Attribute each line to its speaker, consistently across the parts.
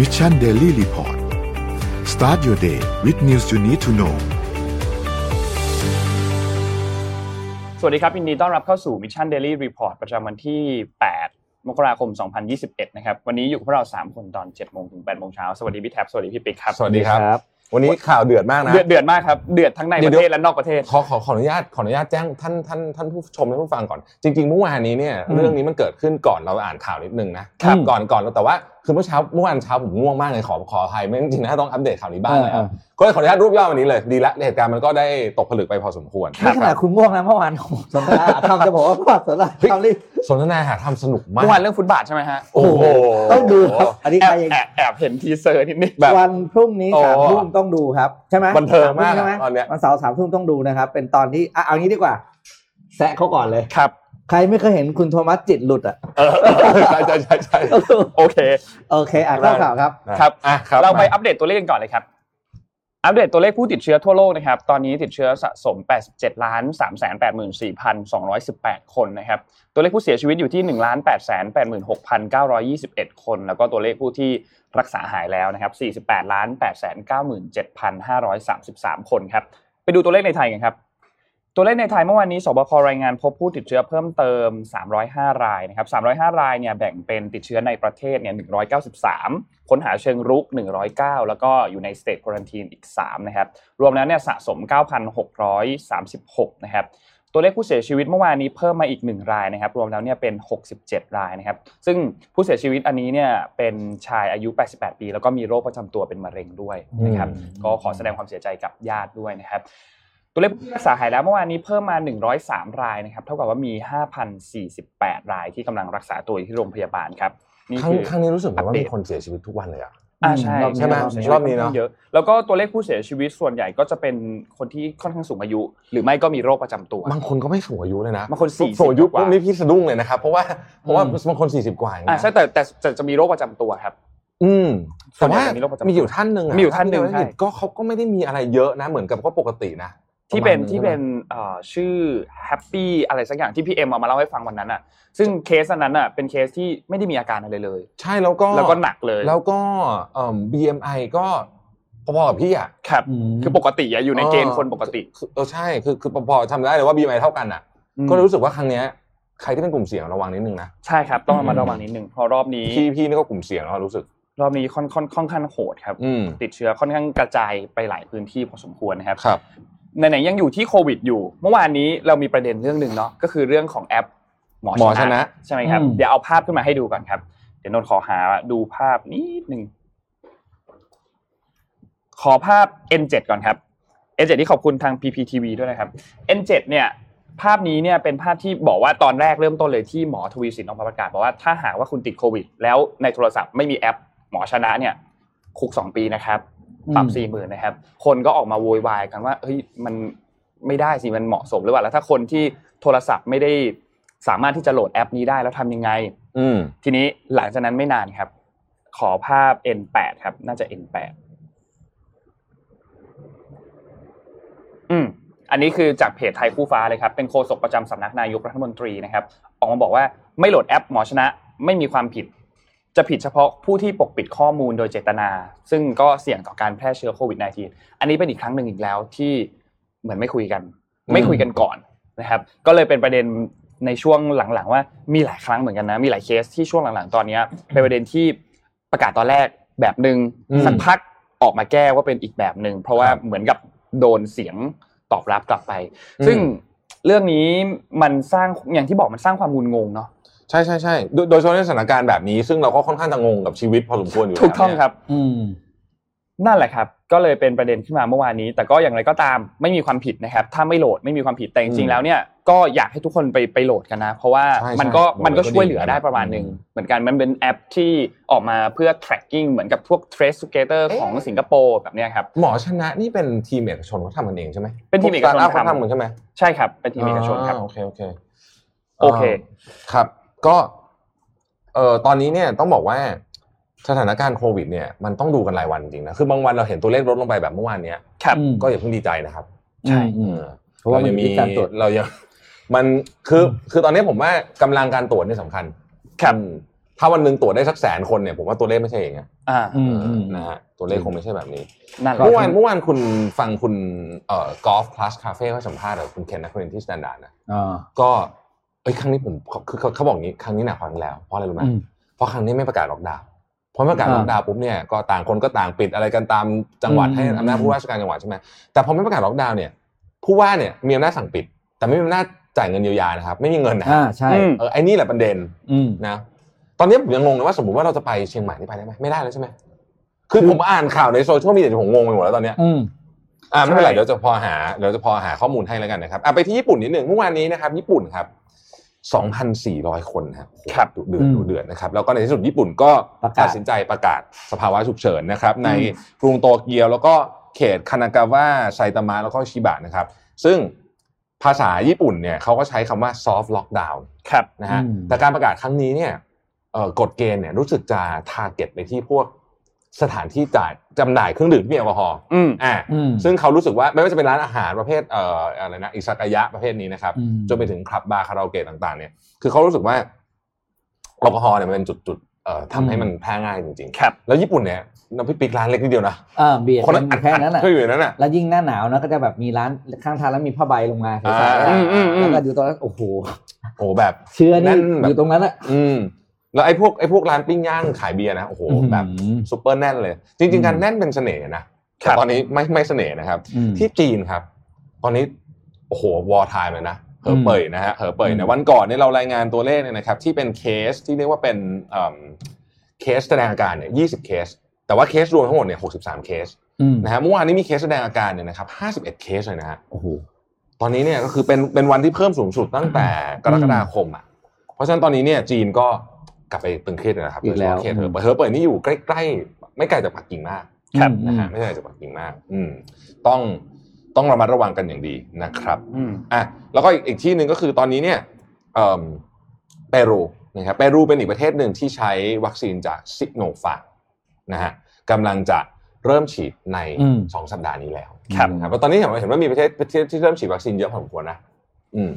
Speaker 1: Mission Daily Report start your day with news you need to know
Speaker 2: สวัสดีครับยินดีต้อนรับเข้าสู่ Mission Daily Report ประจำวันที่ 8 มกราคม 2021 นะครับ วันนี้อยู่กับพวกเรา 3 คนตอน 7 โมงถึง 8 โมงเช้า สวัสดีพี่แท็บ สวัสดีพี่ปิ๊กครับ
Speaker 3: สวัสดีครับ วันนี้ข่าวเดือดมากนะ
Speaker 2: เดือดเดือดมากครับ เดือดทั้งใน
Speaker 3: เดี๋
Speaker 2: ป
Speaker 3: ยว
Speaker 2: ระเทศและนอกประเทศ
Speaker 3: ขอขอขออนุญาตขออนุญาตแจ้งท่านท่านท่านผู้ชมและผู้ฟังก่อน จริงๆเมื่อวานนี้เนี่ย
Speaker 2: อืม
Speaker 3: เรื่องนี้มันเกิดขึ้นก่อนเราอ่านข่าวนิดนึงนะครับก่อนก่อนแต่ว่าคือเมื่อเช้าเมื่อวานเช้าผมง่วงมากเลยขอขออภัยไม่งั้นจริงๆน่าต้องอัปเดตข่าวนี้บ้างเลยครับก็เลยขออนุญาตรูปย่อวันนี้เลยดีละเหตุการณ์มันก็ได้ตกผลึกไปพอสมควร
Speaker 4: นี่ขนาดคุณง่วงนะเมื่อวานผมสนท นาทำจะบอกว่าเมื่อวานสนทนาทำรีบ
Speaker 3: สนทนาหาทำสนุกมาก
Speaker 2: เมื่อวานเรื่องฟุตบาทใช่ไหมฮะ
Speaker 3: โอ้โห
Speaker 4: ต้องดูครับอันนี้
Speaker 2: แอ
Speaker 4: ใคร
Speaker 2: บ
Speaker 4: เอง
Speaker 2: แอบแอบเห็นทีเซอร์นิดนึง
Speaker 3: แบบ
Speaker 4: วันพรุ่งนี้
Speaker 3: โอ้
Speaker 4: สามทุ่มต้องดูครับ ใช่ไหม
Speaker 3: บันเทิงมาก
Speaker 4: สทุ่ใช่ไหม
Speaker 3: ตอนเนี้ย
Speaker 4: วันเสาร์สามทุ่มต้องดูนะครับ เป็นตอนที่อ่ะเอางี้ดีกว่า แซะเขาก่อนเลย
Speaker 2: ครับ
Speaker 4: ใครไม่เคยเห็นคุณโทมัสจิตหลุดอ่ะ
Speaker 3: ใช่ใช่ใช่ใช่
Speaker 2: โอเค
Speaker 4: โอเคอ่ะเข้าข่าวครับ
Speaker 2: ครับ
Speaker 3: อ่ะครับ
Speaker 2: เราไป
Speaker 3: ม
Speaker 2: อัปเดตตัวเลขกันก่อนเลยครับ อัปเดตตัวเลขผู้ติดเชื้อทั่วโลกนะครับ ตอนนี้ติดเชื้อสะสม 87ล้าน3 8 4 2 1 8 คนนะครับ ตัวเลขผู้เสียชีวิตอยู่ที่ 1 8 8 6 9 2 1 คน แล้วก็ตัวเลขผู้ที่รักษาหายแล้วนะครับ 48ล้าน8 9 7 5 3 3 คนครับ ไปดูตัวเลขในไทยกันครับ ตัวเลขในไทยเมื่อวานนี้สบครายงานพบผู้ติดเชื้อเพิ่มเติม 305 รายนะครับ 305 รายเนี่ยแบ่งเป็นติดเชื้อในประเทศเนี่ย 193 ค้นหาเชิงรุก 109 แล้วก็อยู่ใน state quarantine อีก 3 นะครับ รวมแล้วเนี่ยสะสม 9,636 นะครับ ตัวเลขผู้เสียชีวิตเมื่อวานนี้เพิ่มมาอีก 1 รายนะครับ รวมแล้วเนี่ยเป็น 67 รายนะครับ ซึ่งผู้เสียชีวิตอันนี้เนี่ยเป็นชายอายุ 88 ปี แล้วก็มีโรคประจำตัวเป็นมะเร็งด้วยนะครับ
Speaker 3: อืม
Speaker 2: ก็ขอแสดงความเสียใจกับญาติด้วยนะครับ ตัวเลขผู้รักษาหายแล้วเมื่อวานนี้เพิ่มมา 103 รายนะครับ เท่ากับว่ามี 5,048 รายที่กำลังรักษาตัวอยู่ที่โรงพยาบาลครับ นี่
Speaker 3: ครั้ง
Speaker 2: คือ
Speaker 3: ครั้งนี้รู้สึกเหมือนว่า
Speaker 2: อัปเด
Speaker 3: มี
Speaker 2: ต
Speaker 3: คนเสียชีวิตทุกวันเลยอ่ะ
Speaker 2: อ่าใช่
Speaker 3: ใช่ไหมรอบนี้เนอะ
Speaker 2: เยอะ แล้วก็ตัวเลขผู้เสียชีวิตส่วนใหญ่ก็จะเป็นคนที่ค่อนข้างสูงอายุ หรือไม่ก็มีโรคประจำตัว
Speaker 3: บางคนก็ไม่สูงอายุเลยนะ
Speaker 2: บางคน40
Speaker 3: สูงอายุ
Speaker 2: กว่า
Speaker 3: พวกนี้พี่สะดุ้งเลยนะครับ เพราะว่าเพราะว่าบางคน 40 กว่าอย่าง
Speaker 2: อ่า
Speaker 3: เงี้ย
Speaker 2: ใช่แต่แต่แต่จะมีโรคประจำตัวครับ
Speaker 3: อืม
Speaker 2: ส่ว
Speaker 3: แต่
Speaker 2: นใหญ่
Speaker 3: ว่า
Speaker 2: จะมีโรคประจำตัว
Speaker 3: มีอยู่ท่านหนึ่งะ
Speaker 2: มีอยู่ท่านหนึ่ง
Speaker 3: ที่
Speaker 2: ใช่
Speaker 3: ก็เขาก็ไม่ได้มีอะไรเยอะนะ เหมือนกับก็ปกตินะ
Speaker 2: ที่เป็น
Speaker 3: ระมาณ
Speaker 2: ที่เป็น
Speaker 3: ใช่ไหม
Speaker 2: เอ่อชื่อแฮปปี้อะไรสักอย่างที่พี่เอ็มเอามาเล่าให้ฟังวันนั้นอ่ะ ซึ่งเคสอันนั้นอ่ะเป็นเคสที่ไม่ได้มีอาการอะไรเลย
Speaker 3: ใช่แล้วก็
Speaker 2: แล้วก็หนักเลย
Speaker 3: แล้วก็เอ่อ BMI ก็พอๆกับพี่อ่ะ
Speaker 2: ครับคือปกติอะอยู่ในเกณฑ์คนปกติ
Speaker 3: คือเออใช่คือคือพอๆทำได้เลยว่า BMI เท่ากันอ่ะ
Speaker 2: อืม
Speaker 3: ก็เลยรู้สึกว่าครั้งเนี้ยใครที่เป็นกลุ่มเสี่ยงระวังนิดนึงนะ
Speaker 2: ใช่ครับ ต้องระมัดระวังนิดนึงเพราะรอบนี้
Speaker 3: พี่พี่นี่ก็กลุ่มเสี่ยงแล้วรู้สึก
Speaker 2: รอบนี้ค่อนค่อนค่อนข้างโหดครับ
Speaker 3: อืม
Speaker 2: ติดเชื้อค่อนข้างกระจายไปหลายพื้นที่พอสมควรนะครับ
Speaker 3: ครับ
Speaker 2: ไหนๆยังอยู่ที่โควิดอยู่ เมื่อวานนี้เรามีประเด็นเรื่องหนึ่งเนาะก็คือเรื่องของแอปหมอ
Speaker 3: หมอชนะ
Speaker 2: ใช่ไหมครับ
Speaker 4: อืม
Speaker 2: เดี๋ยวเอาภาพขึ้นมาให้ดูก่อนครับ เดี๋ยวนนท์ขอหาดูภาพนิดหนึ่งขอภาพ N7 ก่อนครับ N7 ที่ขอบคุณทาง PPTV ด้วยนะครับ N7 เนี่ย ภาพนี้เนี่ยเป็นภาพที่บอกว่าตอนแรกเริ่มต้นเลยที่หมอทวีสินออกมาประกาศบอกว่าถ้าหากว่าคุณติดโควิด แล้วในโทรศัพท์ไม่มีแอปหมอชนะเนี่ย คุกสองปีนะครับปรับ
Speaker 4: อืม
Speaker 2: สี่หมื่นนะครับ คนก็ออกมาโวยวายกันว่าเฮ้ยมันไม่ได้สิมันเหมาะสมหรือเปล่าแล้วถ้าคนที่โทรศัพท์ไม่ได้สามารถที่จะโหลดแอปนี้ได้แล้วทำยังไง
Speaker 3: อืม
Speaker 2: ทีนี้หลังจากนั้นไม่นานครับ ขอภาพ N8 ครับ น่าจะ N8 อืม อันนี้คือจากเพจไทยคู่ฟ้าเลยครับ เป็นโฆษกประจำสำนักนายกรัฐมนตรีนะครับ ออกมาบอกว่าไม่โหลดแอปหมอชนะไม่มีความผิด จะผิดเฉพาะผู้ที่ปกปิดข้อมูลโดยเจตนา ซึ่งก็เสี่ยงต่อการแพร่เชื้อโควิด -19 อันนี้เป็นอีกครั้งหนึ่งอีกแล้วที่เหมือนไม่คุยกัน ไม่คุยกันก่อนนะครับ ก็เลยเป็นประเด็นในช่วงหลังๆ ว่ามีหลายครั้งเหมือนกันนะ มีหลายเคสที่ช่วงหลังๆ ตอนเนี้ยเป็นประเด็นที่ประกาศตอนแรกแบบหนึ่ง
Speaker 3: อืม
Speaker 2: สักพักออกมาแก้ว่าเป็นอีกแบบหนึ่งเพราะว่า
Speaker 3: ครับ
Speaker 2: เหมือนกับโดนเสียงตอบรับกลับไป
Speaker 3: อืม
Speaker 2: ซึ่งเรื่องนี้มันสร้างอย่างที่บอกมันสร้างความงุนงงเนาะ
Speaker 3: ใช่ใช่ใช่โดยโดยเฉพาะในสถานการณ์แบบนี้ ซึ่งเราก็ค่อนข้างจะงงกับชีวิตพอสมควรอยู่แล้ว
Speaker 2: ถูกต้องครับ
Speaker 4: อืม
Speaker 2: นั่นแหละครับ ก็เลยเป็นประเด็นขึ้นมาเมื่อวานนี้ แต่ก็อย่างไรก็ตามไม่มีความผิดนะครับ ถ้าไม่โหลดไม่มีความผิด แต่จริงๆแล้วเนี่ยก็อยากให้ทุกคนไปไปโหลดกันนะ เพราะว่า
Speaker 3: ใช่
Speaker 2: มันก็
Speaker 3: ใช่
Speaker 2: มันก็
Speaker 3: โหลดก็
Speaker 2: ช่วย
Speaker 3: ดี
Speaker 2: เหลือได้
Speaker 3: นะ
Speaker 2: ประมาณหนึ่ง
Speaker 3: อืม
Speaker 2: เหมือนกัน มันเป็นแอปที่ออกมาเพื่อ tracking เหมือนกับพวก trace together
Speaker 3: เอ๊ะ
Speaker 2: ของสิงคโปร์แบบเนี้ยครับ
Speaker 3: หมอชนะนี่เป็นทีมเอกชนเขาทำกันเองใช่ไหม
Speaker 2: เป็นทีมเอกชน
Speaker 3: พวสตาร์ทอัพ
Speaker 2: ทำ
Speaker 3: เขาทำกันใช่ไหม
Speaker 2: ใช่ครับ เป็นทีมเอกชนครับ
Speaker 3: าโอเคโอเค
Speaker 2: โอเค
Speaker 3: าครับ ก็เอ่อตอนนี้เนี่ยต้องบอกว่าสถานการณ์โควิด เนี่ยมันต้องดูกันรายวันจริงๆนะคือบางวันเราเห็นตัวเลขลดลงไปแบบเมื่อวานเนี้ย
Speaker 2: ครับ
Speaker 4: อืม
Speaker 3: ก็อย่าเพิ่งดีใจนะครับ
Speaker 2: ใช่
Speaker 3: อืม
Speaker 4: เพราะว่ามันอยู่ที่การตรวจ
Speaker 3: เรายังมันคือคือตอนนี้ผมว่ากำลังการตรวจเนี่ยสำคัญ
Speaker 2: ครับ
Speaker 3: อืม ถ้าวันหนึ่งตรวจได้สักแสนคนเนี่ยผมว่าตัวเลขไม่ใช่อย่างเงี้ย
Speaker 2: อ่า
Speaker 5: อืมอืม
Speaker 3: นะฮะตัวเลขคงไม่ใช่แบบนี้
Speaker 2: นั่นแหละ
Speaker 3: เมื่อวานเมื่อวานคุณฟังคุณเอ่อกอล์ฟคลาสคาเฟ่เขาสัมภาษณ์กับคุณเคนนักเรียนที่สแตนดาร์ดนะ
Speaker 5: อ่า
Speaker 3: ก็เอ้ยครั้งนี้ผมเขาคือเขาเขาบอกงี้ครั้งนี้หนักกว่าครั้งที่แล้วเพราะอะไรรู้ไหม
Speaker 5: อืม
Speaker 3: เพราะครั้งนี้ไม่ประกาศล็อกดาวน์เพราะไม่ประกาศ
Speaker 5: อ่า
Speaker 3: ล็อกดาวน์ปุ๊บเนี่ยก็ต่างคนก็ต่างปิดอะไรกันตามจังหวัด
Speaker 5: อืม
Speaker 3: ให้อำนาจผู้ว่าราชการจังหวัดใช่ไหมแต่พอไม่ประกาศล็อกดาวน์เนี่ยผู้ว่าเนี่ยมีอำนาจสั่งปิด แต่ไม่มีอำนาจจ่ายเงินเยียวยานะครับไม่มีเงินนะ
Speaker 5: อ่าใช่
Speaker 2: อืม
Speaker 3: เออไอ้นี่แหละประเด็น
Speaker 5: อืม
Speaker 3: นะตอนนี้ผมยังงงเลยว่าสมมติว่าเราจะไปเชียงใหม่นี่ไปได้ไหมไม่ได้แล้วใช่ไหมคือผมอ่านข่าวในโซเชียลมีเดียผมงงไปหมดแล้วตอนเนี้ย
Speaker 5: อืม
Speaker 3: อ่าไม่เป็นไร
Speaker 2: ใช่
Speaker 3: เดี๋ยวจะพอหาเดี๋ยวจะพอหาข้อมูลให้แล้วกันนะครับอ่ะไปที่ญี่ปุ่นนิดหนึ่งเมื่อวานนี้นะครับญี่ปุ่นครับ 2,400 คนนะครับ
Speaker 2: ครับ
Speaker 3: ดุเดือด
Speaker 5: อืม
Speaker 3: ดุเดือดนะครับแล้วก็ในที่สุดญี่ปุ่นก็
Speaker 4: ประกาศ
Speaker 3: ตัดสินใจประกาศสภาวะฉุกเฉินนะครับ ในกรุงโตเกียวแล้วก็เขตคานากาวะไซตามะแล้วก็ชิบะนะครับ ซึ่งภาษาญี่ปุ่นเนี่ยเขาก็ใช้คำว่า soft lockdown
Speaker 2: ครับ
Speaker 3: นะฮะ
Speaker 5: อืม
Speaker 3: แต่การประกาศครั้งนี้เนี่ยเอ่อกฎเกณฑ์เนี่ยรู้สึกจะทาร์เก็ตไปที่พวกสถานที่จ่ายจำหน่ายเครื่องดื่มที่มีแอลกอฮอล์
Speaker 2: อืม
Speaker 3: อ่า
Speaker 5: อืม
Speaker 3: ซึ่งเขารู้สึกว่าไม่ว่าจะเป็นร้านอาหารประเภทเอ่ออะไรนะอิซากายะประเภทนี้นะครับ
Speaker 5: อืม
Speaker 3: จนไปถึงคลับบาร์คาราโอเกะต่าง ๆ เนี่ย คือเขารู้สึกว่าแอลกอฮอล์เนี่ยมันเป็นจุดจุดๆเอ่อทำให้
Speaker 5: อืม
Speaker 3: มันแพร่ง่ายจริง
Speaker 2: ครับ
Speaker 3: ๆ แล้วญี่ปุ่นเนี่ยน้ำพริกปีกร้านเล็กนิดเดียวนะ
Speaker 5: อ่าเบียด
Speaker 3: คน
Speaker 5: กั
Speaker 3: ละ
Speaker 5: น
Speaker 3: อัด
Speaker 5: แค่นั้นอ่ะ
Speaker 3: ก็อยู่ในนั้นอ่ะ
Speaker 5: แล้วยิ่งหน้าหนาวนะก็จะแบบมีร้านข้างทางแล้วมีผ้าใบลงมาใส่ๆแล้ว
Speaker 3: อ่า
Speaker 2: อืมอืม
Speaker 5: แล้วก็อยู่ตรงนั้นโอ้โห
Speaker 3: โอ้โหแบบ
Speaker 5: เชื้อนี่
Speaker 3: แน่นแบบ
Speaker 5: อยู่ตรงนั้นอ่ะ
Speaker 3: อืมแล้วไอ้พวกไอ้พวกร้านปิ้งย่างขายเบียร์นะโอ้โหแบบ
Speaker 5: อืม
Speaker 3: ซูเปอร์แน่นเลย จ
Speaker 5: อื
Speaker 3: ริง
Speaker 5: ม
Speaker 3: ๆ การแน่นเป็นเสน่ห์นะ
Speaker 2: ครั
Speaker 3: แต่
Speaker 2: บ
Speaker 3: ตอนนี้ไม่ไม่เสน่ห์นะครับ
Speaker 5: อืม
Speaker 3: ที่จีนครับ ตอนนี้โอ้โหวอร์ไทม์เลยนะเหอเปยนะฮะเหอเปย
Speaker 5: อืม
Speaker 3: เนี่ยวันก่อนเนี่ยเรารายงานตัวเลขเนี่ยนะครับ ที่เป็นเคสที่เรียกว่าเป็นเอิ่มเคสแสดงอาการเนี่ย20 เคส แต่ว่าเคสรวมทั้งหมดเนี่ย63 เคส
Speaker 5: อืม
Speaker 3: นะฮะเมื่อวานนี้มีเคสแสดงอาการเนี่ยนะครับ51 เคสเลยนะฮะ
Speaker 5: โอ้โห
Speaker 3: ตอนนี้เนี่ยก็คือเป็นเป็นวันที่เพิ่มสูงสุดตั้งแต่กรกฎาคมอ่ะเพราะฉะนั้นตอนนี้เนี่ยจีนก็กลับไปตึงเครียดเลยนะครับ
Speaker 5: อีกแล้ว
Speaker 3: โดยเฉพาะเคสเหอเปยเหอเปยนี่อยู่ใกล้ๆไม่ไกลจากปักกิ่งมาก
Speaker 2: ครับ
Speaker 5: อืม
Speaker 3: นะฮะไม่ใช่จะปักกิ่งมาก อืมต้องต้องระมัดระวังกันอย่างดีนะครับ
Speaker 2: อืม
Speaker 3: อ่ะแล้วก็อีกอีกที่หนึ่งก็คือตอนนี้เนี่ยเอ่อเปรูนะครับเปรูเป็นอีกประเทศหนึ่งที่ใช้วัคซีนจากซิโนฟาร์นะฮะกำลังจะเริ่มฉีดใน
Speaker 5: อืม
Speaker 3: สองสัปดาห์นี้แล้ว
Speaker 2: ครับ
Speaker 3: นะครับแล้วตอนนี้เห็นว่าเห็นว่ามีประเทศประเทศที่เริ่มฉีดวัคซีนเยอะพอสมควรนะ อืม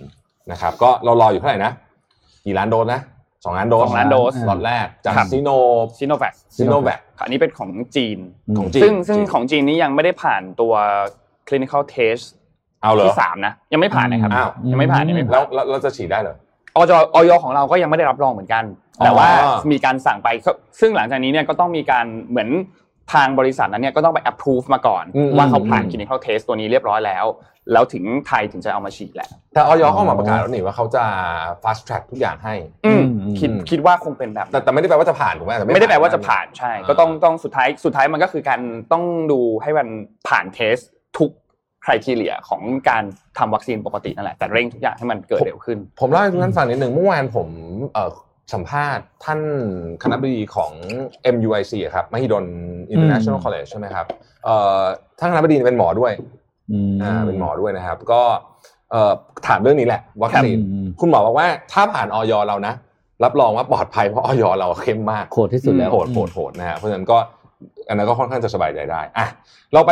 Speaker 3: นะครับ ก็เรารออยู่เท่าไหร่นะกี่ล้านโดสนะสองล้านโดส
Speaker 2: สองล้านโดส
Speaker 3: ล็อตแรกจาก
Speaker 2: ครับ
Speaker 3: ซิโน
Speaker 2: ซิโนแวค
Speaker 3: ซิโนแวค
Speaker 2: อันนี้เป็นของจีน
Speaker 3: ของจีน
Speaker 2: ซึ่งซึ่งของจีนนี้ยังไม่ได้ผ่านตัว clinical test
Speaker 3: เอาเหรอ
Speaker 2: ที่สามนะ ยังไม่ผ่านนะครับ
Speaker 3: อ้าว
Speaker 2: ยังไม่ผ่านยังไม่ผ่าน
Speaker 3: แล้วแล้วเราจะฉีดได้เหรอ
Speaker 2: อจออยของเราก็ยังไม่ได้รับรองเหมือนกัน แต่ว่า
Speaker 3: อ๋อ
Speaker 2: มีการสั่งไปซึ่งหลังจากนี้เนี่ยก็ต้องมีการเหมือนทางบริษัทนั้นเนี่ยก็ต้องไป approve มาก่อน
Speaker 3: อืม
Speaker 2: ว่าเขาผ่าน
Speaker 3: อืม
Speaker 2: clinical test ตัวนี้เรียบร้อยแล้ว แล้วถึงไทยถึงจะเอามาฉีดแหละ
Speaker 3: แต่ออยเขาออกมาประกาศแล้วนี่ว่าเขาจะ fast track ทุกอย่างให้
Speaker 5: อืม
Speaker 2: คิดคิดว่าคงเป็นแบบนั้น
Speaker 3: แต่แต่ไม่ได้แปลว่าจะผ่านถูกไหมต่
Speaker 2: ไม่ได้แปลว่าจะผ่านใช่ ก็ต้อง
Speaker 3: า
Speaker 2: ต้องสุดท้ายสุดท้ายมันก็คือการต้องดูให้มันผ่านเทสทุกคุณทีเลียของการทำวัคซีนปกตินั่นแหละแต่เร่งทุกอย่างให้มันเกิดเร็วขึ้น
Speaker 3: ผมเล่าให้ทุกท่านฟังนิดหนึ่งเมื่อวานผมเอ่อสัมภาษณ์ท่านคณะบดีของ MUIC อะครับมหิดล International
Speaker 5: อืม
Speaker 3: College ใช่ไหมครับเอ่อท่านคณะบดีเป็นหมอด้วยอ่าเป็นหมอด้วยนะครับ ก็เอ่อถามเรื่องนี้แหละวัค
Speaker 5: ครับ
Speaker 3: ซีนคุณหมอบอกว่าถ้าผ่านออยเรานะ รับรองว่าปลอดภัยเพราะออยเราเข้มมาก
Speaker 5: โคตรที่สุดแล้ว
Speaker 3: โหดโหดโหดนะฮะเพราะฉะนั้นก็อันนั้นก็ค่อนข้างจะสบายใจได้อ่ะเราไป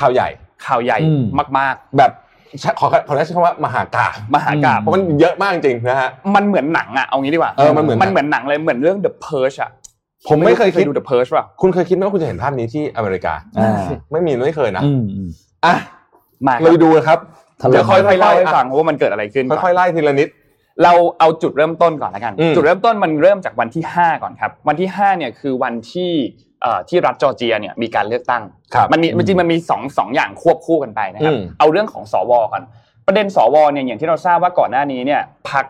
Speaker 3: ข่าวใหญ่
Speaker 2: ข่าวใหญ่มาก
Speaker 3: แบบใช้ขอขอได้ใช้คำว่ามหากาพย์
Speaker 2: ๆ มหากาพย์
Speaker 3: เพราะมันเยอะมากจริงๆนะฮะ
Speaker 2: มันเหมือนหนังอะเอางี้ดีกว่า
Speaker 3: เออมันเหมือนหนัง
Speaker 2: มันเหมือนหนังเลยเหมือนเรื่อง The Purge อะ
Speaker 3: ผมไม่เคยคิด
Speaker 2: ดู The Purge ป่ะ
Speaker 3: คุณเคยคิดไหมว่าคุณจะเห็นภาพนี้ที่อเมริกา
Speaker 5: อ่า
Speaker 3: ไม่มีไม่เคยนะ
Speaker 5: อืมอืม
Speaker 3: อ่ะ
Speaker 2: มาครั
Speaker 3: เรา
Speaker 2: บ
Speaker 3: ไปดูนะครับ
Speaker 5: ถล่ม
Speaker 2: เดี๋ยวค่อยๆเล่าให้
Speaker 3: อ่ะ
Speaker 2: ฟังว่ามันเกิดอะไรขึ้นก่อน
Speaker 3: ค่อยๆไล่ทีละนิด
Speaker 2: เราเอาจุดเริ่มต้นก่อนละกัน
Speaker 3: อืม
Speaker 2: จุดเริ่มต้นมันเริ่มจากวันที่ 5 ก่อนครับ วันที่5เนี่ยคือวันที่เอ่อที่รัฐจอร์เจียเนี่ยมีการเลือกตั้ง
Speaker 3: ครับ
Speaker 2: มันมีจริงๆมันมีสองสองอย่างควบคู่กันไปนะครับ
Speaker 3: อืม
Speaker 2: เอาเรื่องของสวก่อน ประเด็นสวเนี่ยอย่างที่เราทราบว่าก่อนหน้านี้เนี่ยพรรค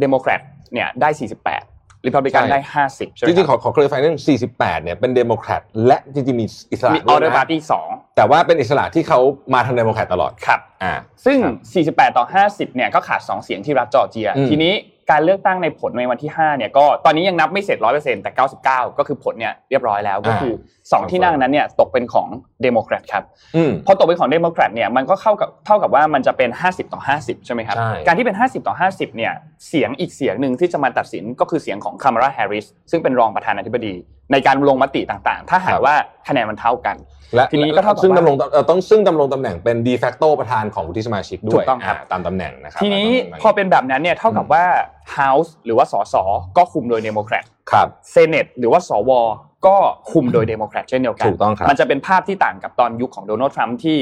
Speaker 2: เดโมแครตเนี่ยได้ 48ริพับลิกันได้ 50 ใช่ไหม
Speaker 3: จริงๆ
Speaker 2: ค
Speaker 3: ข
Speaker 2: รับ
Speaker 3: อขอเคลียร์ไฟเรื่อง48เนี่ยเป็นเดโมแครตและจริงๆมีอิสระ
Speaker 2: มีอ
Speaker 3: ด้
Speaker 2: อ
Speaker 3: วย
Speaker 2: เดอร์
Speaker 3: นะ
Speaker 2: ปาร์ตี้สอง
Speaker 3: แต่ว่าเป็นอิสระที่เขามาทางเดโมแครตตลอด
Speaker 2: ครับ
Speaker 3: อ่า
Speaker 2: ซึ่ง 48 ต่อ 50 เนี่ย ก็ขาด 2 เสียงที่รัฐจอร์เจีย
Speaker 3: อืม
Speaker 2: ทีนี้การเลือกตั้งในผลในวันที่ 5 เนี่ย ก็ ตอนนี้ยังนับไม่เสร็จ 100%แต่ 99 ก็คือผลเนี่ยเรียบร้อยแล้ว ก็คือ 2 ที่นั่งนั้นเนี่ยตกเป็นของเดโมแครตครับ
Speaker 3: อืม
Speaker 2: พอตกเป็นของเดโมแครตเนี่ย มันก็เข้ากับเท่ากับว่ามันจะเป็น 50 ต่อ 50 ใช่ไหมครับ
Speaker 3: ใช่
Speaker 2: การที่เป็น 50 ต่อ 50 เนี่ย เสียงอีกเสียงหนึ่งที่จะมาตัดสินก็คือเสียงของคามาราแฮร์ริส ซึ่งเป็นรองประธานาธิบดี ในการลงมติต่างๆ ถ้าหากว่าคะแนนมันเท่ากัน
Speaker 3: และ
Speaker 2: ทีนี้ก็เท่ากับว่า
Speaker 3: ซึ่งดำรงตเอ่อต้องซึ่งดำรงตำแหน่งเป็น de facto ประธานของวุฒิสมาชิกด้
Speaker 2: ถู
Speaker 3: วย
Speaker 2: กต้องครับ
Speaker 3: าตามตำแหน่งนะครับ
Speaker 2: ทีนี้
Speaker 3: ตามตำแหง
Speaker 2: พอเป็นแบบนั้นเนี่ยเท่ากับว่า House หรือว่าสสก็คุมโดยเดโมแครต
Speaker 3: ครับ
Speaker 2: เซเนตหรือว่าสว ก็คุมโดยเดโมแครตเช่นเดียวกัน
Speaker 3: ถูกต้องครับ
Speaker 2: มันจะเป็นภาพที่ต่างกับตอนยุคของโดนัลด์ทรัมป์ที่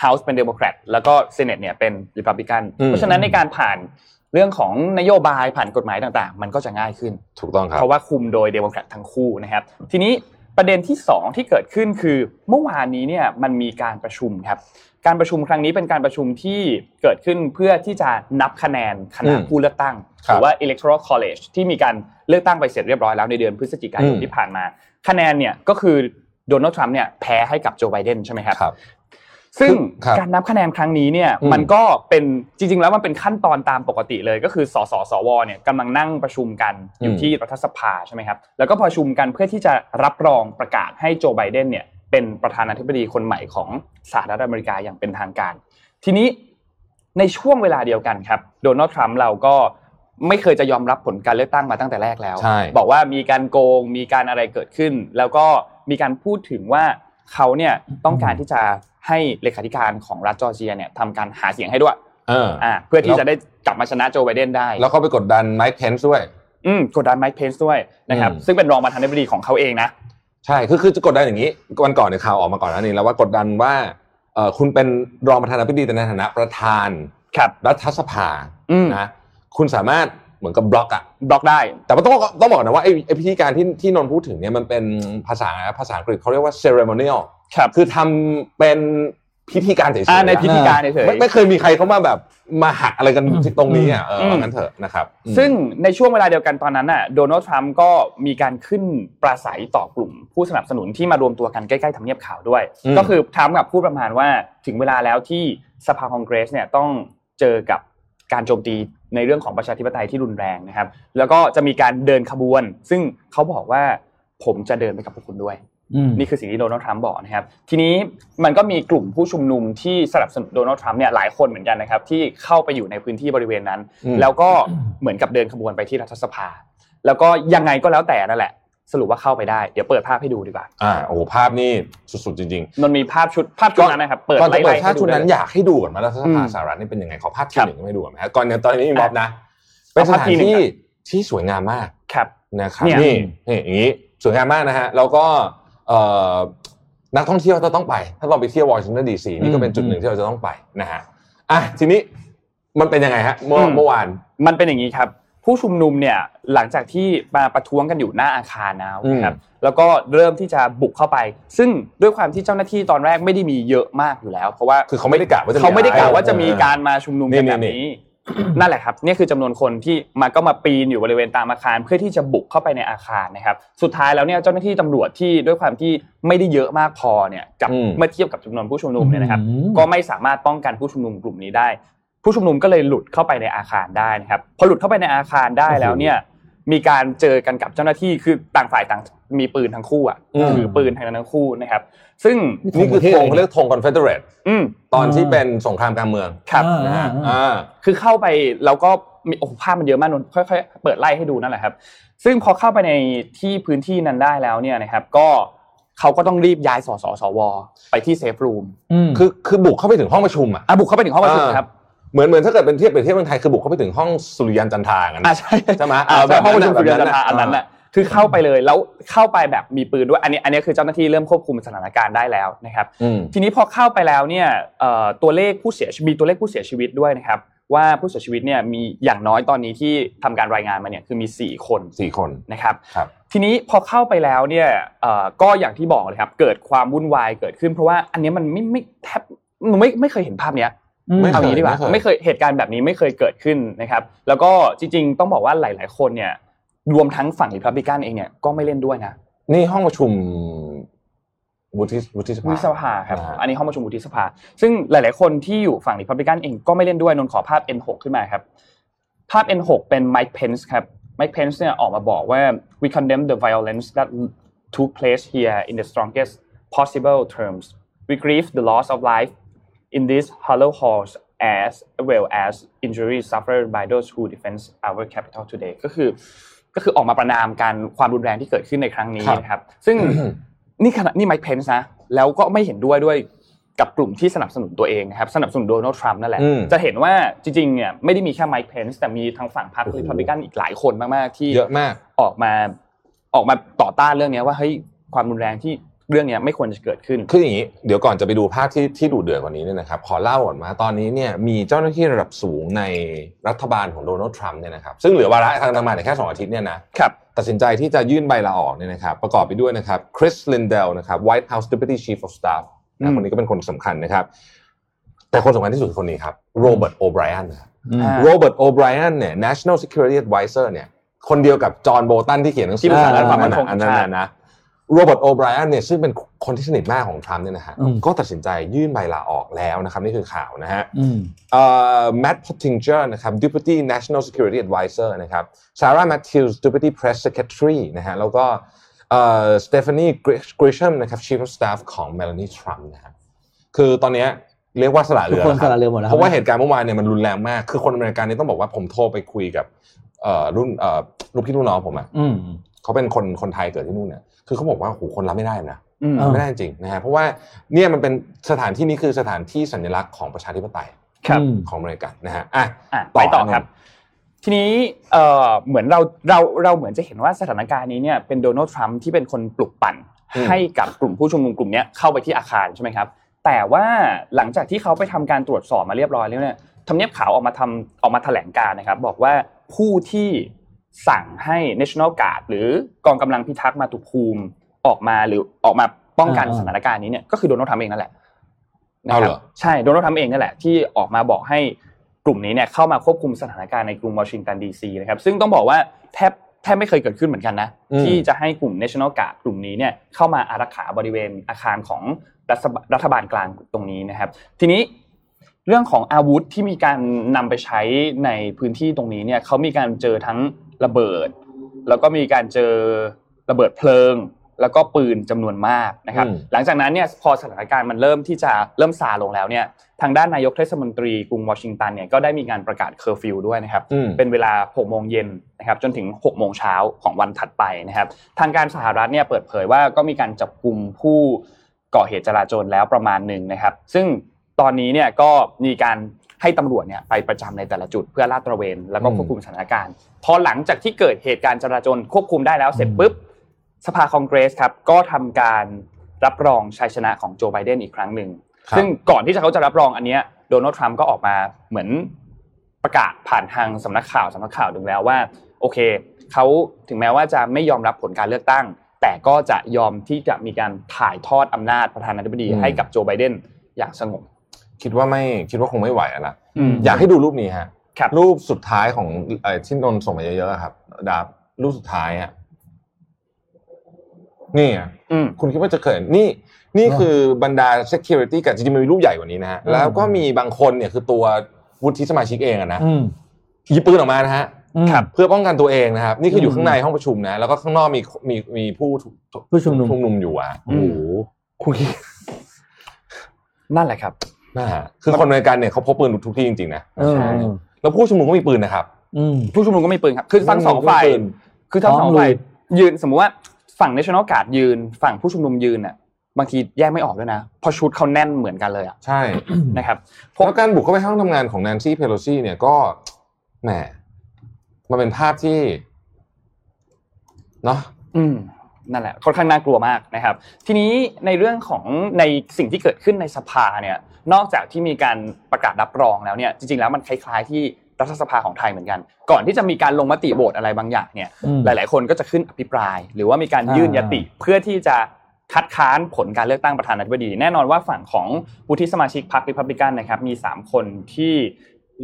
Speaker 2: เฮาส์เป็นเดโมแครตแล้วก็เซเนตเนี่ยเป็นริพับลิกัน
Speaker 3: อืม
Speaker 2: เพราะฉะนั้นในการผ่านเรื่องของนโยบายผ่านกฎหมายต่างๆ มันก็จะง่ายขึ้น
Speaker 3: ถูกต้องครับ
Speaker 2: เพราะว่าคุมโดยเดโมแครตทั้งคู่นะครับ ทีนี้ประเด็นที่ 2 ที่เกิดขึ้นคือเมื่อวานนี้เนี่ยมันมีการประชุมครับ การประชุมครั้งนี้เป็นการประชุมที่เกิดขึ้นเพื่อที่จะนับคะแนนคณะ
Speaker 3: อืม
Speaker 2: ผู้เลือกตั้ง
Speaker 3: ค
Speaker 2: ห
Speaker 3: รับ
Speaker 2: รือว่า electoral college ที่มีการเลือกตั้งไปเสร็จเรียบร้อยแล้วในเดือนพฤศจิกายน
Speaker 3: อืม
Speaker 2: ที่ผ่านมา คะแนนเนี่ยก็คือโดนัลด์ทรัมป์เนี่ยแพ้ให้กับโจไบเดนใช่ไหมครับ
Speaker 3: ครับ
Speaker 2: ซึ่ง
Speaker 3: ครับ
Speaker 2: การนับคะแนนครั้งนี้เนี่ย
Speaker 3: อืม
Speaker 2: มันก็เป็นจริง ๆ แล้วมันเป็นขั้นตอนตามปกติเลย ก็คือสสสวเนี่ยกำลังนั่งประชุมกันอยู่
Speaker 3: อืม
Speaker 2: ที่รัฐสภาใช่ไหมครับแล้วก็ประชุมกันเพื่อที่จะรับรองประกาศให้โจไบเดนเนี่ยเป็นประธานาธิบดีคนใหม่ของสหรัฐอเมริกาอย่างเป็นทางการ ทีนี้ในช่วงเวลาเดียวกันครับโดนัลด์ทรัมป์เราก็ไม่เคยจะยอมรับผลการเลือกตั้งมาตั้งแต่แรกแล้ว
Speaker 3: ใช่
Speaker 2: บอกว่ามีการโกงมีการอะไรเกิดขึ้น แล้วก็มีการพูดถึงว่าเขาเนี่ยต้องการที่จะให้เลขาธิการของรัฐจอร์เจียเนี่ยทำการหาเสียงให้ด้วย
Speaker 3: เอออ
Speaker 2: อ่าเพื่อที่
Speaker 3: แล้ว
Speaker 2: จะได้กลับมาชนะโจไบเดนได้
Speaker 3: แล้วเขาไปกดดันไมค์เพนซ์ด้วย
Speaker 2: อืมกดดันไมค์เพนส์ด้วยนะครับ
Speaker 3: อืม
Speaker 2: ซึ่งเป็นรองประธานาธิบดีของเขาเองนะ
Speaker 3: ใช่ คือคือจะกดดันอย่างนี้ วันก่อนเนี่ยข่าวออกมาก่อนหน้านี้แล้วว่ากดดันว่าเอ่อคุณเป็นรองประธานาธิบดีแต่ในฐานะประธาน
Speaker 2: ครับ
Speaker 3: รัฐสภา
Speaker 2: อืม
Speaker 3: นะ คุณสามารถเหมือนกับบล็อกอะ
Speaker 2: บล็อกได้
Speaker 3: แต่ว่าต้องต้องบอกนะว่าไอ้ไอ้พิธีการที่ที่นนท์พูดถึงเนี่ยมันเป็นภาษาภาษาอังกฤษเขาเรียกว่า ceremonial
Speaker 2: ครับ
Speaker 3: คือทำเป็นพิธีการเฉยๆ
Speaker 2: อ่าใน
Speaker 3: นะ
Speaker 2: พิธีการเฉยๆ
Speaker 3: ไม่ไม่เคยมีใครเข้ามาแบบมาหักอะไรกัน
Speaker 5: อืม
Speaker 3: ตรงนี้อ่ะเอออ
Speaker 2: ม
Speaker 3: ว่างั้นเถอะนะครับอืม
Speaker 2: ซึ่งในช่วงเวลาเดียวกันตอนนั้นน่ะโดนัลด์ทรัมป์ก็มีการขึ้นปราศัยต่อกลุ่ม ผู้สนับสนุนที่มารวมตัวกันใกล้ๆทำเนียบขาวด้วย
Speaker 3: อืม
Speaker 2: ก็คือทรัมป์กับพูดประมาณว่าถึงเวลาแล้วที่สภาคองเกรสเนี่ยต้องเจอกับการโจมตีในเรื่องของประชาธิปไตยที่รุนแรงนะครับ แล้วก็จะมีการเดินขบวน ซึ่งเขาบอกว่าผมจะเดินไปกับพวกคุณด้วย
Speaker 5: อืม
Speaker 2: นี่คือสิ่งที่โดนัลด์ทรัมป์บอกนะครับ ทีนี้มันก็มีกลุ่มผู้ชุมนุมที่สนับสนุนโดนัลด์ทรัมป์เนี่ยหลายคนเหมือนกันนะครับ ที่เข้าไปอยู่ในพื้นที่บริเวณนั้น
Speaker 3: อืม
Speaker 2: แล้วก็เหมือนกับเดินขบวนไปที่รัฐสภา แล้วก็ยังไงก็แล้วแต่นั่นแหละ สรุปว่าเข้าไปได้เดี๋ยวเปิดภาพให้ดูดีกว่า
Speaker 3: อ่าโอ้โหภาพนี่สุดๆจริง
Speaker 2: นนท์มีภาพชุดภาพ
Speaker 3: ๆ
Speaker 2: ชุดนั้นนะครับเปิด
Speaker 3: ก่อนจะเปิด
Speaker 2: ไล่ๆ
Speaker 3: ภาพ
Speaker 2: ให้ดู
Speaker 3: ชุดนั้น
Speaker 2: เลย
Speaker 3: อยากให้ดูก่อนมารัฐสภา
Speaker 2: อืม
Speaker 3: สหรัฐนี่เป็นยังไงขอภาพที่
Speaker 2: ครับ
Speaker 3: หนึ่งไม่ดูก่อนไหมฮะก่อนเนี่ยตอนนี้มีม็อบนะ
Speaker 2: เอา
Speaker 3: เป็นสถา
Speaker 2: ภาพ
Speaker 3: น
Speaker 2: ที่หนึ่ง
Speaker 3: ที่
Speaker 2: ก่อน
Speaker 3: ที่สวยงามมาก
Speaker 2: ครับ
Speaker 3: นะครับ
Speaker 2: เนี่ย
Speaker 3: นี่นี่อย่างนี้สวยงามมากนะฮะแล้วก็เอ่อนักท่องเที่ยวจะต้องไป ถ้าเราไปเที่ยววอชิงตันดีซีนี่ก็เป็นจุดหนึ่งที่เราจะต้องไปนะฮะอ่ะทีนี้มันเป็นยังไงฮะเมื่อเมื่อวาน
Speaker 2: มันเป็นอย่างนี้ครับ ผู้ชุมนุมเนี่ยหลังจากที่มาประท้วงกันอยู่หน้าอาคารแล้วนะครับแล้วก็เริ่มที่จะบุกเข้าไป ซึ่งด้วยความที่เจ้าหน้าที่ตอนแรกไม่ได้มีเยอะมากอยู่แล้ว เพราะว่า
Speaker 3: คือเขาไม่ได้กะว่าจะ
Speaker 2: เขาไม่ได้กล่าวว่าจะมี
Speaker 3: เออ
Speaker 2: การมาชุมนุมกันแบบ
Speaker 3: นี่นี่
Speaker 2: นี้ นั่นแหละครับเนี่ยคือจำนวนคนที่มาก็มาปีนอยู่บริเวณตามอาคาร เพื่อที่จะบุกเข้าไปในอาคารนะครับ สุดท้ายแล้วเนี่ยเจ้าหน้าที่ตำรวจที่ด้วยความที่ไม่ได้เยอะมากพอเนี่ยกับ
Speaker 3: อืม
Speaker 2: เมื่อเทียบกับจำนวนผู้ชุมนุมเนี่ยนะครับ
Speaker 5: อืม
Speaker 2: ก็ไม่สามารถป้องกันผู้ชุมนุมกลุ่มนี้ได้ ผู้ชุมนุมก็เลยหลุดเข้าไปในอาคารได้นะครับพอหลุดเข้าไปในอาคารได้แล้วเนี่ย มีการเจอกันกับเจ้าหน้าที่คือต่างฝ่ายต่างมีปืนทั้งคู่อ่ะ
Speaker 3: อืม
Speaker 2: ถือปืนทั้งนั้นทั้งคู่นะครับ ซึ่ง
Speaker 3: นี่คือธงเขาเรียกธงคอนเฟเดเรต
Speaker 2: อืม
Speaker 3: ตอนที่เป็นสงครามกลางเมือง
Speaker 2: ครับ
Speaker 3: นะฮะ
Speaker 5: อ่า
Speaker 3: อ่า
Speaker 2: คือเข้าไปแล้วก็มีโอ้โหภาพมันเยอะมากนนท์ค่อยๆเปิดไล่ให้ดูนั่นแหละครับ ซึ่งพอเข้าไปในที่พื้นที่นั้นได้แล้วเนี่ยนะครับก็เขาก็ต้องรีบย้ายสสสว ไปที่เซฟรูม
Speaker 5: อืม
Speaker 3: คือคือบุกเข้าไปถึงห้องประชุมอ่ะ
Speaker 2: อ่ะบุกเข้าไปถึงห้องประชุม
Speaker 3: อ่า
Speaker 2: ครับ
Speaker 3: เหมือนเหมือนถ้าเกิดเป็นเทียบเปรียบเทียบเมืองไทยคือบุกเข้าไปถึงห้องสุริยันจันทรากัน
Speaker 2: อ่ะใช่
Speaker 3: ใช่ไหม
Speaker 2: อ่ะ
Speaker 3: เ
Speaker 2: ใช่ห้องประชุมสุริยจันทรา
Speaker 3: แบบ
Speaker 2: อันนั้นแหละคือเข้าไปเลยแล้วเข้าไปแบบมีปืนด้วยอันนี้อันนี้คือเจ้าหน้าที่เริ่มควบคุมสถานการณ์ได้แล้วนะครับ
Speaker 3: อืม
Speaker 2: ทีนี้พอเข้าไปแล้วเนี่ยเอ่อตัวเลขผู้เสียชีวิตมีตัวเลขผู้เสียชีวิตด้วยนะครับ ว่าผู้เสียชีวิตเนี่ยมีอย่างน้อยตอนนี้ที่ทำการรายงานมาเนี่ยคือมี 4 คน
Speaker 3: สี่คน
Speaker 2: นะครับ
Speaker 3: ครับ
Speaker 2: ทีนี้พอเข้าไปแล้วเนี่ยเอ่อก็อย่างที่บอกเลยครับ เกิดความวุ่นวายเกิดขึ้น เพราะว่าอันเนี้ยมันไม่ไม่แทบหนูไม่ไม่เคยเห็นภาพเนี้ย
Speaker 3: ไม่เคย
Speaker 2: เอางี้ดีกว่า
Speaker 3: ไม่
Speaker 2: ไม่
Speaker 3: เค
Speaker 2: เคย
Speaker 3: ย
Speaker 2: เหตุการณ์แบบนี้ไม่เคยเกิดขึ้นนะครับ แล้วก็จริง ๆ ต้องบอกว่าหลาย ๆ คนเนี่ยรวมทั้งฝั่งริพับลิกันเองเนี่ยก็ไม่เล่นด้วยนะ
Speaker 3: นี่ห้องประชุมวุฒิวุฒิสภา
Speaker 2: วุฒิสภาครับ
Speaker 3: อ่า
Speaker 2: อันนี้ห้องประชุมวุฒิสภา ซึ่งหลาย ๆ คนที่อยู่ฝั่งริพับลิกันเองก็ไม่เล่นด้วยนนท์ขอภาพ N6 ขึ้นมาครับ ภาพ N6 เป็นไมค์เพนส์ครับไมค์เพนส์เนี่ยออกมาบอกว่า we condemn the violence that took place here in the strongest possible terms we grieve the loss of life in these hollow halls as well as injuries suffered by those who defend our capital today ก็คือ ก็คือออกมาประนามการความรุนแรงที่เกิดขึ้นในครั้งนี้
Speaker 3: ครับ
Speaker 2: นะครับ ซึ่ง นี่ขณะนี่ไมค์เพนส์นะแล้วก็ไม่เห็นด้วยด้วยกับกลุ่มที่สนับสนุนตัวเองนะครับสนับสนุนโดนัลด์ทรัมป์นั่นแหละ
Speaker 3: อืม
Speaker 2: จะเห็นว่าจริงๆเนี่ยไม่ได้มีแค่ไมค์เพนส์แต่มีทางฝั่งพรรค
Speaker 3: โอ้โห
Speaker 2: ริพับลิกันอีกหลายคนมากๆที่
Speaker 3: เยอะมาก
Speaker 2: ออกมาออกมาต่อต้านเรื่องเนี้ยว่าเฮ้ยความรุนแรงที่เรื่องเนี้ยไม่ควรจะเกิดขึ้น
Speaker 3: คืออย่างนี้เดี๋ยวก่อนจะไปดูภาพที่ที่ดูเดือดกว่านี้เนี่ยนะครับขอเล่าก่อนว่าตอนนี้เนี่ยมีเจ้าหน้าที่ระดับสูงในรัฐบาลของโดนัลด์ทรัมป์เนี่ยนะครับซึ่งเหลือวาระทางการงานเนี่ยแค่ 2 อาทิตย์เนี่ยนะครับ ตัดสินใจที่จะยื่นใบลาออกเนี่ยนะครับประกอบไปด้วยนะครับคริสลินเดลนะครับ White House Deputy Chief of Staff
Speaker 2: อื
Speaker 3: นะ
Speaker 2: ม
Speaker 3: คนนี้ก็เป็นคนสำคัญนะครับ แต่คนสำคัญที่สุดคือคนนี้ครับโรเบิร์ตโอไบรอันนะครับ
Speaker 5: อืม
Speaker 2: อ่า
Speaker 3: โรเบิร์ตโอไบรอันเนี่ย National Security Advisor เนี่ย คนเดียวกับจอห์นโบตันที่เขียนหนังสื
Speaker 2: ที่ปรึกษาด้านความมั่นคง
Speaker 3: อันนั้น
Speaker 2: ของชา
Speaker 3: น่ะ
Speaker 2: ติ
Speaker 3: นะโรเบิร์ตโอไบรอันเนี่ยซึ่งเป็นคนที่สนิทมากของทรัมป์เนี่ยนะฮะ
Speaker 5: อืม
Speaker 3: ก็ตัดสินใจยื่นใบลาออกแล้วนะครับ นี่คือข่าวนะฮะ
Speaker 5: อืม
Speaker 3: แมตต์พอตติงเจอร์นะครับ Deputy National Security Advisor นะครับซาร่าแมทธิวส์ Deputy Press Secretary นะฮะแล้วก็สเตฟานีกริชมนะครับ Chief of Staff ของเมลานีทรัมป์นะฮะคือตอนเนี้ยเรียกว่าสละเรื
Speaker 5: ทุก
Speaker 3: อ
Speaker 5: คน
Speaker 3: แล้ว
Speaker 5: ส
Speaker 3: ครับ
Speaker 5: ละเรือหมดแล้วค
Speaker 3: เพ
Speaker 5: บ
Speaker 3: ราะว่าเหตุการณ์เมื่อวานเนี่ยมันรุนแรงมาก คือคนอเมริกันเนี่ยต้องบอกว่าผมโทรไปคุยกับเอ่อรุ่นเอ่อลูกพี่ลูกน้องผมอะ
Speaker 5: อืม
Speaker 3: เขาเป็นคนคนไทยเกิดที่นู่นเนี่ย คือเขาบอกว่าโอ้โหคนรับไม่ได้นะ
Speaker 2: อืม
Speaker 5: เออ
Speaker 3: ไม่ได้จริงนะฮะ เพราะว่าเนี่ยมันเป็นสถานที่นี้คือสถานที่สัญลักษณ์ของประชาธิปไตย
Speaker 2: ครับ
Speaker 5: อืม
Speaker 3: ของอเมริกันนะฮะ อ่ะ
Speaker 2: อ่ะ
Speaker 3: ต่
Speaker 2: ไป
Speaker 3: อ
Speaker 2: ต่อ
Speaker 3: นะ
Speaker 2: ครับ ทีนี้เอ่อเหมือนเราเราเราเหมือนจะเห็นว่าสถานการณ์นี้เนี่ยเป็นโดนัลด์ทรัมป์ที่เป็นคนปลุกปั่น ให้กับกลุ่มผู้ชุมนุมกลุ่มเนี้ยเข้าไปที่อาคารใช่ไหมครับ แต่ว่าหลังจากที่เขาไปทำการตรวจสอบมาเรียบร้อยแล้วเนี่ยทำเนียบขาวออกมาทำออกมาแถลงการณ์นะครับ บอกว่าผู้ที่สั่งให้ National Guard หรือกองกำลังพิทักษ์มาตุภูมิออกมาหรือออกมาป้องกัน
Speaker 5: อ่า
Speaker 2: สถานการณ์นี้เนี่ยก็คือโดนัลด์ทรัมป์เองนั่นแหละนะ
Speaker 3: เอา
Speaker 2: ครั
Speaker 3: เห
Speaker 2: บ
Speaker 3: รอ
Speaker 2: ใช่โดนัลด์ทรัมป์เองนั่นแหละที่ออกมาบอกให้กลุ่มนี้เนี่ยเข้ามาควบคุมสถานการณ์ในกรุงวอชิงตันดีซีนะครับซึ่งต้องบอกว่าแทบแทบไม่เคยเกิดขึ้นเหมือนกันนะ
Speaker 3: อืม
Speaker 2: ที่จะให้กลุ่ม National Guard กลุ่มนี้เนี่ยเข้ามาอารักขาบริเวณอาคารของรัฐบารัฐบาลกลางตรงนี้นะครับ ทีนี้เรื่องของอาวุธที่มีการนำไปใช้ในพื้นที่ตรงนี้เนี่ยเขามีการเจอทั้งระเบิด แล้วก็มีการเจอระเบิดเพลิง แล้วก็ปืนจำนวนมากนะครับ
Speaker 3: อืม
Speaker 2: หลังจากนั้นเนี่ยพอสถานการณ์มันเริ่มที่จะเริ่มซาลงแล้วเนี่ยทางด้านนายกเทศมนตรีกรุงวอชิงตันเนี่ยก็ได้มีการประกาศเคอร์ฟิวด้วยนะครับ
Speaker 3: อืม
Speaker 2: เป็นเวลา 6 โมงเย็นนะครับ จนถึง 6 โมงเช้าของวันถัดไปนะครับ ทางการสหรัฐเนี่ยเปิดเผยว่าก็มีการจับกลุ่มผู้ก่อเหตุจราจรแล้วประมาณหนึ่งนะครับ ซึ่งตอนนี้เนี่ยก็มีการให้ตำรวจเนี่ยไปประจำในแต่ละจุดเพื่อลาดตระเวน แล้วก็
Speaker 3: อืม
Speaker 2: ควบคุมสถานการณ์ พอหลังจากที่เกิดเหตุการณ์จราจรควบคุมได้แล้วเสร็จปุ๊บ สภาคองเกรสครับก็ทำการรับรองชัยชนะของโจไบเดนอีกครั้งหนึ่ง
Speaker 3: ครับ
Speaker 2: ซึ่งก่อนที่จะเขาจะรับรองอันเนี้ยโดนัลด์ทรัมป์ก็ออกมาเหมือนประกาศผ่านทางสำนักข่าวสำนักข่าวหนึ่งแล้วว่า โอเคเขาถึงแม้ว่าจะไม่ยอมรับผลการเลือกตั้ง แต่ก็จะยอมที่จะมีการถ่ายทอดอำนาจประธานาธิบดี
Speaker 3: อืม
Speaker 2: ให้กับโจไบเดนอย่างสงบ
Speaker 3: คิดว่าไม่คิดว่าคงไม่ไหวอะละ
Speaker 2: อืม
Speaker 3: อยากให้ดูรูปนี้ฮะ
Speaker 2: ครับ
Speaker 3: รูปสุดท้ายของไอ้ที่นนท์ส่งมาเยอะๆอะครับดาบรูปสุดท้ายอะนี่อะ
Speaker 2: อืม
Speaker 3: คุณคิดว่าจะเขินนี่นี่คือบรรดา security กับจริงๆมันมีรูปใหญ่กว่านี้นะฮะ
Speaker 5: อืม
Speaker 3: แล้วก็มีบางคนเนี่ยคือตัววุฒิสมาชิกเองอะนะ
Speaker 5: อืม
Speaker 3: หยิบปืนออกมานะฮะ
Speaker 5: อืม
Speaker 3: เพื่อป้องกันตัวเองนะครับ นี่คืออยู่
Speaker 5: อืม
Speaker 3: ข้างในห้องประชุมนะ แล้วก็ข้างนอกมีมีมีผู้ถูกถูก
Speaker 5: ผู้ชุมนุม
Speaker 3: ชุมนุมอยู่อ่ะ
Speaker 2: อืม
Speaker 3: คุณคิด
Speaker 2: นั่นแหละครับ
Speaker 3: นะฮะคือคนอเมริกันเนี่ยเขาพกปืนทุกที่จริงๆนะ
Speaker 5: เออ
Speaker 3: ใช่แล้วผู้ชุมนุมก็มีปืนนะครับ
Speaker 5: อืม
Speaker 2: ผู้ชุมนุมก็มีปืนครับ คือทั้งสองฝ่าย
Speaker 3: มีปืน
Speaker 2: คือทั้งสอง
Speaker 5: อ๋อลุย
Speaker 2: ฝ่ายยืนสมมุติว่าฝั่ง national guard ยืน ฝั่งผู้ชุมนุมยืนอ่ะบางทีแยกไม่ออกด้วยนะเพราะชุดเขาแน่นเหมือนกันเลยอะ
Speaker 3: ใช่
Speaker 2: นะครับ
Speaker 3: เพราะการบุกเข้าไปห้องทำงานของแนนซี่เพโลซีเนี่ยก็แหมมันเป็นภาพที่เนาะ
Speaker 2: อืมนั่นแหละค่อนข้างน่ากลัวมากนะครับ ทีนี้ในเรื่องของในสิ่งที่เกิดขึ้นในสภาเนี่ยนอกจากที่มีการประกาศรับรองแล้วเนี่ยจริงๆแล้วมันคล้ายๆที่รัฐสภาของไทยเหมือนกัน ก่อนที่จะมีการลงมติโหวตอะไรบางอย่างเนี่ย
Speaker 5: อืม
Speaker 2: หลายๆ คนก็จะขึ้นอภิปราย หรือว่ามีการ
Speaker 5: อ่ายื่
Speaker 2: ยื่นยติ เพื่อที่จะคัดค้านผลการเลือกตั้งประธานาธิบดี แน่นอนว่าฝั่งของวุฒิสมาชิกพรรคริพับลิกันนะครับมีสามคนที่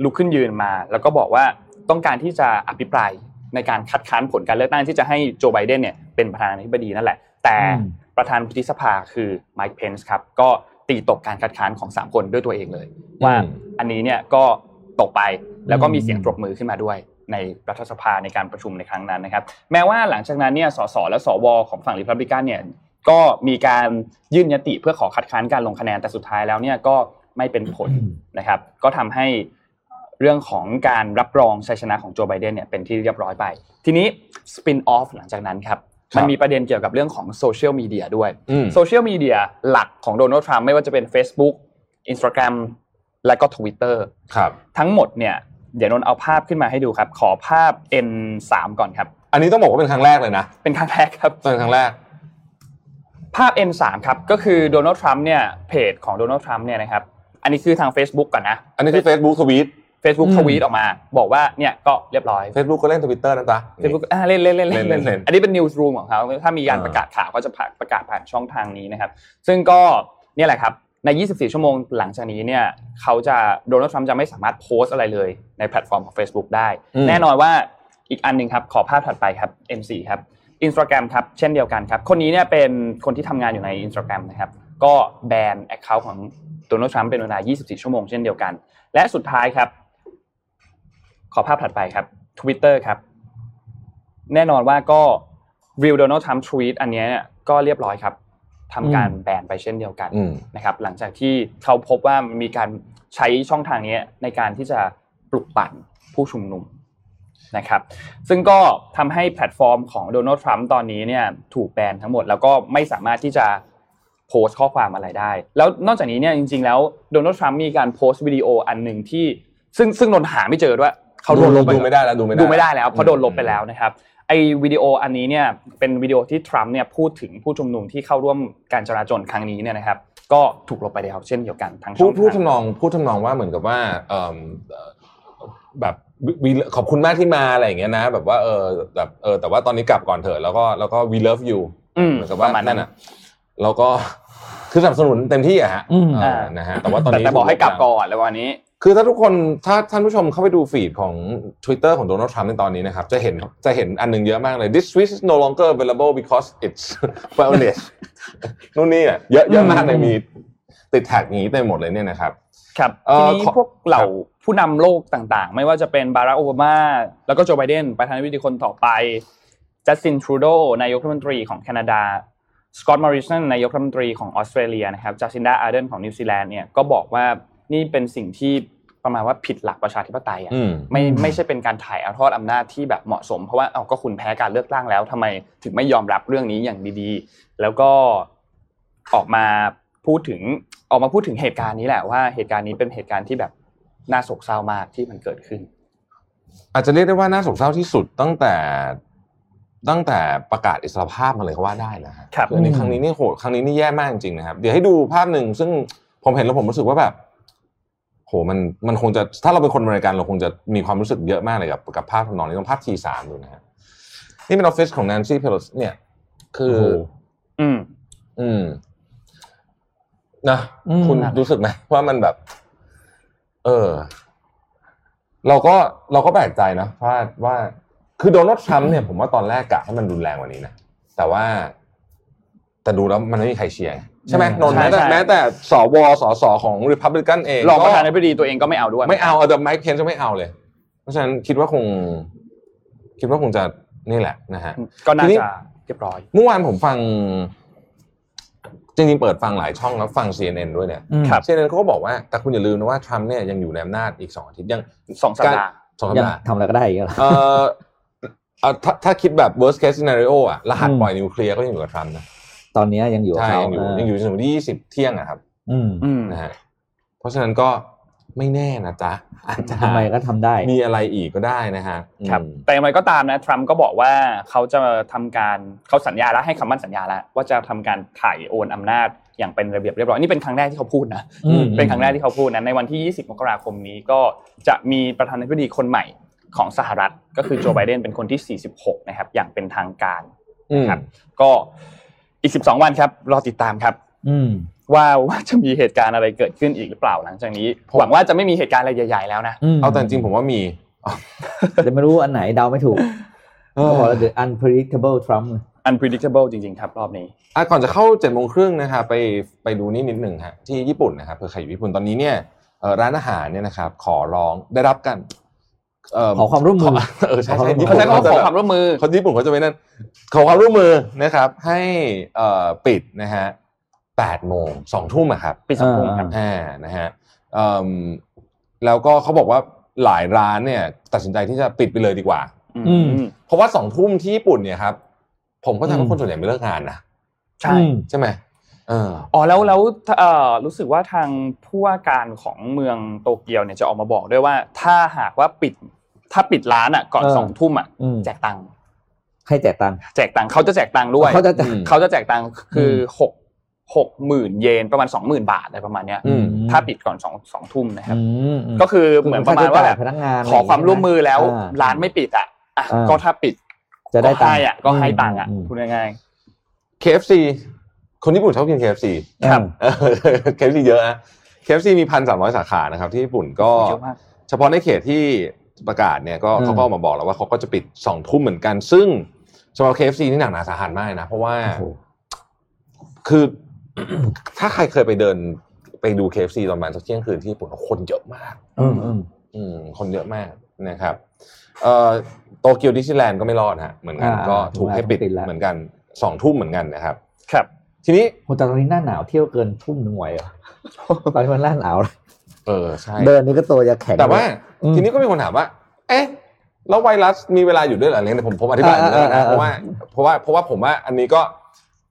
Speaker 2: ลุกขึ้นยืนมา แล้วก็บอกว่าต้องการที่จะอภิปราย ในการคัดค้านผลการเลือกตั้งที่จะให้โจไบเดนเนี่ยเป็นประธานาธิบดีนั่นแหละ แต่
Speaker 5: อืม
Speaker 2: ประธานวุฒิสภาคือไมค์เพนส์ครับก็ตีตกการคัดค้านของ 3 คนด้วยตัวเองเลย ว่าอันนี้เนี่ยก็ตกไปแล้วก็มีเสียงปรบมือขึ้นมาด้วย ในรัฐสภาในการประชุมในครั้งนั้นนะครับ แม้ว่าหลังจากนั้นเนี่ยสสและสวของฝั่งริพับลิกันเนี่ยก็มีการยื่นยติเพื่อขอคัดค้านการลงคะแนนแต่สุดท้ายแล้วเนี่ยก็ไม่เป็นผลนะครับ ก็ทำให้ เรื่องของการรับรองชัยชนะของโจไบเดนเนี่ยเป็นที่เรียบร้อยไป ทีนี้สปินออฟหลังจากนั้นครับ
Speaker 3: ครับ
Speaker 2: มันมีประเด็นเกี่ยวกับเรื่องของโซเชียลมีเดียด้วย
Speaker 3: อืม
Speaker 2: โซเชียลมีเดียหลักของโดนัลด์ทรัมป์ไม่ว่าจะเป็น Facebook Instagram และก็ Twitter
Speaker 3: ครับ
Speaker 2: ทั้งหมดเนี่ย เดี๋ยวนนท์เอาภาพขึ้นมาให้ดูครับ ขอภาพ N3 ก่อนครับ
Speaker 3: อันนี้ต้องบอกว่าเป็นครั้งแรกเลยนะ
Speaker 2: เป็นครั้งแรกครับ
Speaker 3: เป็นครั้งแรก
Speaker 2: ภาพ N3 ครับ ก็คือโดนัลด์ทรัมป์เนี่ยเพจของโดนัลด์ทรัมป์เนี่ยนะครับ อันนี้คือทาง Facebook ก่อนนะ
Speaker 3: อันนี้คือ Facebook ทวีต
Speaker 2: Facebook
Speaker 5: อืม
Speaker 2: ทวีตออกมา บอกว่าเนี่ยก็เรียบร้อย
Speaker 3: Facebook ก็เล่นทวิตเตอร์นะจ๊ะ
Speaker 2: Facebook อ่าเล่นเล่นเล่น
Speaker 3: เล่
Speaker 2: เล่
Speaker 3: น
Speaker 2: น
Speaker 3: เล่น
Speaker 2: เล่น
Speaker 3: เล่น
Speaker 2: อันนี้เป็นนิวส์รูมของเขาถ้ามีการ
Speaker 3: อ่า
Speaker 2: ประกาศข่าวก็จะผ่านประกาศผ่านช่องทางนี้นะครับ ซึ่งก็เนี่ยแหละครับใน 24 ชั่วโมงหลังจากนี้เนี่ยเขาจะโดนัลด์ทรัมป์จะไม่สามารถโพสต์อะไรเลยในแพลตฟอร์มของ Facebook ได้
Speaker 3: อืม
Speaker 2: แน่นอนว่าอีกอันหนึ่งครับ ขอภาพถัดไปครับ M4 ครับ Instagram ครับ เช่นเดียวกันครับ คนนี้เนี่ยเป็นคนที่ทำงานอยู่ใน Instagram นะครับ ก็แบน Account ของโดนัลด์ทรัมป์เป็นเวลา 24 ชั่วโมงเช่นเดียวกัน และสุดท้ายครับ ขอภาพถัดไปครับ Twitter ครับ แน่นอนว่าก็วิวโดนัลด์ทรัมป์ทวีตอันเนี้ยก็เรียบร้อยครับทำการแบนไปเช่นเดียวกัน
Speaker 3: อืม
Speaker 2: นะครับหลังจากที่เขาพบว่ามันมีการใช้ช่องทางนี้ในการที่จะปลุกปั่นผู้ชุมนุมนะครับซึ่งก็ทำให้แพลตฟอร์มของโดนัลด์ทรัมป์ตอนนี้เนี่ยถูกแบนทั้งหมด แล้วก็ไม่สามารถที่จะโพสต์ข้อความอะไรได้ แล้วนอกจากนี้เนี่ยจริงๆแล้วโดนัลด์ทรัมป์มีการโพสต์วิดีโออันหนึ่งที่ซึ่งซึ่งนนท์หาไม่เจอด้วยเขาโดนลบป
Speaker 3: ดูไม่ได้แล้วดูไม่ได้
Speaker 2: ดูไม่ได้แล้วเพราะโดนลบ
Speaker 3: อืม
Speaker 2: ไปแล้วนะครับ ไอวิดีโออันนี้เนี่ยเป็นวิดีโอที่ทรัมป์เนี่ยพูดถึงผู้ชุมนุมที่เข้าร่วมการจราจรครั้งนี้เนี่ยนะครับ ก็ถูกลบไปแล้วเช่นเดียวกันทั้งช่
Speaker 3: พู
Speaker 2: อ
Speaker 3: ด
Speaker 2: ง
Speaker 3: พูด
Speaker 2: ทาง
Speaker 3: ทำนองพูดทำนองว่าเหมือนกับว่าเอิ่มเอ่อแบบวิวิขอบคุณมากที่มาอะไรอย่างเงี้ยนะ แบบว่าเออแบบเออแต่ว่าตอนนี้กลับก่อนเถอะแล้วก็แล้วก็ we love you
Speaker 2: อืม
Speaker 3: เหมือนกับว่า
Speaker 2: ประมาณนั้
Speaker 3: นั่
Speaker 2: น
Speaker 3: นอ่ะแล้วก็คือสนับสนุนเต็มที่อะฮะ
Speaker 5: อืม
Speaker 3: เอ
Speaker 2: า
Speaker 3: อ
Speaker 2: น
Speaker 3: นะฮะแต่ว่าตอน
Speaker 2: แต่
Speaker 3: นี้
Speaker 2: แต่บอกให้กลับก่อนแล้ววันนี้
Speaker 3: คือถ้าทุกคนถ้าท่านผู้ชมเข้าไปดูฟีดของ Twitter ของโดนัลด์ทรัมป์ในตอนนี้นะครับ จะเห็นจะเห็นอันหนึงเยอะมากเลย this tweet is no longer available because it's violent นู่นนี่อะเยอะเยอะมากเลยมีติดแท็กอย่างนี้เต็มหมดเลยเนี่ยนะครับ
Speaker 2: ครับ
Speaker 3: เอ่
Speaker 2: ที
Speaker 3: อ
Speaker 2: นี้
Speaker 3: ขอ
Speaker 2: พวกเหล่าผู้นำโลกต่างๆ ไม่ว่าจะเป็นบารักโอบามา แล้วก็โจไบเดนประธานาธิบดีคนต่อไปจัสตินทรูโดนายกรัฐมนตรีของแคนาดาสกอตต์มอริสันนายกรัฐมนตรีของออสเตรเลียนะครับจัสซินดาอาร์เดนของนิวซีแลนด์เนี่ยก็บอกว่านี่เป็นสิ่งที่ประมาณว่าผิดหลักประชาธิปไตยอะ
Speaker 3: อืม
Speaker 2: ไม่
Speaker 5: อืม
Speaker 2: ไม่ใช่เป็นการถ่ายเอาทอดอำนาจที่แบบเหมาะสม เพราะว่าเอาก็คุณแพ้การเลือกตั้งแล้วทำไมถึงไม่ยอมรับเรื่องนี้อย่างดีๆ แล้วก็ออกมาพูดถึงออกมาพูดถึงเหตุการณ์นี้แหละว่าเหตุการณ์นี้เป็นเหตุการณ์ที่แบบน่าโศกเศร้ามากที่มันเกิดขึ้น
Speaker 3: อาจจะเรียกได้ว่าน่าโศกเศร้าที่สุดตั้งแต่ตั้งแต่ประกาศอิสรภาพมาเลยก็ว่าได้นะฮะ
Speaker 2: ครับ
Speaker 3: ออันนี้ครั้งนี้นี่โหดครั้งนี้นี่แย่มากจริงๆนะครับ เดี๋ยวให้ดูภาพหนึ่งซึ่งผมเห็นแล้วผมรู้สึกว่าแบบ โหมันมันคงจะถ้าเราเป็นคนบริการเราคงจะมีความรู้สึกเยอะมากเลยกับกับภาพทำนองนี้ต้องภาพทีสามดูนะฮะนี่เป็นออฟฟิศของแนนซี่เพโลสเนี่ย คือ
Speaker 5: โอ้โห
Speaker 2: อืม
Speaker 3: อืมนะ
Speaker 5: อืม
Speaker 3: คุณรู้สึกไหมว่ามันแบบ เออ เราก็เราก็แปลกใจนะว่าว่า คือโดนัลด์ทรัมป์เนี่ยผมว่าตอนแรกกะให้มันรุนแรงกว่านี้นะ แต่ว่า แต่ดูแล้วมันไม่มีใครเชียร์ใช่ไหมนนท์แม้แต่
Speaker 2: ใช่ใช่
Speaker 3: แม้แต่สวสสของริพับลิกันเอง
Speaker 2: รองประธานา
Speaker 3: ก็
Speaker 2: ธิบดีตัวเองก็ไม่เอาด้วย
Speaker 3: ไม่เอาเอาแต่ไมค์เคนจะไม่เอาเลย เพราะฉะนั้นคิดว่าคง คิดว่าคงจะนี่แหละนะฮะ
Speaker 2: ก็น่า
Speaker 3: ทีนี้
Speaker 2: จะเรียบร้อย
Speaker 3: เมื่อวานผมฟัง จริงๆเปิดฟังหลายช่องแล้วฟัง CNN ด้วยเนี่ย
Speaker 5: อืม
Speaker 2: ครับ
Speaker 3: CNN เขาก็บอกว่า แต่คุณอย่าลืมนะว่าทรัมป์เนี่ยยังอยู่ในอำนาจอีกสองอาทิตย์ยัง
Speaker 2: สองสัปดาห์
Speaker 3: สองสัป
Speaker 5: ยัง
Speaker 3: ดาห์
Speaker 5: ทำอะไรก็ได้อีกเหรอ
Speaker 3: เอ่อเอ่อถ้าถ้าคิดแบบ worst case scenario อ่ะ รหัส
Speaker 5: อืม
Speaker 3: ปล่อยนิวเคลียร์ก็ยังอยู่กับทรัมป์นะ
Speaker 5: ตอนเนี้ยยังอยู่กับ
Speaker 3: ใช่
Speaker 5: เขา
Speaker 3: ยังอยู่
Speaker 5: เออ
Speaker 3: ยังอยู่จนถึงที่ยี่สิบเที่ยงอะครับ
Speaker 5: อืม
Speaker 2: อืม
Speaker 3: นะฮะเพราะฉะนั้นก็ไม่แน่นะจ๊ะอาจจะ
Speaker 5: ทำไมก็ทำได้
Speaker 3: มีอะไรอีกก็ได้นะฮะอืม
Speaker 2: ครับแต่อย่างไรก็ตามนะทรัมป์ก็บอกว่าเขาจะทำการเขาสัญญาแล้วให้คำมั่นสัญญาแล้วว่าจะทำการถ่ายโอนอำนาจอย่างเป็นระเบียบเรียบร้อยนี่เป็นครั้งแรกที่เขาพูดนะ
Speaker 5: อืม
Speaker 2: เป็นครั้งแรกที่เขาพูดนะในวันที่ 20 มกราคมนี้ก็จะมีประธานาธิบดีคนใหม่ของสหรัฐ ก็คือโจไบเดนเป็นคนที่ 46 นะครับ อย่างเป็นทางการนะครับ ก็อีก 12 วันครับรอติดตามครับ
Speaker 5: อืม
Speaker 2: ว่าว่าจะมีเหตุการณ์อะไรเกิดขึ้นอีกหรือเปล่าหลังจากนี้
Speaker 3: ผม
Speaker 2: หวังว่าจะไม่มีเหตุการณ์อะไรใหญ่ๆแล้วนะ
Speaker 5: อืม
Speaker 3: เอาแต่จริงๆผมว่ามี
Speaker 5: แต่ไม่รู้อันไหนเดาไม่ถูกก็บอกแล้ว the unpredictable Trump
Speaker 2: unpredictable จริงๆครับรอบนี้
Speaker 3: อ่ะก่อนจะเข้าเจ็ดโมงครึ่งนะครับไปไปดูนี่นิดหนึ่งฮะที่ญี่ปุ่นนะครับเผื่อใครอยู่ญี่ปุ่นตอนนี้เนี่ยเอ่อร้านอาหารเนี่ยนะครับขอร้องได้รับการเ
Speaker 5: ขอความร่วมมือ
Speaker 3: เออใช่
Speaker 5: ขอ
Speaker 3: ใช่
Speaker 5: ค
Speaker 2: เขา
Speaker 3: ญี่
Speaker 5: วามร่วมมือ
Speaker 3: ปุ่น
Speaker 2: ใช้คำว่า
Speaker 3: จะ
Speaker 2: ขอ
Speaker 3: แบบ
Speaker 2: ความร่วมมือ
Speaker 3: เขาญี่ปุ่นเขาจะไม่นั่นขอความร่วมมือนะครับ ให้เอ่อปิดนะฮะแปดโมงสองทุ่มอะครับ
Speaker 2: ปิดสองทุ่มครับ
Speaker 3: อ่านะฮะเอิ่มแล้วก็เขาบอกว่า หลายร้านเนี่ย ตัดสินใจที่จะปิดไปเลยดีกว่า
Speaker 2: อืม
Speaker 3: เพราะว่าสองทุ่มที่ญี่ปุ่นเนี่ยครับ ผมก็ทำ
Speaker 5: อื
Speaker 3: ว่าม คนส่วนใหญ่ไม่เลิกงานนะ
Speaker 2: ใช่
Speaker 5: อืม
Speaker 3: ใช่ไหมเออ
Speaker 2: อ๋อแล้วแล้วเอ่อรู้สึกว่าทางผู้ว่าการของเมืองโตเกียวเนี่ยจะออกมาบอกด้วยว่า ถ้าหากว่าปิด ถ้าปิดร้านอ่ะ ก่อน
Speaker 5: เออ
Speaker 2: สองทุ่มอ่ะ
Speaker 5: อืม
Speaker 2: แจกตังค์
Speaker 5: ให้แจกตังค์
Speaker 2: แจกตังค์เขาจะแจกตังค์ด้วย
Speaker 5: เขาจะจ่าย
Speaker 3: อืม
Speaker 2: เขาจะแจกตังค์คือหกหกหมื่นเยนประมาณสองหมื่นบาทอะไรประมาณเนี้ย
Speaker 3: อืม
Speaker 2: ถ้าปิดก่อนสองสองทุ่มนะครับ
Speaker 5: อืม
Speaker 2: ก็คือเหมือนประมาณว่าแบบ
Speaker 5: พนักงาน
Speaker 2: ขอความร่วมมือแล้ว
Speaker 5: อ่
Speaker 2: ร้านไม่ปิดอ่ะอ่ะ
Speaker 5: อ่า
Speaker 2: ก็ถ้าปิด
Speaker 5: จะได้
Speaker 2: ก็
Speaker 5: ตัง
Speaker 2: ให้
Speaker 5: ค์
Speaker 2: อ่ะก็ให้ตังค์อ่ะ
Speaker 5: ม
Speaker 2: คุณยังไง
Speaker 3: KFC คนญี่ปุ่นช อบกิน KFC
Speaker 2: ครับ
Speaker 3: เออ KFC เยอะนะ KFC มีพันสามร้อยสาขานะครับ ที่ญี่ปุ่นก็
Speaker 2: เยอะมาก
Speaker 3: เฉพาะในเขตที่ประกาศเนี่ยก็
Speaker 5: อืม
Speaker 3: เขาก็ออกมาบอกแล้วว่าเขาก็จะปิดสองทุ่มเหมือนกัน ซึ่งสำหรับ KFC นี่หนักหนาสาหัสมากเลยนะ เพราะว่า
Speaker 5: โอ้โห
Speaker 3: คือ ถ้าใครเคยไปเดินไปดู KFC ตอนประมาณสักเที่ยงคืนที่ญี่ปุ่นคนเยอะมาก
Speaker 5: อืมอืม
Speaker 3: อืมคนเยอะมากนะครับเอ่อโตเกียวดิสนีย์แลนด์ก็ไม่รอดฮะเหมือนกัน
Speaker 5: อ่า
Speaker 3: ก็ถูกให้ปิด
Speaker 5: ถูกแล้ว
Speaker 3: เหมือนกันสองทุ่มเหมือนกันนะครับ
Speaker 2: ครับ
Speaker 3: ทีนี้
Speaker 5: โหแต่ตอนนี้หน้าหนาวเที่ยวเกินทุ่มหนึ่งไหวเหรอ ตอนนี้มันหน้าหนาวเลย
Speaker 3: เออใช่
Speaker 5: เดินนี่ก็ตัวจะแข็ง
Speaker 3: แต่ว่า
Speaker 5: เลย อืม
Speaker 3: ทีนี้ก็มีคนถามว่า เอ๊ะแล้วไวรัสมีเวลาอยู่ด้วยเหรออะไรเนี่ยผมผมอธิบายอย่างนี้แล้วกันนะ
Speaker 5: เออเออเออ
Speaker 3: เพราะว่าเพราะว่าเพราะว่าผมว่าอันนี้ก็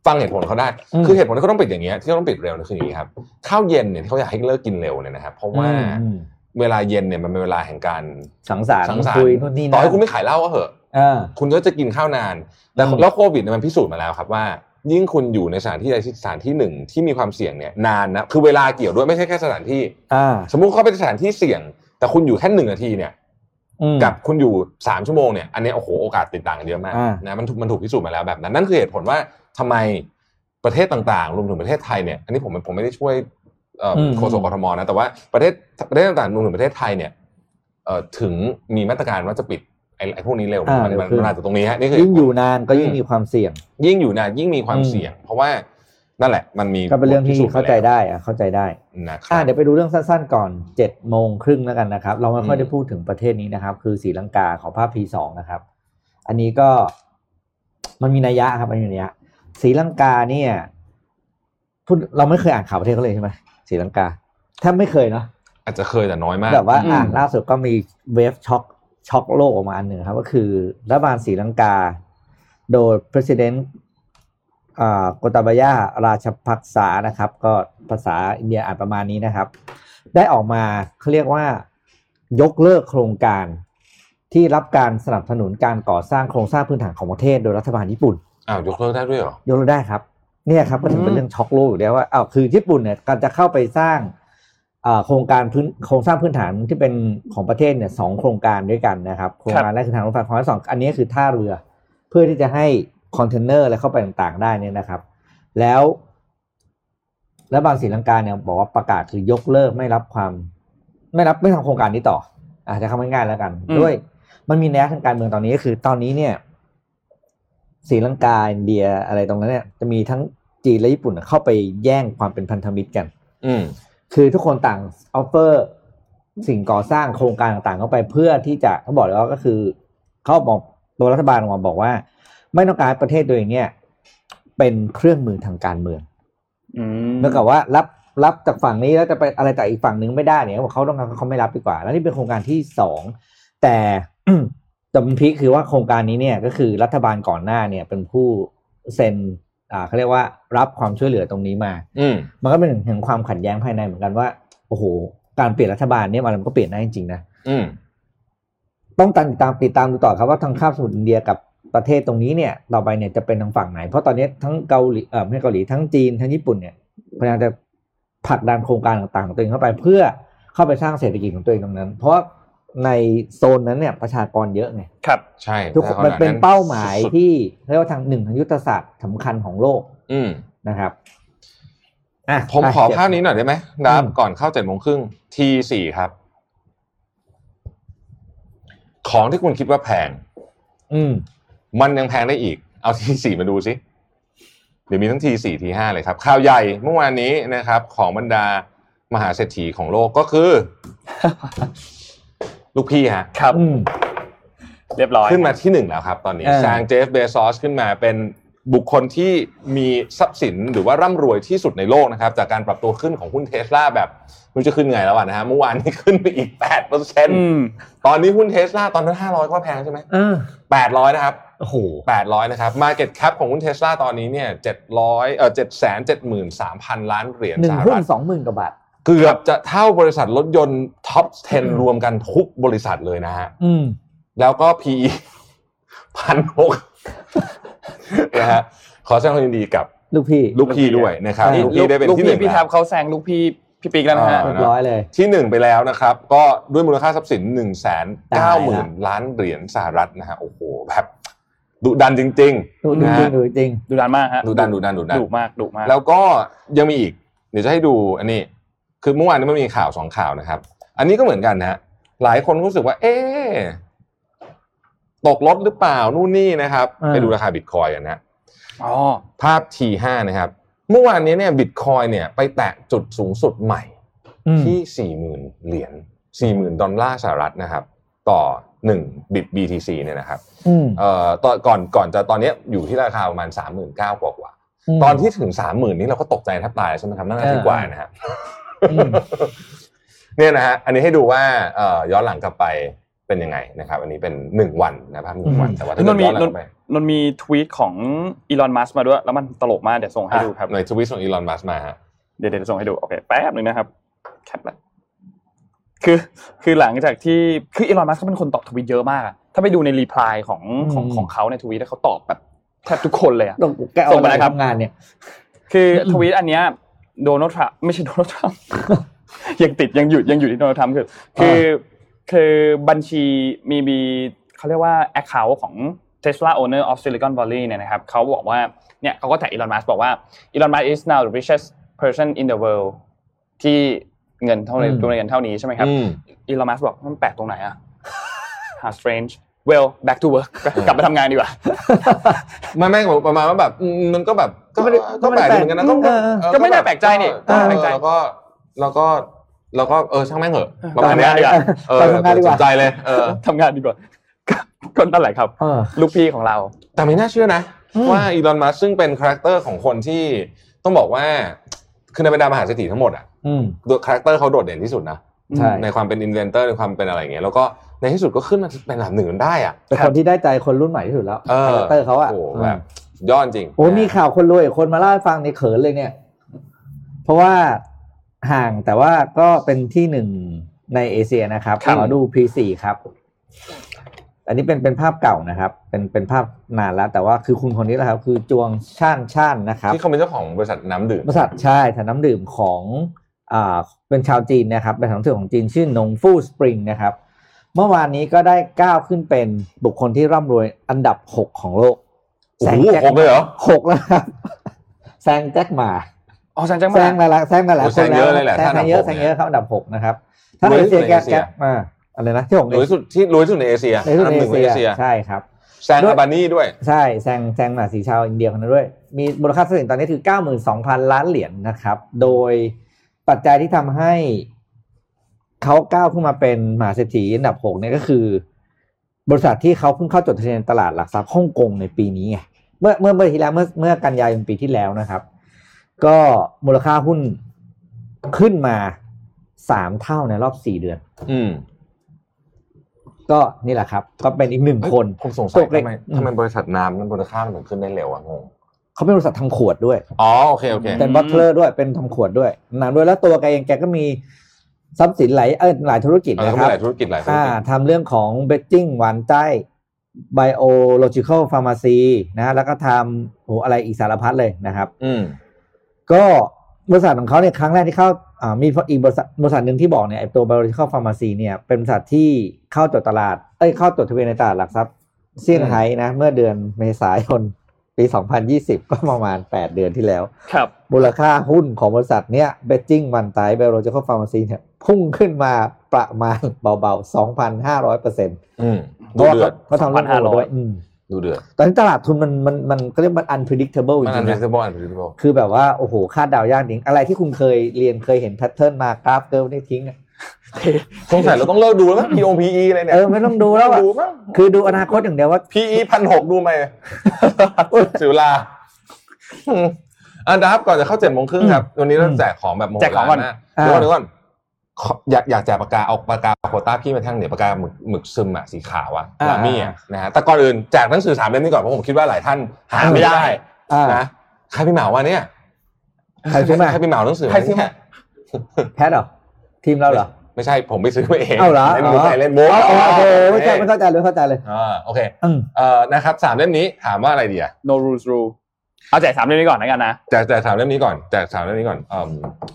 Speaker 3: ฟังเหตุผลเขาได้
Speaker 5: อืม
Speaker 3: คือเหตุผลที่เขาต้องปิดอย่างเงี้ยที่เขาต้องปิดเร็วเนี่ยคืออย่างนี้ครับข้าวเย็นเนี่ยที่เขาอยากให้เลิกกินเร็วเนี่ยนะครับเพราะว่า
Speaker 5: อืม
Speaker 3: เวลาเย็นเนี่ยมันเป็นเวลาแห่งการ
Speaker 5: สังสรรค์
Speaker 3: สังสรร
Speaker 5: คุย
Speaker 3: ค์
Speaker 5: นู่นนี่นั่น
Speaker 3: ต่อให้คุณไม่ขายเหล้าก็เถอะ
Speaker 5: เออ
Speaker 3: คุณก็จะกินข้าวนาน แต่
Speaker 5: อืม
Speaker 3: แล้วโควิดเนี่ยมันพิสูจน์มาแล้วครับว่า ยิ่งคุณอยู่ในสถานที่ใดสถานที่หนึ่งที่มีความเสี่ยงเนี่ยนานนะคือเวลาเกี่ยวด้วยไม่ใช่แค่สถานที่
Speaker 5: อ่า
Speaker 3: สมมุติเขาเป็นสถานที่เสี่ยง แต่คุณอยู่แค่หนึ่งนาทีเนี่ย
Speaker 5: อืม
Speaker 3: กับคุณอยู่สามชั่วโมงเนี่ยอันนี้โอ้โหโอกาสติดต่างกันเยอะมาก
Speaker 5: อ่า
Speaker 3: นะมันถูกมันถูกพิสูจน์มาแล้วแบบนั้นนั่นคือเหตุผลว่าทำไมประเทศต่างๆรวมถึงประเทศไทยเนี่ยอันนี้ผมผมไม่ได้ช่วยเอ่ออ
Speaker 5: ม
Speaker 3: โฆษกกทมนะแต่ว่าประเทศประเทศต่างๆรวมถึงประเทศไทยเนี่ยเอ่อถึงมีมาตรการว่าจะปิดไอ้ไอ้พวกนี้เร็วมันมันมันอาจจะตรงนี้ฮะนี่คือ
Speaker 5: ยิ่งอยู่นานก็ยิ่งมีความเสี่ยง
Speaker 3: ยิ่งอยู่นานยิ่งมีความ
Speaker 5: อืม
Speaker 3: เสี่ยง เพราะว่านั่นแหละ มันมี
Speaker 5: ก็เป็นเรื่อง
Speaker 3: บ
Speaker 5: ที่
Speaker 3: ทพิสูจน์
Speaker 5: เข้าใจได้อ่ะเข้าใจได้
Speaker 3: นะค
Speaker 5: อ่า
Speaker 3: รับ
Speaker 5: เดี๋ยวไปดูเรื่องสั้นๆก่อน7จ็ดโมงครึ่งแล้วกันนะครับ เราไม่ค่อย
Speaker 3: อืม
Speaker 5: ได้พูดถึงประเทศนี้นะครับ คือศรีลังกาของภาพ P2 นะครับ อันนี้ก็มันมีนัยยะครับ มันมีนัยยะศรีลังกาเนี่ยพูดเราไม่เคยอ่านข่าวประเทศเขาเลยใช่ไหมศรีลังกาแทบไม่เคยเนาะ
Speaker 3: อาจจะเคยแต่น้อยมาก
Speaker 5: แบบว่าอ่าน
Speaker 3: อืม
Speaker 5: ล่าสุดก็มีเวฟช็อกช็อกโลกออกมาอันหนึ่งครับ ก็คือรัฐบาลศรีลังกา โดยประธานอ่าโกตาบายาราชพักษานะครับ ก็ภาษาอินเดียอ่านประมาณนี้นะครับ ได้ออกมาเขาเรียกว่ายกเลิกโครงการที่รับการสนับสนุนการก่อสร้างโครงสร้างพื้นฐานของประเทศโดยรัฐบาลญี่ปุ่น
Speaker 3: อ้าวยกเลิกได้ด้วยเหรอ
Speaker 5: ยกเลิกได้ครับเนี่ยครับก็ถือเป็นเรื่องช็อกโลกอยู่แล้วว่าอ้าวคือญี่ปุ่นเนี่ยการจะเข้าไปสร้างเอ่อโครงการพื้นโครงสร้างพื้นฐานที่เป็นของประเทศเนี่ยสองโครงการด้วยกันนะครับโครงการแรกคือทางรถไฟความที่สองอันนี้คือท่าเรือ เพื่อที่จะให้คอนเทนเนอร์อะไรเข้าไปต่างๆได้เนี่ยนะครับ แล้วแล้วบางศรีลังกาเนี่ยบอกว่าประกาศคือยกเลิกไม่รับความ ไม่รับไม่ทำโครงการนี้ต่อ อาจจะคำง่ายๆแล้วกัน
Speaker 2: อืม
Speaker 5: ด้วย มันมีแนวทางการเมืองตอนนี้ก็คือ ตอนนี้เนี่ยศรีลังกาอินเดียอะไรตรงนั้นเนี่ย จะมีทั้งจีนและญี่ปุ่นเข้าไปแย่งความเป็นพันธมิตรกัน
Speaker 3: อืม
Speaker 5: คือทุกคนต่างออฟเฟอร์สิ่งก่อสร้างโครงการต่างๆ เข้าไปเพื่อที่จะเขาบอกเลยว่าก็คือเขาบอกตัวรัฐบาลออกมาบอกว่า ไม่ต้องการให้ประเทศตัวเองเนี่ย เป็นเครื่องมือทางการเมือง
Speaker 2: อืม
Speaker 5: เหมือนกับว่ารับรับจากฝั่งนี้แล้วจะไปอะไรแต่อีกฝั่งหนึงไม่ได้เนี่ยเขาบอกเขาต้องการเขาไม่รับดีกว่า แล้วนี่เป็นโครงการที่สองแต่ แต่มันพีคคือว่าโครงการนี้เนี่ยก็คือรัฐบาลก่อนหน้าเนี่ยเป็นผู้เซ็นอ่าเขาเรียกว่ารับความช่วยเหลือตรงนี้มา
Speaker 3: อืม
Speaker 5: มันก็เป็นหนึ่งแห่งความขัดแย้งภายในเหมือนกันว่าโอ้โหการเปลี่ยนรัฐบาลเนี่ยมันก็เปลี่ยนได้จริงๆนะ
Speaker 3: อืม
Speaker 5: ต้องติดตามติดตามดูต่อครับว่าทางคาบสมุทรอินเดียกับประเทศตรงนี้เนี่ยต่อไปเนี่ยจะเป็นทางฝั่งไหน เพราะตอนนี้ทั้งเกาหลีเออไม่ใช่เกาหลีทั้งจีนทั้งญี่ปุ่นเนี่ยพยายามจะผลักดันโครงการต่างๆของตัวเองเข้าไปเพื่อเข้าไปสร้างเศรษฐกิจของตัวเองตรงนั้น เพราะในโซนนั้นเนี่ยประชากรเยอะไง
Speaker 2: ครับ
Speaker 3: ใช่
Speaker 5: ทุกคน
Speaker 3: ได้
Speaker 5: มันเป็น
Speaker 3: ขด
Speaker 5: เป้าหมาย
Speaker 3: สุด
Speaker 5: ที่เรียกว่าทางหนึ่งทางยุทธศาสตร์สำคัญของโลก
Speaker 3: ๆอืม
Speaker 5: นะครับอ่ะ
Speaker 3: ผมขอ
Speaker 5: ไป
Speaker 3: ภาพนี้หน่อยได้ไหมดับ
Speaker 5: อืม
Speaker 3: ก่อนเข้าเจ็ดโมงครึ่งทีสี่ครับ ของที่คุณคิดว่าแพง
Speaker 5: อืม
Speaker 3: มันยังแพงได้อีก เอาทีสี่มาดูสิ เดี๋ยวมีทั้งทีสี่ทีห้าเลยครับ ข่าวใหญ่เมื่อวานนี้นะครับ ของบรรดามหาเศรษฐีของโลกก็ คือ ลูกพี่ฮะ
Speaker 2: ครับ
Speaker 5: อืม
Speaker 2: เรียบร้อย
Speaker 3: ขึ้นมาที่หนึ่งแล้วครับ ตอนนี้
Speaker 5: เออ
Speaker 3: แซงเจฟเบซอสขึ้นมาเป็น บุคคลที่มีทรัพย์สินหรือว่าร่ำรวยที่สุดในโลกนะครับ จากการปรับตัวขึ้นของหุ้นเทสลาแบบไมันจะขึ้นไงแล้วอะนะฮะเมื่อวานนี้ขึ้นไปอีก8เปอร์เซ็น ต์
Speaker 2: อืม
Speaker 3: ตอนนี้หุ้นเทสลาตอนนั้น 500 ก็แพงใช่ไหม
Speaker 5: เออ
Speaker 3: 800 นะครับ
Speaker 5: โอ้โห
Speaker 3: 800 นะครับ Market Cap ของหุ้นเทสลาตอนนี้เนี่ย700เอ่อ773,000 ล้านเหรียญ
Speaker 5: หนึ่
Speaker 3: ส
Speaker 5: ง
Speaker 3: ห
Speaker 5: หุ้
Speaker 3: รั
Speaker 5: น
Speaker 3: ฐ
Speaker 5: สองหมื่นกว่าบาท
Speaker 3: เกือบจะเท่าบริษัทรถยนต์ท็อป 10 รวมกันทุกบริษัทเลยนะฮะ
Speaker 5: อืม
Speaker 3: แล้วก็ PE พันหกนะฮะขอแสดงความยินดีกับ
Speaker 5: ลูกพี่
Speaker 3: ลูกพี่ด้วยนะครับ
Speaker 5: ใช่
Speaker 3: ลูกพี่ได้เป็นที่หนึ่ง
Speaker 2: พี่
Speaker 3: แล้ว
Speaker 2: ทับเขาแซงลูกพี่พี่ปีกแล้วนะฮะ
Speaker 3: อ่า
Speaker 5: เรียบร้อยเลย
Speaker 3: ที่หนึ่งไปแล้วนะครับ ก็ด้วยมูลค่าทรัพย์สิน1นึ่งแสน
Speaker 5: ตา
Speaker 3: เก้าย หมื่
Speaker 5: ละ
Speaker 3: นล้านเหรียญสหรัฐนะฮะโอ้โหแบบดุดันจริง
Speaker 5: ดู
Speaker 3: นะ
Speaker 5: จริ
Speaker 3: ฮะ
Speaker 5: งดูจริง
Speaker 2: ดูดันมากฮะ
Speaker 3: ๆดุดันดุดันดุดัน
Speaker 2: ดุมากดุมาก
Speaker 3: แล้วก็ยังมีอีก เดี๋ยวจะให้ดูอันนี้ คือเมื่อวานนี้มันมีข่าวสองข่าวนะครับ อันนี้ก็เหมือนกันนะฮะหลายคนรู้สึกว่า เอ๊ะตกรถหรือเปล่านู่นนี่นะครับ
Speaker 5: อ่า
Speaker 3: ไปดูราคาบิตคอยกันนะ
Speaker 2: อ๋อ
Speaker 3: ภาพ T5 นะครับ เมื่อวานนี้เนี่ยบิตคอยเนี่ยไปแตะจุดสูงสุดใหม่
Speaker 5: อืม
Speaker 3: ที่ 40,000 เหรียญ40,000 ดอลลาร์สหรัฐนะครับ ต่อ 1 บิต BTC เนี่ยนะครับ
Speaker 5: อืม
Speaker 3: เอ่อตอนก่อนก่อนจะตอนเนี้ยอยู่ที่ราคาประมาณ 39,000กว่ากว่า
Speaker 5: ม
Speaker 3: ตอนที่ถึงสามหมื่นนี้เราก็ตกใจแทบตายใช่ไหมครับนั่นอาทิตย์
Speaker 5: เออก
Speaker 3: ว่านะฮะ
Speaker 5: อืม
Speaker 3: เนี่ยนะฮะอันนี้ให้ดูว่าเอ่อย้อนหลังกลับไปเป็นยังไงนะครับ อันนี้เป็นหนึ่งวันนะภาพหนึ่งวันแต่ว่าถ้าเกิดย้อนหลังกลับไป
Speaker 2: นนท์มีทวีตของอีลอนมัสมาด้วย แล้วมันตลกมาก เดี๋ยวส่งให้ดูครับ
Speaker 3: ในทวิตของอีลอนมัสมาฮะ
Speaker 2: เดี๋ยวเดี๋ยวส่งให้ดู โอเค แป๊บหนึ่งนะครับ แคปละคือ คือหลังจากที่ คืออีลอนมัสเขาเป็นคนตอบทวีตเยอะมากอะถ้าไปดูในรีพลายของของ
Speaker 5: อืม
Speaker 2: ของเขาในทวีตอะเขาตอบแบบแทบทุกคนเลยอะ
Speaker 5: ต้องแกเอา
Speaker 2: ส่งไป
Speaker 5: อะไร
Speaker 2: นะครับ
Speaker 5: ทำงานเนี่ย
Speaker 2: คือทวีตอันเนี้ยโดนัลด์ทรัมป์ไม่ใช่โดนัลด์ทรัมป์ ยังติดยังหยุดยังอยู่ที่โดนัลด์ทรัมป์คือคือคือบัญชีมีมีเขาเรียกว่า Account ของ Tesla owner of Silicon Valley เนี่ยนะครับเขาบอกว่าเนี่ยเขาก็แท็กอีลอนมัสบอกว่าอีลอนมัส is now the richest person in the world ที่เงินเท่าไหร่
Speaker 5: อืม
Speaker 2: จำนวนเงินเท่านี้ใช่ไหมครับ
Speaker 3: อืม
Speaker 2: อีลอนมัสบอกมันแปลกตรงไหนอะ how strange well back to work กลับไปทำงานดีกว่า
Speaker 3: ไม่ไม่ผมประมาณว่าแบบอืมมันก็แบบ
Speaker 5: ก็ไม่ได้
Speaker 3: ก็แปลกดีเหมือนกันนะ
Speaker 5: ก็ไม่ได้
Speaker 3: เออ
Speaker 2: ก็ไม่น่าแปลกใจนี่
Speaker 3: ก็
Speaker 5: เออ
Speaker 3: แปลกใจแล้วก็แล้วก็แล้วก็เออช่างแม่งเหอะประ
Speaker 2: กลับ
Speaker 3: มาณ
Speaker 2: ไปทำ
Speaker 3: เนี้
Speaker 2: งานดีกว่า
Speaker 3: เออส
Speaker 5: ไปทำงานดีกว่าน
Speaker 3: ใจเลยเอ อ
Speaker 2: ทำงานดีกว่าก็ก็นั่นแหละครับ
Speaker 5: เออ
Speaker 2: ลูกพี่ของเรา
Speaker 3: แต่ไม่น่าเชื่อนะ
Speaker 5: อืม
Speaker 3: ว่าอีลอนมัสซึ่งเป็นคาแรคเตอร์ของคนที่ต้องบอกว่า คือในบรรดามหาเศรษฐีทั้งหมดอ่ะ
Speaker 5: อืม
Speaker 3: ตัวคาแรคเตอร์เขาโดดเด่นที่สุดนะ
Speaker 5: ใช่
Speaker 3: ในความเป็นอินเวนเตอร์ในความเป็นอะไรอย่างเงี้ยแล้วก็ในที่สุดก็ขึ้นมาเป็นอันดับหนึ่งจนได้อ่ะ
Speaker 5: แต่คนที่ได้ใจคนรุ่นใหม่ที่สุดแล้ว
Speaker 3: เออ
Speaker 5: คาแรคเตอร์เขาอะ
Speaker 3: โโหแบบยอดจริง
Speaker 5: โอ้มีข่าวคนรวยอีกคนมาเล่าให้ฟังในเขินเลยเนี่ย เพราะว่าห่างแต่ว่าก็เป็นที่หนึ่งในเอเชียนะครับ
Speaker 2: ครับ
Speaker 5: ขอดู P4 ครับ อันนี้เป็นเป็นภาพเก่านะครับ เป็นเป็นภาพนานแล้ว แต่ว่าคือคุณคนนี้แหละครับ คือจวงช่านช่านนะครับ
Speaker 3: ที่เขาเป็นเจ้าของบริษัทน้ำดื่ม
Speaker 5: บริษัทใช่ฐานน้ำดื่มของอ่าเป็นชาวจีนนะครับเป็นฐานน้ำดื่มของจีนชื่อนงฟู่สปริงนะครับ เมื่อวานนี้ก็ได้ก้าวขึ้นเป็นบุคคลที่ร่ำรวยอันดับ 6 ของโลก
Speaker 3: โอ้โหผมเลยเหรอ
Speaker 5: หกแล้วครับ แซงแจ็คหมา
Speaker 2: อ๋อแซงจังห
Speaker 5: แซ
Speaker 2: วะ
Speaker 5: งหลายๆแซงหลายๆ
Speaker 3: โอ้
Speaker 5: คน
Speaker 3: แซงเย
Speaker 5: แล้ว
Speaker 3: อะเลยแหละ
Speaker 5: แซง
Speaker 3: ถ้าอันดับ
Speaker 5: เยอะ
Speaker 3: หก
Speaker 5: แซงเยอะครับอันดับหกนะครับถ้าร
Speaker 3: วย
Speaker 5: เอ
Speaker 3: ที่
Speaker 5: เชีย
Speaker 3: สุดในเอ
Speaker 5: แก
Speaker 3: เชีย
Speaker 5: แกอ่าอะไรนะที่ของ
Speaker 3: รวยที่สุดที่รวยที่สุดในเอเชีย
Speaker 5: ในรุ่น
Speaker 3: อั
Speaker 5: เอ
Speaker 3: ดับหง
Speaker 5: เชี
Speaker 3: ใ
Speaker 5: ยใช่ครับ
Speaker 3: แซงอาบานี่ด้วย
Speaker 5: ใช่แซงแซงหนาสีชาวอินเดียคนนั้นด้วย มีมูลค่าทรัพย์สินตอนนี้คือ 92,000 ล้านเหรียญนะครับ โดยปัจจัยที่ทำให้เขาก้าวขึ้นมาเป็นมหาเศรษฐีอันดับ 6 เนี่ยก็คือ บริษัทที่เขาเพิ่งเข้าจดทะเบียนตลาดหลักทรัพย์ฮ่องกงในปีนี้ไงเมื่อเมื่อเมื่อที่แล้วเมื่อเมื่อกันยายนปีที่แล้วนะครับ ก็มูลค่าหุ้นขึ้นมาสามเท่าในรอบสี่เดือน
Speaker 3: อืม
Speaker 5: ก็นี่แหละครับ ก็เป็นอีกหนึ่ง
Speaker 3: เอ้ย
Speaker 5: คน
Speaker 3: ผมสงสัย
Speaker 5: ตกเลข
Speaker 3: ทำไม
Speaker 5: อืม
Speaker 3: ทำไมบริษัทน้ำนั้นมูลค่ามันถึงขึ้นได้เร็วอะงง
Speaker 5: เขาเป็นบริษัททำขวดด้วย
Speaker 3: อ๋อโอเคโอเค
Speaker 5: เป็นบัตเทอร์ด้วยเป็นทำขวดด้วยหนังด้วยแล้วตัวแกเองแกก็มีทรัพย์สินหลายเออหลายธุรกิจ
Speaker 3: เออ
Speaker 5: นะค
Speaker 3: เขามี
Speaker 5: รับ
Speaker 3: หลายธุรกิจหลายธุร
Speaker 5: อ่า
Speaker 3: กิจ
Speaker 5: ทำเรื่องของเบจจิ้งหวานใจไบโอโลจิคอลฟาร์มาซีนะแล้วก็ทำโอ้อะไรอีกสารพัดเลยนะครับ
Speaker 3: อืม
Speaker 5: ก็บริษัทของเขาเนี่ยครั้งแรกที่เข้าอ่ามีอีกบริษัทบริษัทหนึ่งที่บอกเนี่ยไอ้ตัว biological pharmacy เนี่ยเป็นบริษัทที่เข้าจดตลาดเอ้ยเข้าจดทะเบียนในตลาดหลักทรัพย์เซี่ยงไฮ้นะ เมื่อเดือนเมษายนปี 2020 ก็ประมาณ 8 เดือนที่แล้ว
Speaker 2: ครับ
Speaker 5: มูลค่าหุ้นของบริษัทเนี้ยเบจจิ้งวันไตเบโรจิคอลฟาร์มาซีเนี่ยพุ่งขึ้นมาประมาณ เบาๆ 2,500เปอร์เซ็นต์
Speaker 3: อืมดูเดือด
Speaker 5: เขาทำเรื่องโอ้ด้วยอืม
Speaker 3: ดูเดือด
Speaker 5: ตอนนี้ตลาดทุนมันมันมันก็เรียกมัน unpredictable จ
Speaker 3: มันอัน
Speaker 5: ริงๆ
Speaker 3: เด
Speaker 5: นะ
Speaker 3: อร์บอลอันเดอร์บอล
Speaker 5: คือแบบว่า โอ้โห คาดเดายากจริง อะไรที่คุณเคยเรียนเคยเห็นแพทเทิร์นมากราฟเกิร์ฟได้ทิ้งอะ
Speaker 3: สงสัยเราต้องเลิกดูแล้วมั้ง POPE อะไรเนี่ย
Speaker 5: เออ ไม่ต้องดูแล้ว
Speaker 3: เลิก
Speaker 5: อะ
Speaker 3: ดูมั้ง
Speaker 5: คือดูอนาคตอย่างเดียวว่า
Speaker 3: PE พันหกดูไหม สุลา อันดับก่อนจะเข้าเจ็ดโมงครึ่งครับ วันนี้เราแจกของแบบโมโห
Speaker 2: แจกของก่อน
Speaker 3: ร้าะเดี๋ยวก่อนเดี๋ยวก่อนขออยากอยากแจกปากกาเอาปากกาโควต้าพี่มาแท่งเดี๋ยวปากกาหมึกหมึกซึมอะสีขาวอะ
Speaker 4: อ่า
Speaker 3: ลามี่อะนะฮะแต่ก่อนอื่นแจกหนังสือสามเล่มนี้ก่อนเพราะผมคิดว่าหลายท่านหาไม่ได้
Speaker 5: อ่า
Speaker 3: นะใครพี่เหมาว่าเนี่ย
Speaker 5: ใครซื้อมา
Speaker 3: ใครพี่เหมาหนังสือ
Speaker 2: ใครซื้อมา
Speaker 3: เนี่ย
Speaker 5: แพทเหรอทีมเราเหรอ
Speaker 3: ไม่ใช่ผมไปซื้อมาเอง
Speaker 5: เอาเหรอ
Speaker 3: เล่นมุก
Speaker 5: อ๋อ
Speaker 3: เล่นมุก
Speaker 5: โอ้โหไม่ใช่ไม่เข้าใจเลยเข้าใจเลย
Speaker 3: อ่าโอเค
Speaker 5: อืม
Speaker 3: เอ่อนะครับสามเล่มนี้ถามว่าอะไรดีอะ
Speaker 2: no rules rule เอาแจกสามเล่มนี้ก่อนแล้วกันนะ
Speaker 3: แจกแจกสามเล่มนี้ก่อนแจกสามเล่มนี้ก่อนอืม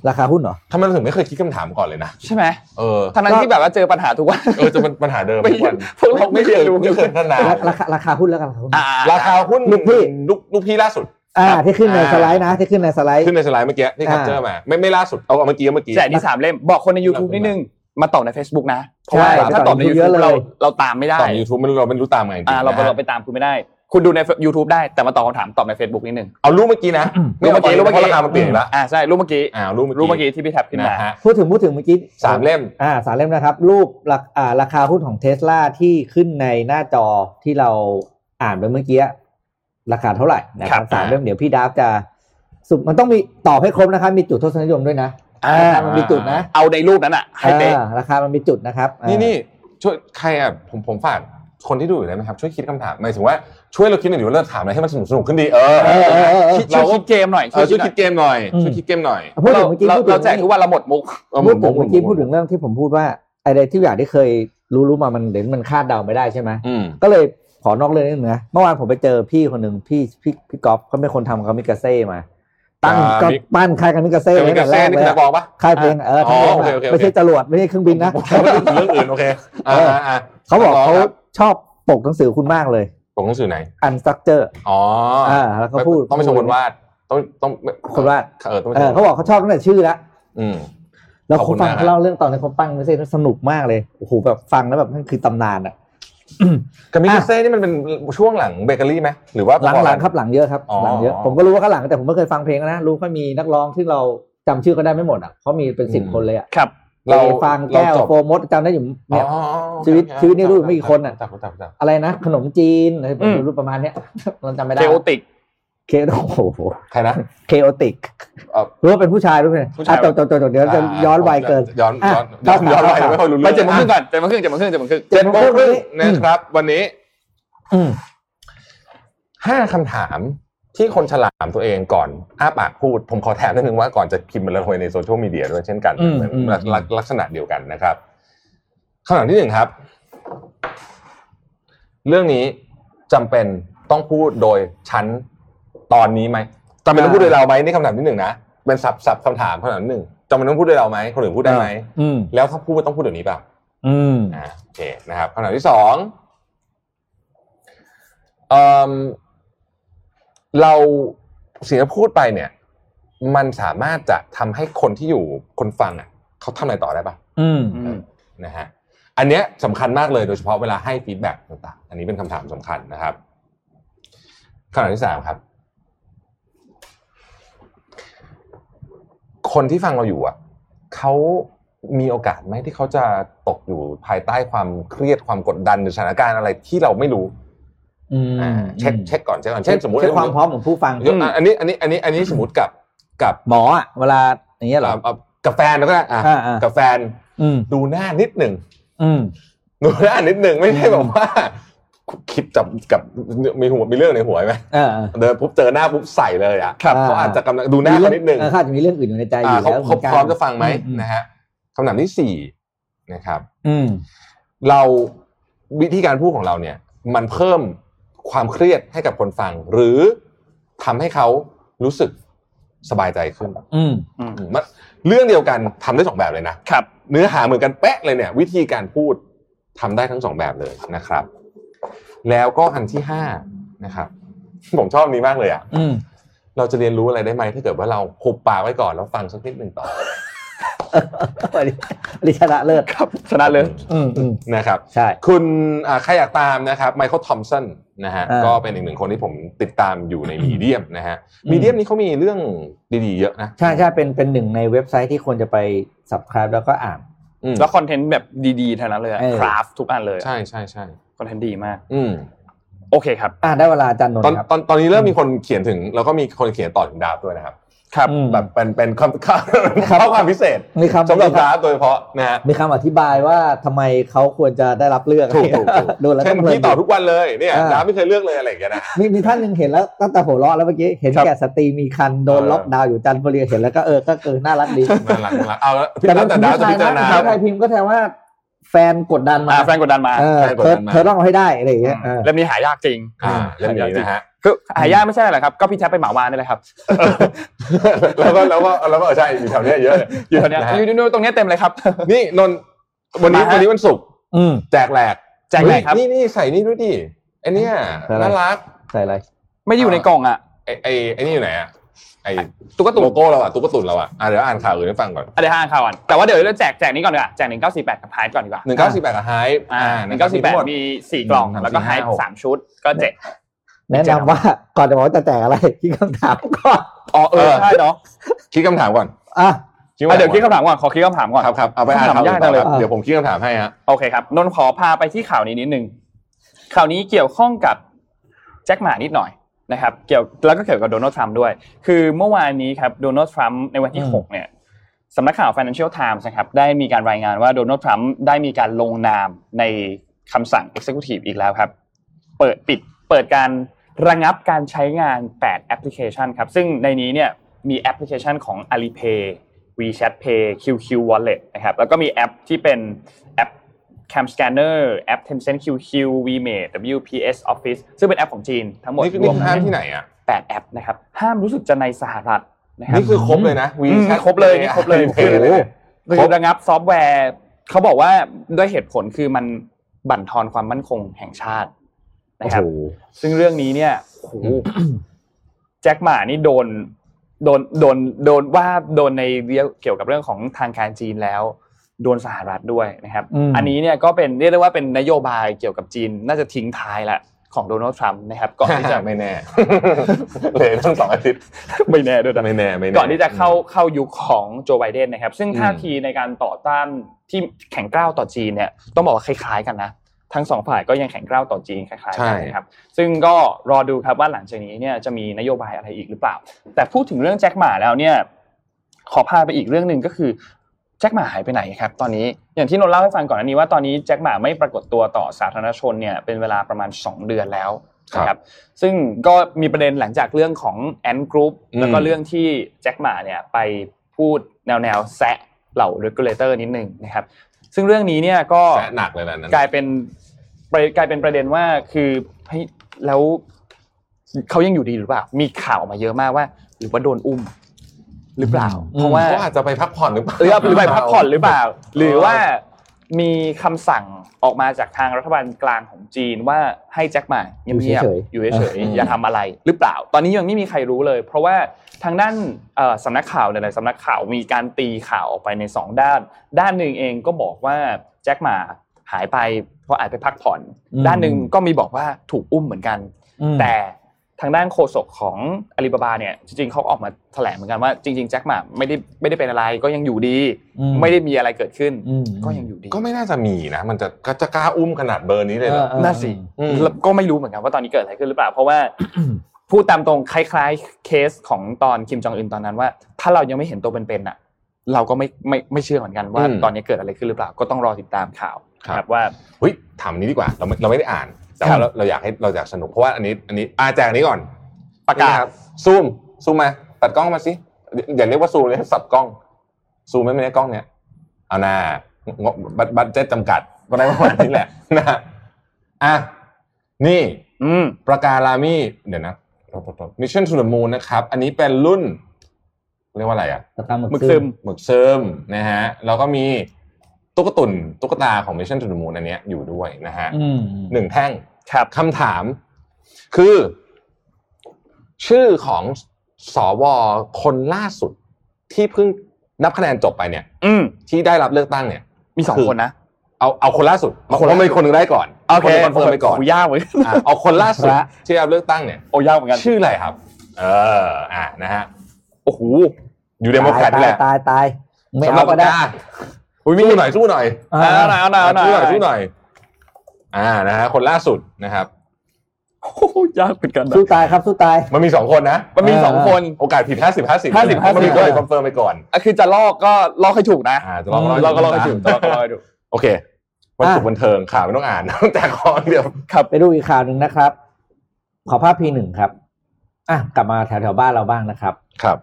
Speaker 5: ราคาหุ้นเหรอ
Speaker 3: ทำไมเราถึงไม่เคยคิดคำถามก่อนเลยนะ
Speaker 2: ใช่ไหม
Speaker 3: เออ
Speaker 2: ทั้งนั้นที่แบบว่าเจอปัญหาทุกวัน
Speaker 3: เออจะมันปัญหาเดิม
Speaker 2: ไม่
Speaker 3: ทุกวัน
Speaker 2: พวกเราไม่เรียนรู้
Speaker 3: ไม่เคยพัฒนา
Speaker 5: ราราคาราคาหุ้นแล้วกันราคาหุ้น
Speaker 2: อ่า
Speaker 3: ราคาหุ้น
Speaker 5: ลูกพี่
Speaker 3: ลูกลูกพี่ล่าสุด
Speaker 5: อ่าที่ขึ้นใน
Speaker 3: อ่า
Speaker 5: สไลด์นะ ที่ขึ้นในสไลด์
Speaker 3: ขึ้นในสไลด์เมื่อกี้ที่คัพเจอมาไม่ไม่ล่าสุดเอาเอาเมื่อกี้เอาเมื่อกี้
Speaker 2: แจกที่สามเล่มบอกคนใน YouTube นิดนึงมาตอบใน Facebook นะ เพราะว่า
Speaker 5: ใช่
Speaker 2: ถ้าตอบใน
Speaker 5: เยอะ
Speaker 2: YouTube
Speaker 5: เลย
Speaker 2: เราเราตามไม่ได้
Speaker 3: ตอบยูทูบมันเราไม่รู้ตามไงจริงๆ
Speaker 2: อ่าเรา
Speaker 3: นะฮะ
Speaker 2: เราไปตามคุณไม่ได้ คุณดูใน YouTube ได้แต่มาตอบคำถามตอบใน Facebook นิดนึง
Speaker 3: เอารูปเมื่อกี้นะไม่เอา
Speaker 2: รูปเมื่อกี้รูปเมื่อกี้
Speaker 3: พาะราคามันเปลี่ยนละ
Speaker 2: อ่าใช่รูปเมื่อกี้
Speaker 3: อ่ารูปเมื่อกี้
Speaker 2: รูปเมื่อกี้ที่พี่แท็บขึ้นมา
Speaker 3: นะฮะ
Speaker 5: พูดถึงพูดถึงเมื่อกี้
Speaker 3: สามเล่ม
Speaker 5: อ่าสามเล่มนะครับ รูปราอ่าราคาหุ้นของเทสลาที่ขึ้นในหน้าจอที่เราอ่านไปเมื่อกี้ราคาเท่าไหร่นะค
Speaker 3: ครั
Speaker 5: รับบ สามเล่มเดี๋ยวพี่ดาฟจะสุดมันต้องมีตอบให้ครบนะครับ มีจุดทศนิยมด้วยนะราคามันมีจุดนะ
Speaker 2: เอาในรูปนั้นอ่ะให้เป๊ะ
Speaker 5: อ่าราคามันมีจุดนะครับอ่า
Speaker 3: นี่นี่ช่วยใครอ่ะผมผมฝากคนที่ดูอยู่ได้ไหมครับ ช่วยคิดคำถามหมายถึงว่าช่วยเราคิดหน่อยดิว่าเราถามอะไรให้มันสนุกสนุกขึ้นดีเออ
Speaker 5: เออเออเออ
Speaker 2: คิดช่
Speaker 3: เรา
Speaker 2: วย
Speaker 3: ก็
Speaker 2: คิดเกมหน่อย
Speaker 3: เออช่วยคิ
Speaker 2: หน่
Speaker 3: ดเกมหน่อย
Speaker 5: อืม
Speaker 3: ช่วยคิดเกมหน่อย
Speaker 5: พูด
Speaker 2: เรา
Speaker 5: ถึงเมื่อกี้
Speaker 2: เรา
Speaker 5: พูดถึง
Speaker 2: เราแจกทุกวันเราหมดมุก
Speaker 3: เอาห
Speaker 5: พู
Speaker 3: มุ
Speaker 5: ด
Speaker 3: นหมุนหมุ
Speaker 5: ถึงเมื่อกี้
Speaker 3: น
Speaker 5: พูดถึงเรื่องที่ผมพูดว่าอะไรที่อย่างที่เคยรู้รู้มามันเดี๋ยวมันคาดเดาไม่ได้ใช่ไหม
Speaker 3: อืม
Speaker 5: ก็เลยขอนอกเรื่องนิดนึงนะเมื่อวานผมไปเจอพี่คนหนึ่งพี่พี่พี่ก๊อฟเขาเป็นคนทำคามิกาเซ่มา ตั้งก็ปั้นค่ายคามิกาเซ่
Speaker 3: แต่
Speaker 5: ไว้
Speaker 3: เป็นกระแส
Speaker 5: ตั้งแต่แรก
Speaker 3: นี่
Speaker 5: เลย
Speaker 3: คือนักร้องปะ
Speaker 5: ค่ายเพลงเออ
Speaker 3: อ๋อ
Speaker 5: ทำเพลง
Speaker 3: โอ
Speaker 5: มา
Speaker 3: เคโอเคโอเค
Speaker 5: ไม่ใช่จรวดไม่ใช่เครื่องบินนะ
Speaker 3: ผมว่าเรื่องอื่นโอเคอ่าอ่าอ่า
Speaker 5: เขาบอกเขา
Speaker 3: นัร้งครับ
Speaker 5: ชอบปกหนังสือคุณมากเลย
Speaker 3: ผมหนังสือไหน
Speaker 5: อันสตั๊กเจอร์
Speaker 3: อ๋ออ่า
Speaker 5: อ่าแล้วก็พูด
Speaker 3: ต้องไปชมคนวาดต้องต้อง
Speaker 5: คนวาด
Speaker 3: เออต้องไป
Speaker 5: เอ
Speaker 3: ช
Speaker 5: อ
Speaker 3: ม
Speaker 5: เขาบอกเขาชอบตั้งแต่ชื่อละ
Speaker 3: อืม
Speaker 5: แล้ว
Speaker 3: ขอบคุณ
Speaker 5: เขาฟัง
Speaker 3: มาก
Speaker 5: เขาเล่าเรื่องตอนในเขาปั้นคามิกาเซ่สนุกมากเลยโอ้โหแบบฟังแล้วแบบนั่นคือตำนานอะ
Speaker 3: กามิกาเซ่นี่มันเป็นช่วงหลังเบเกอรี่ไหมหรือว่า
Speaker 5: หลังหลังครับหลังเยอะครับ
Speaker 3: อ๋อ
Speaker 5: หลังเยอะผมก็รู้ว่าเขาหลังแต่ผมไม่เคยฟังเพลงนะรู้ว่ามีนักร้องที่เราจำชื่อก็ได้ไม่หมดอ่ะเขามีเป็นสิบคนเลยอ่ะ
Speaker 2: ครับ
Speaker 5: เรา
Speaker 3: เรา
Speaker 5: ฟังแก้ว
Speaker 3: เราจบ
Speaker 5: โฟมดจำได้อยู่เนี่ย
Speaker 3: อ๋อโอเค
Speaker 5: ชีวิต
Speaker 3: โอเค
Speaker 5: ชีวิตนี่รู้ไม่กี่คนน่ะ
Speaker 3: จับจับจับ
Speaker 5: อะไรนะ ขนมจีนอะไรผ
Speaker 2: อื
Speaker 5: ม
Speaker 2: ม
Speaker 5: รู้ประมาณเนี้ย เราจำไม่ได้
Speaker 2: เจโอติก
Speaker 5: เคโอ้โห
Speaker 3: ใครนะ
Speaker 5: เคโอติก
Speaker 3: เอ่อ
Speaker 5: รู้ว่าเป็นผู้ชายรู้ไหม
Speaker 2: ผู้ชาย
Speaker 5: อ่ะจบจบจบจบเดี๋ยวจะย้อนวัยเกิน
Speaker 3: ย้อน
Speaker 5: อ่ะ
Speaker 3: ย้อน
Speaker 5: ค
Speaker 3: ย้
Speaker 5: รั
Speaker 3: อบ นย้อนวัย
Speaker 5: ครับ
Speaker 3: ไม่ค่อยรู้
Speaker 2: ไป
Speaker 3: เรื่อง
Speaker 2: เจ็ดโมงครึ่งก่อนเจ็ดโมงครึ่งเจ็ดโมงครึ่งเจ็ดโมงครึ่ง
Speaker 3: เจ็ดโมงครึ่งนะครับ วันนี้
Speaker 5: อืม
Speaker 3: ห้าคำถามที่คนฉลามตัวเองก่อนอ้าปากพูด ผมขอแถมนิดนึงว่าก่อนจะพิมพ์มันลงไปในโซเชียลมีเดียด้วยเช่นกัน
Speaker 5: อืม
Speaker 3: เหมือน
Speaker 5: อืม
Speaker 3: ลักลักลักษณะเดียวกันนะครับคำถามที่หนึ่งครับ เรื่องนี้จำเป็นต้องพูดโดยชั้นตอนนี้ไหมจำเป็นต้องพูดโดยเราไหมนี่คำถามที่หนึ่งนะเป็นสับสับคำถามคำถามที่หนึ่งจำเป็นต้องพูดโดยเราไหมคนอื่นพูดได้ไหม
Speaker 5: อืม
Speaker 3: แล้วถ้าพูดว่าต้องพูดเดี๋ยวนี้เปล่า
Speaker 5: อืม
Speaker 3: อ่าโอเคนะครับคำถามที่สองเอิ่มเราเสียงที่พูดไปเนี่ย มันสามารถจะทำให้คนที่อยู่คนฟังอ่ะเขาทำอะไรต่อได้ป่ะ
Speaker 5: อืม
Speaker 2: อืม
Speaker 3: นะฮะอันเนี้ยสำคัญมากเลยโดยเฉพาะเวลาให้ฟีดแบ็กต่างๆ อันนี้เป็นคำถามสำคัญนะครับคำถามที่สามครับ คนที่ฟังเราอยู่อ่ะเขามีโอกาสไหมที่เขาจะตกอยู่ภายใต้ความเครียดความกดดันหรือสถานการณ์อะไรที่เราไม่รู้
Speaker 5: อืม
Speaker 3: อ่าเช็คเช็คก่อนเช็คก่อนเช่นสมมติ
Speaker 5: เช็คความพร้อมของผู้ฟัง
Speaker 3: ยกอ่ะอันนี้อันนี้อันนี้อันนี้สมมติกับกับ
Speaker 5: หมออ่ะเวลาอย่างเงี้ยเหรอ
Speaker 3: อ่ะอ่ะกับแฟนแล้วก็ได้อ่ะ
Speaker 5: อ่าอ่า
Speaker 3: กับแฟน
Speaker 5: อืม
Speaker 3: ดูหน้านิดหนึ่ง
Speaker 5: อืม
Speaker 3: ดูหน้านิดหนึ่งไม่ใช่แบบว่า คิดจับกับมีหัวมีเรื่องในหัวไหม
Speaker 5: เออเออ
Speaker 3: เดินปุ๊บเจอหน้าปุ๊บใส่เลยอ่ะ
Speaker 5: ครับ
Speaker 3: เขาอาจจะกำลังดูหน้าเขานิดหนึ่ง
Speaker 5: เออเขาอาจจะมีเรื่องอื่นอยู่ในใจอยู่
Speaker 3: อ่าเขา
Speaker 5: แล้วห
Speaker 3: เขา
Speaker 5: นกัน
Speaker 3: พร้อมจะฟังไหม
Speaker 5: อื
Speaker 3: นะฮะคำถามที่สี่นะครับ
Speaker 5: อืม
Speaker 3: เราวิธีการพูดของเราเนี่ย มันเพิ่มความเครียดให้กับคนฟัง หรือทำให้เขารู้สึกสบายใจขึ้น
Speaker 5: อืม
Speaker 3: อืมมันเรื่องเดียวกันทำได้สองแบบเลยนะครับ เนื้อหาเหมือนกันเป๊ะเลยเนี่ย วิธีการพูดทำได้ทั้งสองแบบเลยนะครับ แล้วก็อันที่ห้านะครับ ผมชอบอันนี้มากเลยอ่ะ
Speaker 5: อืม
Speaker 3: เราจะเรียนรู้อะไรได้ไหมถ้าเกิดว่าเราหุบปากไว้ก่อนแล้วฟังสักนิดหนึ่งต่อ
Speaker 5: ลิชนะเลิศ
Speaker 2: ครับชนะเลย
Speaker 5: อืมอืม
Speaker 3: นะครับ
Speaker 5: ใช่
Speaker 3: คุณอ่าใครอยากตามนะครับไมเคิลทอมสันนะฮะ
Speaker 5: อ่า
Speaker 3: ก็เป็นอีกหนึ่งคนที่ผมติดตามอยู่ใน
Speaker 5: อืม
Speaker 3: มีเดียมนะฮะมีเดียมนี้เขามีเรื่องดีๆเยอะนะ
Speaker 5: ใช่ใช่เป็นเป็นหนึ่งในเว็บไซต์ที่ควรจะไป subscribe แล้วก็อ่าน
Speaker 3: อืม
Speaker 2: แล้วคอนเทนต์แบบดีๆทั้งนั้นเลยอะ
Speaker 5: เออ
Speaker 2: คราฟทุกอันเลยอะ
Speaker 3: ใช่ใช่ใช่
Speaker 2: คอนเทนต์ดีมาก
Speaker 3: อืม
Speaker 2: โอเคครับ
Speaker 5: อ่ะได้เวลาอาจันนน
Speaker 3: ตอน
Speaker 5: ท์ครับ
Speaker 3: ตอนตอนนี้เริ่มมีคนเขียนถึง แล้วก็มีคนเขียนต่อถึงดราฟด้วยนะครับ
Speaker 2: ครับ
Speaker 5: อืม
Speaker 3: แบบเป็นเป็น คำข้อความพิเศษ
Speaker 5: มีคำ
Speaker 3: สำหรับดราฟโดยเฉพาะนะฮะ
Speaker 5: มีคำอธิบายว่าทำไมเขาควรจะได้รับเลือก
Speaker 3: ถูกถูกถูก
Speaker 5: ดูแล้ว
Speaker 3: เช่น
Speaker 5: ก็เพลิน
Speaker 3: พี่ต่อทุกวันเลยเนี่ย
Speaker 5: อ่า
Speaker 3: ดราฟไม่เคยเลือกเลยอะไรอย่างเงี้ยนะ
Speaker 5: มีมีท่านหนึ่งเห็นแล้วตั้งแต่หัวเราะแล้วเมื่อกี้เห็น
Speaker 3: ครับ
Speaker 5: แก่สตรีมีคันโดน
Speaker 3: เออ
Speaker 5: ล็อกดาวน์อยู่จันทบุรีเห็นแล้วก็เออก็เออน่ารักดี
Speaker 3: น่ารักน่ารักเอาละพี่แล้วแต่ดราฟจะพิจารณา
Speaker 5: ผู้ชยผู้ชยพิมพ์ก็แทนว่าแฟนกดดันมา
Speaker 2: อ่าแฟนกดดันมา
Speaker 5: เออ
Speaker 3: แฟนกด
Speaker 5: เธ
Speaker 3: ดั
Speaker 5: อน
Speaker 3: มา
Speaker 5: เธอต้องเอาให้ได้อะไรอย่างเงี้ยเออ
Speaker 2: เล่มนี้หายากจริง
Speaker 3: อ่าเล่มนี้นะฮะ
Speaker 2: คือหายากไม่ใช่อะไรหรอกครับ ก็พี่แท็บไปเหมามานี่แหละครับ
Speaker 3: แล้วก็แล้วก็แล้วก็เออใช่อยู่แถวเนี้ยเยอะ
Speaker 2: อยู่ตรงเนี้ย
Speaker 3: ะฮะ
Speaker 2: อยู่นู่นๆตรงเนี้ยเต็มเลยครับ
Speaker 3: นี่นนท์วันนี้
Speaker 2: มาฮะ
Speaker 3: วันนี้วันศุกร์
Speaker 5: อืม
Speaker 3: แจกแหลก
Speaker 2: แจกแหลกครับ
Speaker 3: นี่นี่ใส่นี่ด้วยดิไอเนี้ย
Speaker 5: ใส่อะไร
Speaker 3: น่ารัก
Speaker 5: ใส่อะไร
Speaker 2: ไม่ได้อยู่ในกล่องอ่ะ
Speaker 3: ไอไอไอนี่อยู่ไหนอะไอ
Speaker 2: ตุ๊กตุ
Speaker 3: โลโก้เราอะตุ๊กตุ่นเราอะอ่ะเดี๋ยวอ่านข่าวอื่นให้ฟังก่อน
Speaker 2: อะไรห้างข่าวก่อนแต่ว่าเดี๋ยวเราแจกแจกนี้ก่อนดีกว่าแจกหนึ่งเก้าสี่แปดกับไฮก่อนดีกว่า
Speaker 3: หนึ่งเก้าสี่แปดกับไฮ
Speaker 2: อ่าหนึ่ง
Speaker 3: ะครั
Speaker 2: เก้าสี่แปด
Speaker 3: ทั้งห
Speaker 2: มีสี่กล่อง
Speaker 3: หนึ่ง
Speaker 2: แล้วก็ไฮ
Speaker 3: สามสี่ห้าหก
Speaker 2: สามชุดก็เจ็ด
Speaker 5: แนะนำว่าก่อนจะบอกว่าจะแจกอะไร คิดคำถามก่อน
Speaker 2: อ๋อเออใช่เนาะ
Speaker 3: คิดคำถามก่อน
Speaker 5: อ่ะ
Speaker 3: คิด
Speaker 2: อ่ะ
Speaker 3: ว่า
Speaker 2: เดี๋ยวคิดคำถามก่อนขอคิดคำถามก่อน
Speaker 3: ครับครับเอาไปอ่านข่าว
Speaker 2: คำถามยากจังเลย
Speaker 3: ต่อครับเดี๋ยวผมคิดคำถามให้ฮะ
Speaker 2: โอเคครับนนท์ขอพาไปที่ข่าวนี้นิดนึงข่าวนี้เกี่ยวข้องกับแจ็คหมานิดหน่อยนะครับ เกี่ยวแล้วก็เกี่ยวกับโดนัลด์ทรัมป์ด้วย คือเมื่อวานนี้ครับโดนัลด์ทรัมป์ในวันที่
Speaker 5: อืม
Speaker 2: 6เนี่ยสำนักข่าว Financial Times นะครับได้มีการรายงานว่าโดนัลด์ทรัมป์ได้มีการลงนามในคำสั่ง Executive อีกแล้วครับ เปิดปิดเปิดการระงับการใช้งาน 8 แอปพลิเคชันครับ ซึ่งในนี้เนี่ยมีแอปพลิเคชันของ Alipay WeChat Pay QQ Wallet นะครับแล้วก็มีแอปที่เป็นแอป Cam Scanner แอป Tencent QQ WeMate WPS Office ซึ่งเป็นแอปของจีนทั้งหมด
Speaker 3: นี่คือ
Speaker 2: ร
Speaker 3: นี่
Speaker 2: วม
Speaker 3: คือห้ามที่ไหนอะ
Speaker 2: 8แอปนะครับห้ามรู้สึกจะในสหรัฐนะครับ
Speaker 3: นี่คือครบเลยนะวี
Speaker 2: อืม
Speaker 3: แชท
Speaker 2: ครบเลยนี่ครบเลย
Speaker 3: โอ้
Speaker 2: ค
Speaker 3: โห
Speaker 2: ือระงับซอฟต์แวร์เขาบอกว่าด้วยเหตุผลคือมันบั่นทอนความมั่นคงแห่งชาตินะครับ ซึ่งเรื่องนี้เนี่ยโอ้โห แจ็คหมานี่โดนโดนโดนโดนว่าโดนในเรื่องเกี่ยวกับเรื่องของทางการจีนแล้ว โดนสหรัฐด้วยนะครับ
Speaker 5: อืม
Speaker 2: อันนี้เนี่ยก็เป็นเรียกได้ว่าเป็นนโยบายเกี่ยวกับจีน น่าจะทิ้งท้ายละของโดนัลด์ทรัมป์นะครับก่อนที่จะ
Speaker 3: ไม่แน่ เลยทั้งสองอาทิตย์
Speaker 2: ไม่แน่ด้วยนะ
Speaker 3: ไม่แน่ไม่แน่
Speaker 2: ก่อนที่จะเข้าเข้ายุคของโจไบเดนนะครับ ซึ่ง
Speaker 3: อืม
Speaker 2: ท่าทีในการต่อต้านที่แข็งกร้าวต่อจีนเนี่ยต้องบอกว่าคล้ายๆกันนะ ทั้งสองฝ่ายก็ยังแข็งกร้าวต่อจีนคล้ายๆกันนะครับ ซึ่งก็รอดูครับว่าหลังจากนี้เนี่ยจะมีนโยบายอะไรอีกหรือเปล่า แต่พูดถึงเรื่องแจ็คหมาแล้วเนี่ยขอพาไปอีกเรื่องหนึ่งก็คือแจ็คหมาหายไปไหนครับ ตอนนี้อย่างที่นนท์เล่าให้ฟังก่อนอันนี้ว่าตอนนี้แจ็คหมาไม่ปรากฏตัวต่อสาธารณชนเนี่ยเป็นเวลาประมาณ 2 เดือนแล้วนะครับ ซึ่งก็มีประเด็นหลังจากเรื่องของ Ant Group
Speaker 3: อืม
Speaker 2: แล้วก็เรื่องที่แจ็คหมาเนี่ยไปพูดแนวแนวๆแซะเหล่า regulator นิดนึงนะครับ ซึ่งเรื่องนี้เนี่ยก็
Speaker 3: แสะหนักเลยนะนั้น
Speaker 2: กลายเป็นประกลายเป็นประเด็นว่าคือเฮ้ยแล้วเขายังอยู่ดีหรือเปล่า มีข่าวมาเยอะมากว่า หรือว่าโดนอุ้ม หรือเปล่า
Speaker 5: อืม
Speaker 2: เพราะว่า
Speaker 3: ก็อาจจะไปพักผ่อนหรือเปล่า
Speaker 2: หรือว่าหรือไปพักผ่อนหรือเปล่า หรือว่ามีคำสั่งออกมาจากทางรัฐบาลกลางของจีนว่าให้แจ็คหมาเงียบๆอยู่
Speaker 5: อยู่
Speaker 2: เฉ
Speaker 5: เฉ
Speaker 2: ย
Speaker 5: ย
Speaker 2: ๆอย่าทำอะไรหรือเปล่า ตอนนี้ยังไม่มีใครรู้เลย เพราะว่าทางด้านเอ่อสำนักข่าวหลายๆสำนักข่าวมีการตีข่าวออกไปในสองด้าน ด้านหนึ่งเองก็บอกว่าแจ็คหมาหายไปเพราะอาจไปพักผ่อน ด้านหนึ่งก็มีบอกว่าถูกอุ้มเหมือนกัน
Speaker 5: อืม
Speaker 2: แต่ทางด้านโฆษกของอาลีบาบาเนี่ยจริงๆเขาออกมาแถลงเหมือนกันว่าจริงๆแจ็คหมาไม่ได้ไม่ได้เป็นอะไรก็ยังอยู่ดี
Speaker 5: อืม
Speaker 2: ไม่ได้มีอะไรเกิดขึ้น
Speaker 5: อืม
Speaker 2: ก็ยังอยู่ดี
Speaker 3: ก็ไม่น่าจะมีนะ มันจะก็จะกล้าอุ้มขนาดเบอร์นี้เลยเหรอ
Speaker 5: เออเออ
Speaker 2: น่าสิ
Speaker 3: อืม
Speaker 2: แล้วก็ไม่รู้เหมือนกันว่าตอนนี้เกิดอะไรขึ้นหรือเปล่า เพราะว่า
Speaker 5: อืม
Speaker 2: พูดตามตรงคล้ายๆเคสของตอนคิมจองอึนตอนนั้นว่า ถ้าเรายังไม่เห็นตัวเป็นๆน่ะ เราก็ไม่ไม่ไม่เชื่อเหมือนกันว่า
Speaker 3: อืม
Speaker 2: ตอนนี้เกิดอะไรขึ้นหรือเปล่า ก็ต้องรอติดตามข่าว
Speaker 3: ครับ
Speaker 2: ครับว่า
Speaker 3: เฮ้ยถามนี้ดีกว่า เราไม่เราไม่ได้อ่าน แต่ว่าเราเราอยากให้เราอยากสนุกเพราะว่าอันนี้อันนี้อาแจกอันนี้ก่อน
Speaker 2: ประกาศ
Speaker 3: นี่นครับซูมซูมมาตัดกล้องมาสิอย่าอย่าเรียกว่าซูมเลยสับกล้อง ซูมไม่ได้กล้องเนี่ยเอาหน้างบบัตบัตเจ็ตจำกัดก็ได้ประมาณนี้แหละ นะฮะอ่ะนี่
Speaker 2: อืม
Speaker 3: ประการามีเดี๋ยวนะมิชชั่น o ู h มู o นะครับ อันนี้เป็นรุ่น เรียกว่าอะไรอ่ะ
Speaker 5: ตะกร้าห
Speaker 2: หมึ
Speaker 5: มึ
Speaker 2: ก
Speaker 5: ก
Speaker 2: ซึ
Speaker 5: ซึ
Speaker 2: ม
Speaker 5: ม
Speaker 3: หมึกเซิมนะฮะ แล้วก็มีตุ๊กตุนตุ๊กตาของมิชชั่น o ู h มู o อันเนี้ยอยู่ด้วยนะฮะ
Speaker 5: อืม
Speaker 3: หนึ่งแท่ง
Speaker 2: ครับ
Speaker 3: คำถาม คือ ชื่อของสวคนล่าสุด ที่เพิ่งนับคะแนนจบไปเนี่ย
Speaker 2: อืม
Speaker 3: ที่ได้รับเลือกตั้งเนี่ย
Speaker 2: มีสองคนนะ
Speaker 3: เอาเอาคนล่าสุด
Speaker 5: เอาคน
Speaker 3: เพ
Speaker 5: ล่าสุด
Speaker 3: ราะมีคนหนึงได้ก่อน
Speaker 2: โอเค
Speaker 3: คนหนึ่งคอนเฟิร์มไปก่อน
Speaker 2: โยากเหมือนกัน
Speaker 3: อ่ะเอาคนล่าสุดที่ได้รับเลือกตั้งเนี่ย
Speaker 2: โอ้ยากเหมือนกัน
Speaker 3: ชื่ออะไรครับ เออ อ่า นะฮะ
Speaker 2: โอ้โห
Speaker 3: อยู่เดโมแครต
Speaker 5: ตาย
Speaker 3: แหละ
Speaker 5: ตายตายไม่
Speaker 3: สำหรั
Speaker 5: เอา
Speaker 3: บ
Speaker 5: ก็
Speaker 3: ปาก
Speaker 5: ได้
Speaker 3: กาอุ้ยมีหน่อยสู้หน่อย
Speaker 5: อ่า
Speaker 2: เอาหน่อยเอาหน่อยเอาหน่อย
Speaker 3: สู้หน่อยสู้หน่อย อ่า นะฮะ คนล่าสุดนะครับ
Speaker 2: โอ้โหยากเหมือนกันนะ
Speaker 5: สู้ตายครับสู้ตาย
Speaker 3: มันมีสองคนนะ
Speaker 2: มันมีสองคน
Speaker 3: โอกาสผิด 50 50
Speaker 2: 50-50
Speaker 3: มันมีคนคอนเฟิร์มไปก่อน
Speaker 2: อ่ะคือจะลอกก็ลอกให้ถูกนะ
Speaker 3: อ่าจะลอกก็ลอกให้ถูก
Speaker 2: เราก็ลอกให้ถูกจะลอกก็ลอกให้ถูก
Speaker 3: โอเควันศุกร์
Speaker 5: อ่ะ
Speaker 3: วันเทิงข่าวไม่ต้องอ่าน ต้องแจกของเดียว
Speaker 5: ไปดูอีกข่าวหนึ่งนะครับ ขอภาพพีหนึ่งครับอ่ะกลับมาแถวแถวๆบ้านเราบ้างนะครับ
Speaker 3: ครับ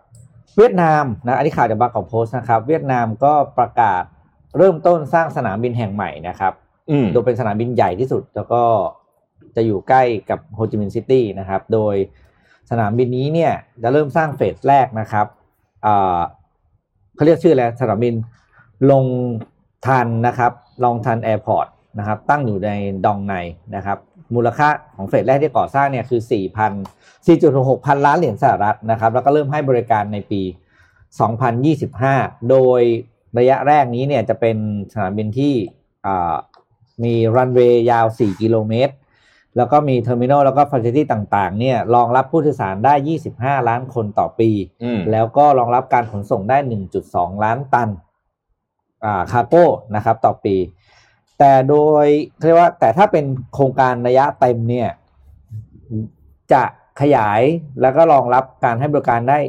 Speaker 5: เวียดนามนะอันนี้ข่าวจากบางกอกโพสต์นะครับ เวียดนามก็ประกาศเริ่มต้นสร้างสนามบินแห่งใหม่นะครับ
Speaker 3: อืม
Speaker 5: โดยเป็นสนามบินใหญ่ที่สุด แล้วก็จะอยู่ใกล้กับโฮจิมินห์ซิตี้นะครับ โดยสนามบินนี้เนี่ยจะเริ่มสร้างเฟสแรกนะครับอ่าเขาเรียกชื่ออะไรสนามบินลงทันนะครับลองทันแอร์พอร์ตนะครับ ตั้งอยู่ในดองในนะครับ มูลค่าของเฟสแรกที่ก่อสร้างเนี่ยคือ 4,000 4.6พันล้านเหรียญสหรัฐนะครับ แล้วก็เริ่มให้บริการในปี 2025 โดยระยะแรกนี้เนี่ยจะเป็นสนามบินที่อ่า มีรันเวย์ยาว 4 กิโลเมตร แล้วก็มีเทอร์มินอลแล้วก็ฟ a ซิลิตี้ต่างๆ เนี่ยรองรับผู้โดยสารได้ 25 ล้านคนต่อปี
Speaker 3: อืม
Speaker 5: แล้วก็รองรับการขนส่งได้ 1.2 ล้านตันอ่าคาร์โก้นะครับต่อปี แต่โดยเรียกว่าแต่ถ้าเป็นโครงการระยะเต็มเนี่ย จะขยายแล้วก็รองรับการให้บริการได้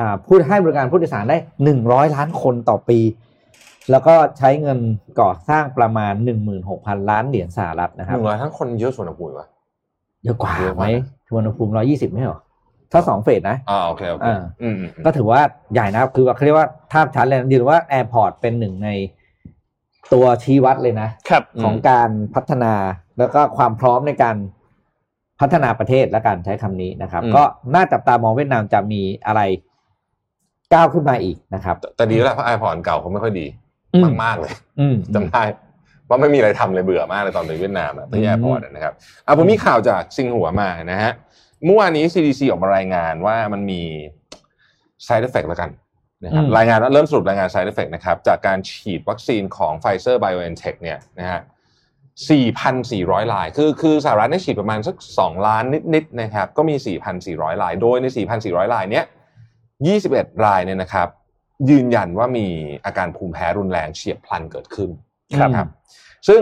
Speaker 5: อ่าผู้ให้บริการผู้โดยสารได้ 100 ล้านคนต่อปี แล้วก็ใช้เงินก่อสร้างประมาณ 16,000 ล้านเหรียญสหรัฐนะค
Speaker 3: ห
Speaker 5: รับ
Speaker 3: นึ่งร้อยทั้งคนเยอะส่วนอุ่นวะ
Speaker 5: เยอะกว่า
Speaker 3: เยอะ
Speaker 5: ไหม
Speaker 3: มาก
Speaker 5: ทวนภูมิ 120 ไม่เหรอ ถ้าสองเฟสนะ
Speaker 3: อ่าโอเคโอเค
Speaker 5: อ่า
Speaker 3: อืมอืมอืม
Speaker 5: ก็ถือว่าใหญ่นะครับ คือว่าเขาเรียกว่าทาบชั้นเลยนะยืนว่าแอร์พอร์ตเป็นหนึ่งในตัวชี้วัดเลยนะ
Speaker 2: ครับ
Speaker 5: ของการพัฒนาแล้วก็ความพร้อมในการพัฒนาประเทศและการใช้คำนี้นะครับ
Speaker 3: อืม
Speaker 5: ก็น่าจับตามองเวียดนามจะมีอะไรก้าวขึ้นมาอีกนะครับ
Speaker 3: แต่แต่ดีแล้วแหละเพราะไอพอร์ตเก่าเขาไม่ค่อยดี
Speaker 5: อืม
Speaker 3: มากๆเลย
Speaker 5: อืม
Speaker 3: จำได้ว่าไม่มีอะไรทำเลยเบื่อมากเลยตอนไปเวียดนามอะที่
Speaker 5: อืม
Speaker 3: แอร์พอร์ตอะนะครับอ่ะผมมีข่าวจากซิงหัวมานะฮะเมื่อวานนี้ CDC ออกมารายงานว่ามันมี side effect แล้วกันนะครับ
Speaker 5: อืม
Speaker 3: รายงานแล้วเริ่มสรุปรายงาน side effect นะครับ จากการฉีดวัคซีนของ Pfizer BioNTech เนี่ยนะฮะ4,400 ลาย คือคือสหรัฐได้ฉีดประมาณสัก 2 ล้านนิดๆนะครับก็มี 4,400 ลาย โดยใน 4,400 ลายเนี้ย21 รายเนี่ยนะครับ ยืนยันว่ามีอาการภูมิแพ้รุนแรงเฉียบพลันเกิดขึ้น
Speaker 2: ครับ
Speaker 3: ครับ ซึ่ง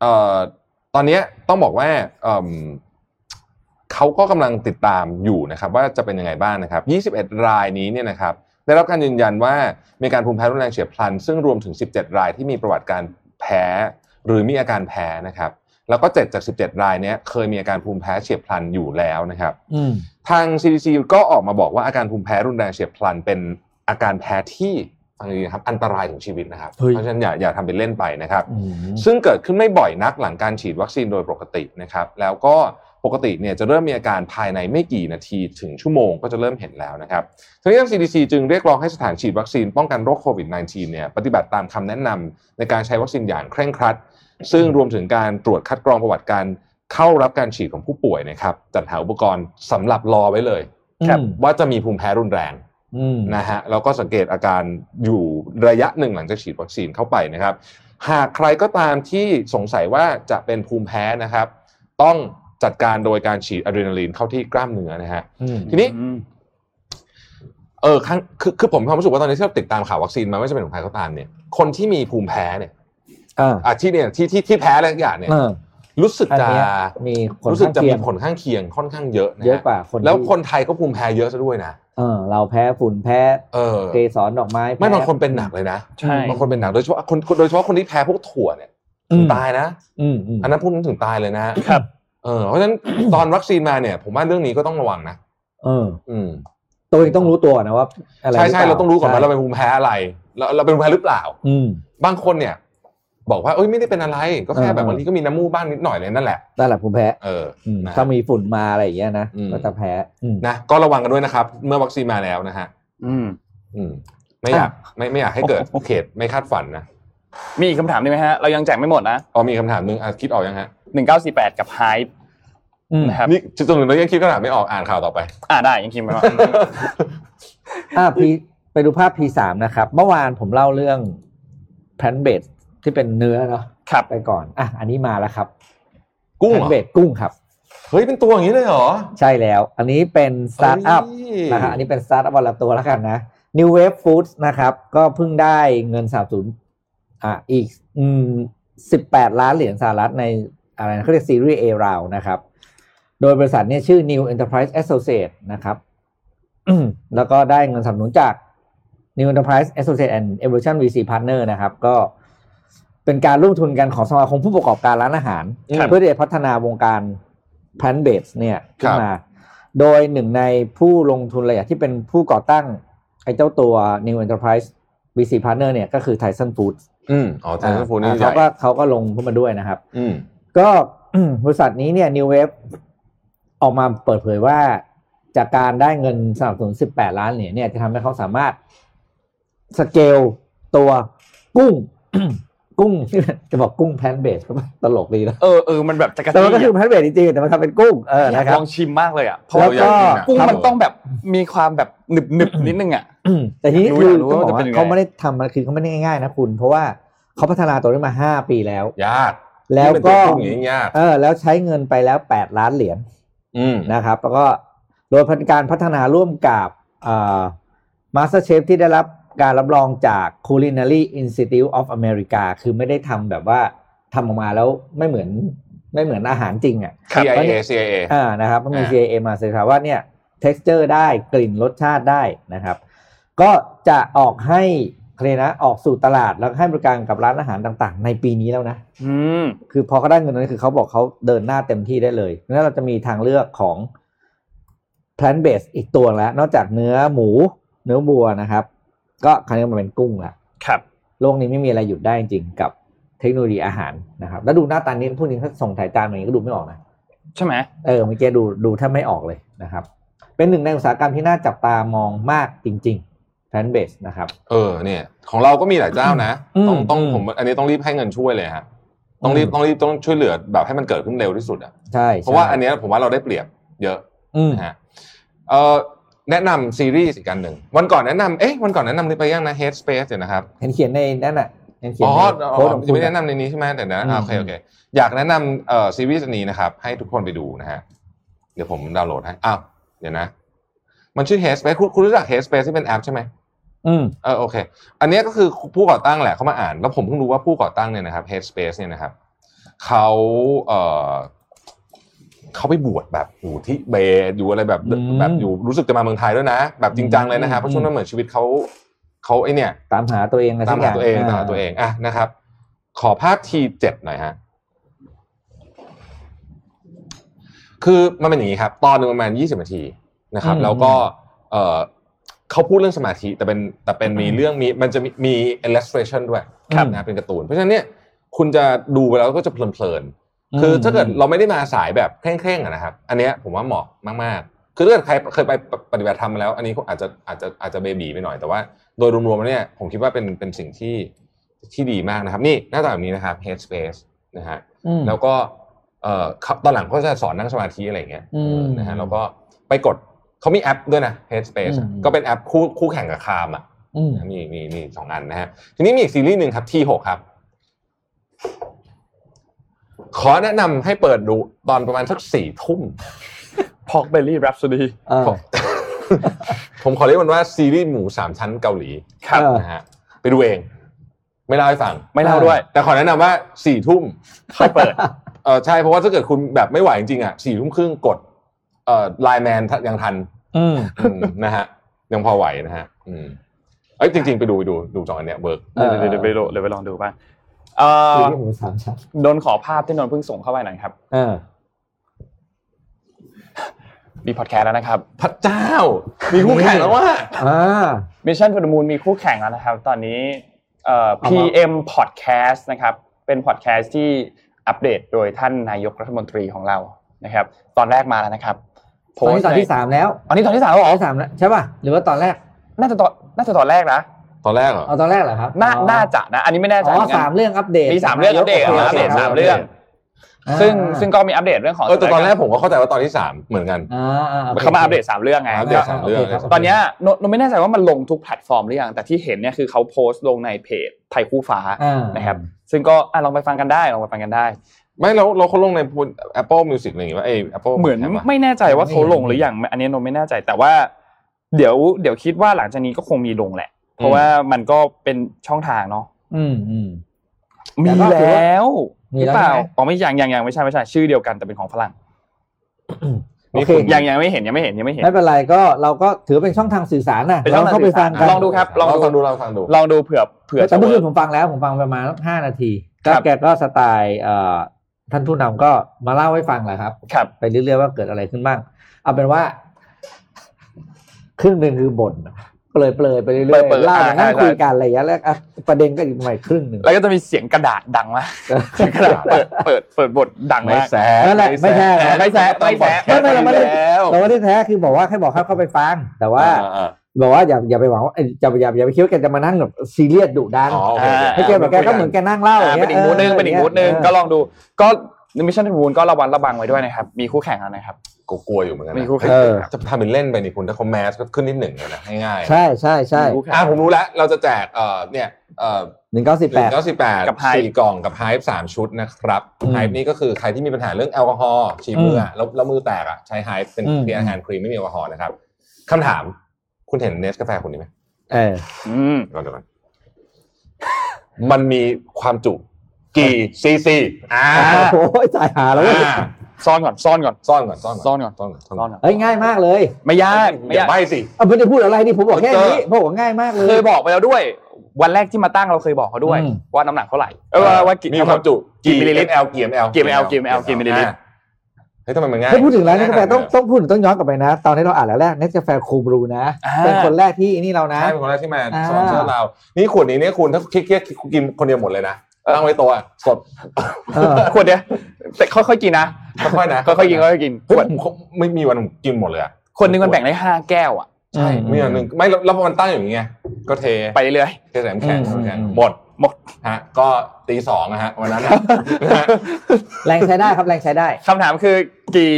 Speaker 3: เอ่อตอนเนี้ยต้องบอกว่าเอิ่มเขาก็กำลังติดตามอยู่นะครับว่าจะเป็นยังไงบ้างนะครับ 21 รายนี้เนี่ยนะครับได้รับการยืนยันว่ามีอาการภูมิแพ้รุนแรงเฉียบพลัน ซึ่งรวมถึง 17 รายที่มีประวัติการแพ้หรือมีอาการแพ้นะครับ แล้วก็ 7 จาก 17 รายเนี้ยเคยมีอาการภูมิแพ้เฉียบพลันอยู่แล้วนะครับ
Speaker 5: อืม
Speaker 3: ทาง CDC ก็ออกมาบอกว่าอาการภูมิแพ้รุนแรงเฉียบพลัน เป็นอาการแพ้ที่ฟังดีๆนะครับอันตรายถึงชีวิตนะครับ
Speaker 5: เฮ้ย
Speaker 3: เพราะฉะนั้นอย่าอย่าทำเป็นเล่นไปนะครับ
Speaker 5: อืม
Speaker 3: ซึ่งเกิดขึ้นไม่บ่อยนักหลังการฉีดวัคซีนโดยปกตินะครับ แล้วก็ปกติเนี่ยจะเริ่มมีอาการภายในไม่กี่นาทีถึงชั่วโมงก็จะเริ่มเห็นแล้วนะครับทั้งนี้ทาง CDC จึงเรียกร้องให้สถานฉีดวัคซีนป้องกันโรคโควิด -19 เนี่ยปฏิบัติตามคำแนะนำในการใช้วัคซีนอย่างเคร่งครัด ซึ่งรวมถึงการตรวจคัดกรองประวัติการเข้ารับการฉีดของผู้ป่วยนะครับจัดหาอุปกรณ์สำหรับรอไว้เลย
Speaker 5: ครับ
Speaker 3: ว่าจะมีภูมิแพ้รุนแรง
Speaker 5: อืม
Speaker 3: นะฮะแล้วก็สังเกตอาการอยู่ระยะหนึ่งหลังจากฉีดวัคซีนเข้าไปนะครับ หากใครก็ตามที่สงสัยว่าจะเป็นภูมิแพ้นะครับ ต้องจัดการโดยการฉีดอะดรีนาลีนเข้าที่กล้ามเนื้อนะฮะ
Speaker 5: อืม
Speaker 3: ทีนี้ เออครั้งคือคือผมมีความรู้สึกว่าตอนนี้ที่เราติดตามข่าววัคซีนมาไม่ว่าจะเป็นของใครก็ตามเนี่ยคนที่มีภูมิแพ้เนี่ย
Speaker 5: อ่า
Speaker 3: อาชีพเนี่ยที่ที่ที่แพ้อะไรทุกอย่างเนี่ย
Speaker 5: เออ
Speaker 3: รู้สึกจะ
Speaker 5: อันเนี้ยมีผล
Speaker 3: รู้สึกจะ
Speaker 5: ข้า
Speaker 3: มี
Speaker 5: งเคียง
Speaker 3: ผลข้างเคียงค่อนข้างเยอะนะฮะ
Speaker 5: เยอะกว่าคนที่
Speaker 3: แล้วคนไทยก็ภูมิแพ้เยอะซะด้วยนะ
Speaker 5: เออ เราแพ้ฝุ่นแพ้
Speaker 3: เออ
Speaker 5: เกสรดอกไม้
Speaker 3: ไม่
Speaker 5: แพ้
Speaker 3: บางคนเป็นหนักเลยนะ
Speaker 2: ใช่
Speaker 3: บางคนเป็นหนักโดยเฉพาะคนโดยเฉพาะคนที่แพ้พวกถั่วเนี่ย
Speaker 5: อืม
Speaker 3: ตายนะ
Speaker 5: อืมอืม
Speaker 3: อันนั้นพูดถึงตายเลยนะครับ เออเพราะฉะนั้น ตอนวัคซีนมาเนี่ย ผมว่าเรื่องนี้ก็ต้องระวังนะ
Speaker 5: เออ
Speaker 3: อืม
Speaker 5: ตัวเองต้องรู้ตัวนะว่า อะไร
Speaker 3: ใช่ใช่
Speaker 5: หปล่
Speaker 3: เราต้องรู้ก่อนว่าเรา
Speaker 5: ใช่
Speaker 3: เป็นภูมิแพ้อะไรเราเราเป็นภูมิแพ้หรือเปล่า
Speaker 5: อืม
Speaker 3: บางคนเนี่ย บอกว่าเอ้ยไม่ได้เป็นอะไร ก็แค่
Speaker 5: เออ
Speaker 3: แบบวันนี้ก็มีน้ำมูกบ้างนิดหน่อยเลยนั่นแหละ
Speaker 5: นั่นแหละผมแพ้
Speaker 3: เออ
Speaker 5: อืม
Speaker 3: นะ
Speaker 5: ถ้ามีฝุ่นมาอะไรอย่างเงี้ยนะ
Speaker 3: อืม
Speaker 5: ก็จะแพ้อืม
Speaker 3: นะก็ระวังกันด้วยนะครับ เมื่อวัคซีนมาแล้วนะฮะ
Speaker 2: อืม
Speaker 3: อืม ไม่อยากไม่ไม่อยากให้เกิด
Speaker 2: โอ้โห
Speaker 3: เขตไม่คาดฝันนะ
Speaker 2: มีอีกคำถามได้ไหมฮะ เรายังแจกไม่หมดนะ
Speaker 3: อ๋อมีคำถามหนึงอ่ะคิดออกยังฮะ
Speaker 2: 1948 กับ Hype
Speaker 5: อืม
Speaker 2: นะครับ
Speaker 3: นี่จุดตรงนึงเรายังคิดคำถามไม่ออกอ่านข่าวต่อไป
Speaker 2: อ่าได้ยังคิดไม่ว่า
Speaker 5: อ่าพีไปดูภาพ P สามนะครับ เมื่อวานผมเล่าเรื่องแพนเบดที่เป็นเนื้อเนาะ
Speaker 2: ครับ
Speaker 5: ไปก่อน อ่ะ อันนี้มาแล้วครับ
Speaker 3: กุ้ง
Speaker 5: แพ
Speaker 3: เหรอ
Speaker 5: นเบดกุ้งครับ
Speaker 3: เฮ้ยเป็นตัวอย่างนี้เลยเหรอ
Speaker 5: ใช่แล้ว อันนี้เป็นสตาร์ทอัพนะครับ อันนี้เป็นสตาร์ทอัพวันละตัวแล้วกันนะ New Wave Foods นะครับ ก็เพิ่งได้เงินสนับสนุนอ่ะอีกอืม18 ล้านเหรียญสหรัฐในอะไรนะเขาเรียกซีรีส์ A round นะครับ โดยบริษัทเนี่ยชื่อ New Enterprise Associate นะครับ แล้วก็ได้เงินสนับสนุนจาก New Enterprise Associate and Evolution VC Partner นะครับ ก็เป็นการร่วมทุนกันของสมาคมผู้ประกอบการร้านอาหาร
Speaker 3: ครับ
Speaker 5: เพื่อที่จะพัฒนาวงการ plant based เนี่ย
Speaker 3: ค
Speaker 5: ขึ้น
Speaker 3: รับ
Speaker 5: มา โดยหนึ่งในผู้ลงทุนรายใหญ่ที่เป็นผู้ก่อตั้งไอ้เจ้าตัว New Enterprise VC Partner เนี่ยก็คือ Tyson Foods
Speaker 3: อืมอ๋อไทยทันฟูนี่
Speaker 5: อ่า
Speaker 3: ใหญ่
Speaker 5: เขาก็เขาก็ลงเข้ามาด้วยนะครับ
Speaker 3: อืม
Speaker 5: ก็ บริษัทนี้เนี่ย New Wave ออกมาเปิดเผยว่า จากการได้เงินสนับสนุน 18 ล้านเหรียญเนี่ยจะทำให้เขาสามารถสเกลตัวกุ้ง กุ้ง จะบอกกุ้งแพนเบสก็ตลกดีนะ
Speaker 2: เออเออมันแบบจะกระ
Speaker 5: แต่
Speaker 2: ตี้
Speaker 5: มันก็คือแพนเบสจริงๆแต่มันทำเป็นกุ้งเอ
Speaker 2: อ
Speaker 5: อ
Speaker 2: ยา
Speaker 5: นะ
Speaker 2: ก
Speaker 5: ครั
Speaker 2: ล
Speaker 5: บ
Speaker 2: องชิมมากเลยอ่ะเพราะ
Speaker 5: แล้ว
Speaker 2: ว่า
Speaker 5: ก็
Speaker 2: กุ้ง
Speaker 3: ครับ
Speaker 2: มันต้องแบบมีความแบบหนึบหนึบๆนิดนึงอ่ะ
Speaker 5: แต่ทีนี้คือ
Speaker 2: อยากรู้
Speaker 5: ต้อง
Speaker 2: ว่า
Speaker 5: บอก
Speaker 2: จะเป็ยั
Speaker 5: ว่าน
Speaker 2: งไง
Speaker 5: เขาไม่ได้ทำมันคือเขาไม่ได้ง่ายๆนะคุณ เพราะว่าเขาพัฒนาตัวนี้มา 5 ปีแล้ว
Speaker 3: ยาก
Speaker 5: แล้ว
Speaker 3: นี่
Speaker 5: ก็
Speaker 3: เป็นตัวกุ้งอย่างนี้ยาก
Speaker 5: เออ แล้วใช้เงินไปแล้ว 8 ล้านเหรียญ
Speaker 3: อืม
Speaker 5: นะครับแล้วก็โดยการพัฒนาร่วมกับมาสเตอร์เชฟที่ได้รับการรับรองจาก Culinary Institute of America คือไม่ได้ทำแบบว่าทำออกมาแล้วไม่เหมือนไม่เหมือนอาหารจริงอ่ะ
Speaker 3: CIA
Speaker 5: เนี่ย
Speaker 3: CIA
Speaker 5: อ่านะครับมันมี
Speaker 3: อ่า
Speaker 5: CIA มาเสนอว่าเนี่ย texture ได้กลิ่นรสชาติได้นะครับ ก็จะออกให้เครยกนะออกสู่ตลาดแล้วก็ให้บริการกับร้านอาหารต่างๆ ในปีนี้แล้วนะ
Speaker 2: อืม
Speaker 5: คือพอเขาได้เงินตรงนี้คือเขาบอกเขาเดินหน้าเต็มที่ได้เลยนั้นเราจะมีทางเลือกของ plant based อีกตัวแล้ว นอกจากเนื้อหมู เนื้อบัวนะครับ ก็คราวนี้มันเป็นกุ้งละ
Speaker 2: ครับ
Speaker 5: โลกนี้ไม่มีอะไรหยุดได้จริงๆกับเทคโนโลยีอาหารนะครับ แล้วดูหน้าตานี้พูดจริงถ้าส่งถ่ายตามอย่างนี้ก็ดูไม่ออกนะ
Speaker 2: ใช่ไหม
Speaker 5: เออเมื่อกี้ดูดูแทบไม่ออกเลยนะครับ เป็นหนึ่งในอุตสาหกรรมที่น่าจับตามองมากจริงๆ plant based นะครับ
Speaker 3: เออเนี่ย ของเราก็มีหลายเจ้านะ
Speaker 5: อืม
Speaker 3: ต้องต้อง
Speaker 5: อืม
Speaker 3: ผมอันนี้ต้องรีบให้เงินช่วยเลยฮะต้องรีบ
Speaker 5: อืม
Speaker 3: ต้องรีบต้องช่วยเหลือแบบให้มันเกิดขึ้นเร็วที่สุดอ่ะ
Speaker 5: ใช่
Speaker 3: เพราะว่าอันเนี้ยผมว่าเราได้เปรียบเยอะ
Speaker 5: อืม
Speaker 3: นะฮะเออแนะนำซีรีส์อีกกันหนึ่งวันก่อนแนะนำเอ๊ะวันก่อนแนะนำนี่ไปยังนะ Head Space เนี่ยนะครับ
Speaker 5: เห็นเขียนในนั่นอ่ะเห็นเขียน
Speaker 3: อ๋อ
Speaker 5: ในโพสต์ของ
Speaker 3: ยั
Speaker 5: คุ
Speaker 3: ง
Speaker 5: ณ
Speaker 3: ไม่แนะ
Speaker 5: อะ
Speaker 3: นำในนี้ใช่ไหมแต่นะ
Speaker 5: อืม
Speaker 3: อ่าโอเคโอเคอยากแนะนำเอ่อซีรีส์อันนี้นะครับให้ทุกคนไปดูนะฮะเดี๋ยวผมดาวน์โหลดให้อ้าวเดี๋ยวนะ มันชื่อ Head Space คุณคุณรู้จัก Head Space ที่เป็นแอปใช่ไหม
Speaker 5: อืม
Speaker 3: เออโอเค อันเนี้ยก็คือผู้ก่อตั้งแหละเขามาอ่าน แล้วผมเพิ่งรู้ว่าผู้ก่อตั้งเนี่ยนะครับ Headspace เนี่ยนะครับเขาเออเขาไปบวชแบบอยู่ที่เบตอยู่อะไรแบบ
Speaker 5: อืม
Speaker 3: แบบอยู่รู้สึกจะมาเมืองไทยด้วยนะ แบบจริงจังเลยนะฮะ
Speaker 5: อืม
Speaker 3: เพราะช่วงนั้นเหมือนชีวิตเขาเขาไอเนี่ย
Speaker 5: ตามหาตัวเองอะไร
Speaker 3: ตา
Speaker 5: สั
Speaker 3: ม
Speaker 5: กอ
Speaker 3: หา
Speaker 5: ย่าง
Speaker 3: ตัวเองตามหาตัวเองอ่ะนะครับ ขอภาพทีเจ็ดหน่อยฮะคือมันเป็นอย่างนี้ครับ ตอนหนึงประมาณยี่สิบนาทีนะครับ
Speaker 5: อืม
Speaker 3: แล้วก็เออเขาพูดเรื่องสมาธิแต่เป็นแต่เป็นมีเรื่องมีมันจะมีมี illustration ด้วย
Speaker 5: ครับ
Speaker 3: นะเป็นการ์ตูน เพราะฉะนั้นเนี่ยคุณจะดูไปแล้วก็จะเพลิน
Speaker 5: อืม
Speaker 3: ๆคือถ้าเกิดเราไม่ได้มาสายแบบเคร่งๆอะนะครับ อันเนี้ยผมว่าเหมาะมากๆ คือถ้าเกิดใครเคยไปปฏิบัติธรรมมาแล้ว อันนี้ก็อาจจะอาจจะอาจจะเบบีไปหน่อยแต่ว่า โดยรวมๆแล้วเนี่ยผมคิดว่าเป็นเป็นสิ่งที่ที่ดีมากนะครับ นี่หน้าตาแบบนี้นะครับ Headspace นะฮะ
Speaker 5: อืม
Speaker 3: แล้วก็เอ่อครับตอนหลังเขาจะสอนนั่งสมาธิอะไรอย่างเงี้ย
Speaker 5: อืม
Speaker 3: เออนะฮะแล้วก็ไปกดเขามีแอปด้วยนะ Headspace อะ
Speaker 5: อืม
Speaker 3: ก็เป็นแอปคู่คู่แข่งกับคามอ่ะ
Speaker 5: อืม
Speaker 3: นะมีมีมีสองอันนะฮะทีนี้มีอีกซีรีส์หนึ่งครับที่หกครับ ขอแนะนำให้เปิดดูตอนประมาณสักสี่ทุ่ม
Speaker 2: พอกเบลลี่แรปซดี
Speaker 5: เออ
Speaker 3: ผม ผม ขอเรียกมันว่าซีรีส์หมูสามชั้นเกาหลี
Speaker 2: ครับ
Speaker 5: เออ
Speaker 3: นะฮะไปดูเอง ไม่เล่าให้ฟัง
Speaker 2: ไม่เล่าด้วย
Speaker 3: แต่ขอแนะนำว่าสี่ทุ่ม
Speaker 2: ค่อยเปิด
Speaker 3: เออใช่เพราะว่าถ้าเกิดคุณแบบไม่ไหวจริงๆอ่ะสี่ทุ่มครึ่งกดเอ่อไลน์แมนยังทัน
Speaker 5: อืม
Speaker 3: อืม นะฮะ ยังพอไหวนะฮะ อืมเอ้ยจริง ๆ ไปดูไปดูดูจองอันเนี้ยเบิร์ก
Speaker 5: เออ
Speaker 2: เดี๋ยวเดี๋ยวเดี๋ยวไปลองเดี๋ยวไปลองดูบ้างเอ่อ
Speaker 5: ซีรีส์หมูสามชั้น
Speaker 2: นนท์ขอภาพที่นนท์เพิ่งส่งเข้าไปหน่อยครับ
Speaker 5: เออ
Speaker 2: มีพอดแคสต์แล้วนะครับ
Speaker 3: พระเจ้า มีคู่แข่งแล้วว่า
Speaker 5: อ่า
Speaker 2: Mission to the Moon มีคู่แข่งแล้วนะครับ ตอนนี้เอ่อ
Speaker 5: เอามา
Speaker 2: PM Podcast นะครับ เป็นพอดแคสต์ที่อัปเดตโดยท่านนายกรัฐมนตรีของเรานะครับ ตอนแรกมาแล้วนะครับโพ
Speaker 5: ตอน
Speaker 2: สต์
Speaker 5: นี้ตอนที่สามแล้ว
Speaker 2: อันนี้ตอนที่สามแล้ว
Speaker 5: ต
Speaker 2: เหร
Speaker 5: อ
Speaker 2: อ
Speaker 5: นที่สามแล้วใช่ป่ะ หรือว่าตอนแรก
Speaker 2: น่าจะตอนน่าจะตอนแรกนะ
Speaker 3: ตอนแรกเหรอ
Speaker 5: เอาตอนแรกเหรอครับ
Speaker 2: น่า
Speaker 5: อ๋อ
Speaker 2: น่าจะนะ อันนี้ไม่แน่ใจ
Speaker 5: อ๋
Speaker 2: ห
Speaker 5: อน
Speaker 2: กัน
Speaker 5: สามเรื่องอัปเดต
Speaker 2: มีสามเรื่องอัปเดต
Speaker 5: โค
Speaker 2: อัปเดต
Speaker 5: โค
Speaker 2: สามเรื่อง
Speaker 5: า
Speaker 2: ซึ่งซึ่งก็มีอัปเดตเรื่องของ
Speaker 3: เออแต่ตอนแรกผมก็เข้าใจว่าตอนที่สามเหมือนกัน
Speaker 5: อ่าอ่โค
Speaker 2: เขามาอัปเดตสามเรื่องไง
Speaker 3: อัปเดตสามเรื่อง
Speaker 5: โคครับ
Speaker 2: ตอนเนี้ยนนนไม่แน่ใจว่ามันลงทุกแพลตฟอร์มหรือยัง แต่ที่เห็นเนี่ยคือเขาโพสต์ลงในเพจไทยคู่ฟ้า
Speaker 5: อ่า
Speaker 2: นะครับ ซึ่งก็อ่ะลองไปฟังกันได้ลองไปฟังกันได้
Speaker 3: ไม่เราเราเขาลงในพูด Apple Music อะไรอย่างเงี้ยว่าไอ้ Apple
Speaker 2: เหมือน
Speaker 3: แท็บะ
Speaker 2: ไม่แน่ใจว่าเขาลงหรือยังอันนี้นนไม่แน่ใจแต่ว่า เดี๋ยวเดี๋ยวคิดว่าหลังจากนี้ก็คงมีลงแหละ เพราะว่ามันก็เป็นช่องทางเนาะ
Speaker 5: อืมอืม
Speaker 2: มี
Speaker 5: แต่ก็ถือว่า
Speaker 2: แล้ว
Speaker 5: มี
Speaker 2: หรือ
Speaker 5: แล้ว
Speaker 2: เปล่า
Speaker 5: ใช่ไหม
Speaker 2: อ๋อไม่อย่างอย่างอย่างไม่ใช่ไม่ใช่ชื่อเดียวกันแต่เป็นของฝรั่ง
Speaker 5: โอเค
Speaker 2: ยังยังไม่เห็นยังไม่เห็นยังไม่เห็น
Speaker 5: ไม่เป็นไรก็เราก็ถือเป็นช่องทางสื่อสารนะ
Speaker 2: เป็นช่องทาง
Speaker 5: เข้าไปฟังกัน
Speaker 2: สื่สารลองดูครับ
Speaker 3: ลองฟังดูลองฟังดู
Speaker 2: ลองดูเผื่อเผื่อ
Speaker 5: แต่เมื่อ
Speaker 2: วิ
Speaker 5: คื
Speaker 2: ร์
Speaker 5: น
Speaker 2: ก
Speaker 5: ผมฟังแล้วผมฟังประมาณห้านาที
Speaker 2: ครั
Speaker 5: ก็
Speaker 2: บ
Speaker 5: แกก็สไตล์เอ่อท่านผู้นำก็มาเล่าให้ฟังแหละครับ
Speaker 2: ครับ
Speaker 5: ไปเรื่อยๆว่าเกิดอะไรขึ้นบ้าง เอาเป็นว่า ครึ่งหนึ่งคือบ่นเปลยเปลยๆไปเรื่อย
Speaker 2: เปรย
Speaker 5: ๆ
Speaker 2: ๆ
Speaker 5: เล่า
Speaker 2: อ่า
Speaker 5: นั่ง
Speaker 2: ได้
Speaker 5: คุยกันอะไรอย่างเงี้ยแล้วอ่ะประเด็นก็อีกใหม่ครึ่งหนึ่ง
Speaker 2: แล้วก็จะมีเสียงกระดาษดังมากเสียงกระดาษเปิดเปิดเปิดบทดัง
Speaker 3: ไม่
Speaker 2: มาก
Speaker 3: แสบ
Speaker 5: นั่นแหละไม่แท้นะ
Speaker 2: ไม่แซะไม่แซะ
Speaker 5: ไม่ไม่เราไม่ได้
Speaker 3: แล้ว
Speaker 5: เราไม่ได้แท้คือบอกว่าแค่บอกให้เข้าไปฟัง แต่ว่า
Speaker 3: อ่
Speaker 5: บอกว่าอย่าอย่าไปหวังว่าเอ้ยอย่าอย่าอย่าไปคิดว่าแกจะมานั่งแบบซีเรียสดุดัน
Speaker 3: อ๋อโอเคโอเค
Speaker 5: ให้แกแบบแกก็เหมือนแกนั่งเล่าย่าง
Speaker 2: อ่า
Speaker 5: งี้
Speaker 2: เป็
Speaker 5: ย
Speaker 2: นอีกมูดนึงเป็นอีกมูดนึง
Speaker 5: เออ
Speaker 2: ก็ลองดูก็มิชชั่นทูมูนก็ระวังระวังไว้ด้วยนะครับ มีคู่แข่งแล้วนะครับ
Speaker 3: ก็กลัวอยู่เหมือนกัน
Speaker 2: มี
Speaker 3: นะ
Speaker 2: คู่แข่ง
Speaker 5: เออ
Speaker 3: จะทำเป็นเล่นไปนี่คุณถ้าเขาแมสก็ขึ้นนิดหนึ่งเลยนะง่ายๆ
Speaker 5: ใช่ใช่ใช่
Speaker 2: มีคู่แข่ง
Speaker 3: อ่ะผมรู้แล้วเราจะแจกเอ่อเนี่ยเอ่อ
Speaker 5: หนึ่งเก้าสิบแปด
Speaker 3: เก้าสิบแปด
Speaker 2: กับ Hype
Speaker 3: สี่กล่องกับไฮป์สามชุดนะครับ
Speaker 5: อืม
Speaker 3: ไฮป์นี่ก็คือใครที่มีปัญหาเรื่องแอลกอฮอล์ฉีดมืออะแล้วแล้วมือแตกอ่ะใช้ไฮป์เป็น
Speaker 5: อืม
Speaker 3: เป็นอาหารครีมไม่มีแอลกอฮอล์นะครับคำถามคุณเห็นเนสกาแฟคุณนี้ไหม
Speaker 5: เออ
Speaker 2: อืม
Speaker 3: ก่อนเดี๋ยวก่อนมันมีความจุกี่ซีซีอ่า
Speaker 5: โอ้ยสายหาแล้วเว้ย
Speaker 3: อ่า
Speaker 2: ซ่อนก่อนซ่อนก่อน
Speaker 3: ซ่อนก่อนซ่อน
Speaker 2: ซ่
Speaker 3: ก่
Speaker 2: อ
Speaker 3: อน
Speaker 2: นก่อน
Speaker 3: ซ่อนก่อนซ่อน
Speaker 2: ซ่
Speaker 3: ก่
Speaker 2: อ
Speaker 3: อน น
Speaker 2: ก่อน
Speaker 5: เอ้ยง่ายมากเลย
Speaker 2: ไม่ยาก
Speaker 3: อย่า
Speaker 2: ไม่า
Speaker 3: ย
Speaker 2: ก
Speaker 3: ใบสิ
Speaker 5: เอาไม่ได้พูดอะไรนี่ผมบอกแค่นี้
Speaker 3: เออ
Speaker 5: ผมบอกว่าง่ายมากเลย
Speaker 2: เคยบอกไปแล้วด้วย วันแรกที่มาตั้งเราเคยบอกเขาด้วย
Speaker 5: อืม
Speaker 2: ว่าน้ำหนักเท่าไหร่เออว่าว่ากี่
Speaker 3: มีความจุ
Speaker 2: กี่มิลลิลิตร
Speaker 3: แอลกี่แอล
Speaker 2: กี่ ml กี่ ml กี่มิลลิลิตร
Speaker 3: เฮ้ยทำไมมันง่าย
Speaker 5: ถ้าพูดถึงร้านกาแฟต้องต้องพูดถึงต้องย้อนกลับไปนะ ตอนที่เราอ่านแล้วแรกเนสกาแฟคูบรูนะ
Speaker 2: อ่า
Speaker 5: เป็นคนแรกที่นี่เรานะ
Speaker 3: ใช่เป็นคนแรกที่มา
Speaker 5: อ่า
Speaker 3: สปอนเซอร์เรานี่ขวดนี้เนี่ยคุณถ้าคิดเครียดกินคนเดียวหมดเลยนะตั้งไว้โต๊ะอะสด
Speaker 5: เออ
Speaker 2: ขวดเดียวแต่ค่อยๆกินนะ
Speaker 3: ค่อยๆนะ
Speaker 2: ค่อยๆกินค่อยๆกินข
Speaker 3: เฮ้ยว
Speaker 2: ด
Speaker 3: ผมผมไม่มีวันผมกินหมดเลยอะ
Speaker 2: คนหนึงมันแบ่งได้ห้าแก้วอ่ะ
Speaker 3: ใช่
Speaker 5: อืม
Speaker 3: มีอันหนึ่งไม่แล้วแล้วพอมันตั้งอย่างเงี้ยก็เท
Speaker 2: ไปเรื่อย
Speaker 3: เทใส่น้ำแข็ง
Speaker 5: อืม
Speaker 3: ใส่น้ำแข็ง
Speaker 5: อืม
Speaker 3: หมด
Speaker 2: หมด
Speaker 3: ฮะ ก็ตีสองนะฮะวันนั้นนะ
Speaker 5: แรงใช้ได้ครับแรงใช้ได้
Speaker 2: ๆคำถามคือกี่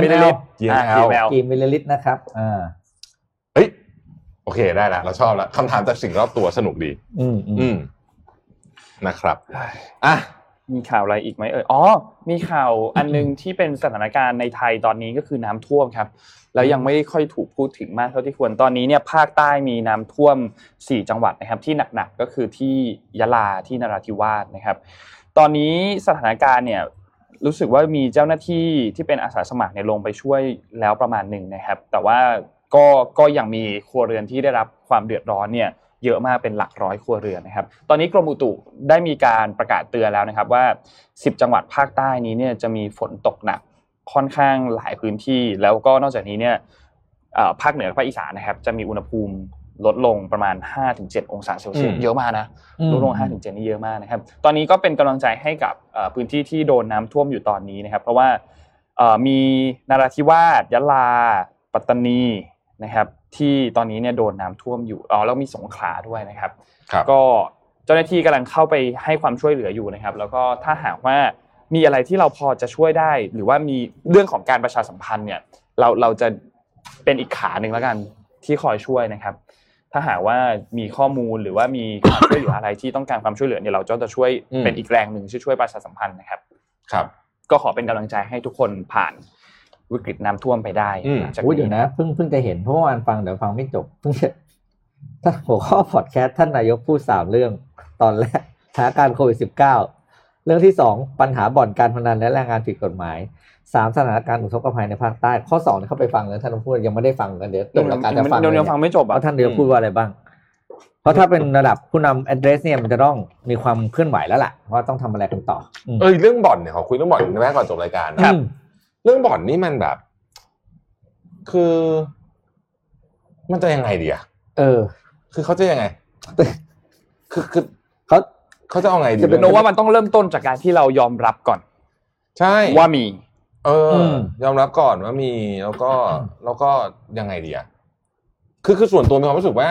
Speaker 5: ML
Speaker 2: มิลลิลิตรอ่ากี่ ml
Speaker 5: กี่มิลลิลิตรนะครับอ่า
Speaker 3: เฮ้ยโอเคได้ละเราชอบละคำถามจากสิ่งรอบตัวสนุกดี
Speaker 5: อืมอืม
Speaker 3: อืมนะครับอ่ะ
Speaker 2: มีข่าวอะไรอีกไหมเอ่ย อ๋อ มีข่าวอันหนึงที่เป็นสถานการณ์ในไทยตอนนี้ก็คือน้ำท่วมครับ แล้วยังไม่ค่อยถูกพูดถึงมากเท่าที่ควร ตอนนี้เนี่ยภาคใต้มีน้ำท่วม 4 จังหวัดนะครับ ที่หนักๆก็คือที่ยะลาที่นราธิวาสนะครับ ตอนนี้สถานการณ์เนี่ยรู้สึกว่ามีเจ้าหน้าที่ที่เป็นอาสาสมัครเนี่ยลงไปช่วยแล้วประมาณหนึ่งนะครับ แต่ว่าก็ก็ยังมีครัวเรือนที่ได้รับความเดือดร้อนเนี่ยเยอะมากเป็นหลักร้อยครัวเรือนนะครับ ตอนนี้กรมอุตุได้มีการประกาศเตือนแล้วนะครับว่า 10 จังหวัดภาคใต้นี้เนี่ยจะมีฝนตกหนักค่อนข้างหลายพื้นที่ แล้วก็นอกจากนี้เนี่ยเอ่อภาคเหนือกับภาคอีสานนะครับจะมีอุณหภูมิลดลงประมาณ 5-7 องศาเซลเซียสเยอะมากนะ ลดลง5ถึง7นี่เยอะมากนะครับ ตอนนี้ก็เป็นกำลังใจให้กับเอ่อพื้นที่ที่โดนน้ำท่วมอยู่ตอนนี้นะครับ เพราะว่าเอ่อมีนราธิวาสยะลา ปัตตานีนะครับ ที่ตอนนี้เนี่ยโดนน้ำท่วมอยู่อ๋อแล้วมีสงขลาด้วยนะครับ
Speaker 3: ครับ
Speaker 2: ก็เจ้าหน้าที่กำลังเข้าไปให้ความช่วยเหลืออยู่นะครับ แล้วก็ถ้าหากว่ามีอะไรที่เราพอจะช่วยได้ หรือว่ามีเรื่องของการประชาสัมพันธ์เนี่ยเราเราจะเป็นอีกขาหนึ่งแล้วกันที่คอยช่วยนะครับ ถ้าหากว่ามีข้อมูลหรือว่ามีความช่วยเหลืออะไรที่ต้องการความช่วยเหลือเนี่ยเราก็จะช่วยเป็นอีกแรงหนึ่งช่วยช่วยประชาสัมพันธ์นะครับ
Speaker 3: ครับ
Speaker 2: ก็ขอเป็นกำลังใจให้ทุกคนผ่านวิกฤตน้ำท่วมไปได้หลังจาก
Speaker 5: อุ้ยเดี๋ยวนะเพิ่งเพิ่งจะเห็นเพราะเมื่อวานฟังเดี๋ยวฟังไม่จบเพิ่งจะท่านหัวข้อพอดแคสต์ท่านนายกพูดสามเรื่อง ตอนแรก สถานการณ์โควิดสิบเก้าเรื่องที่สองปัญหาบ่อนการพนันและแรงงานผิดกฎหมายสามสถานการณ์อุทกภัยในภาคใต้ ข้อสองเนี่ยเข้าไปฟังเลยท่านพูดยังไม่ได้ฟังกันเดี๋ยวจบรายการจะฟัง
Speaker 2: เดี๋ยวเดี๋ยวฟังไม่จบอ่ะ
Speaker 5: ว่าท่านนายกพูดว่าอะไรบ้าง เพราะถ้าเป็นระดับผู้นำ address เนี่ยมันจะต้องมีความเคลื่อนไหวแล้วล่ะว่าต้องทำอะไรกันต่ออืม
Speaker 3: เอ้ยเรื่องบ่อนเนี่ยขอคุยเรื่องบ่อนได้ไหมก่อนจบรายการนะ
Speaker 5: อืม
Speaker 3: เรื่องบ่อนนี่มันแบบ คือ มันจะยังไงดีอะ
Speaker 5: เออ
Speaker 3: คือเขาจะยังไง คือคือ
Speaker 5: เขา
Speaker 3: เขาจะเอาไงดี
Speaker 5: จะเป็น
Speaker 2: โนว่ามันต้องเริ่มต้นจากการที่เรายอมรับก่อน
Speaker 3: ใช่
Speaker 2: ว่ามี
Speaker 3: เอออ
Speaker 5: ม
Speaker 3: ยอมรับก่อนว่ามี แล้วก็แล้วก็ยังไงดีอะคือคือส่วนตัวมีความรู้สึกว่า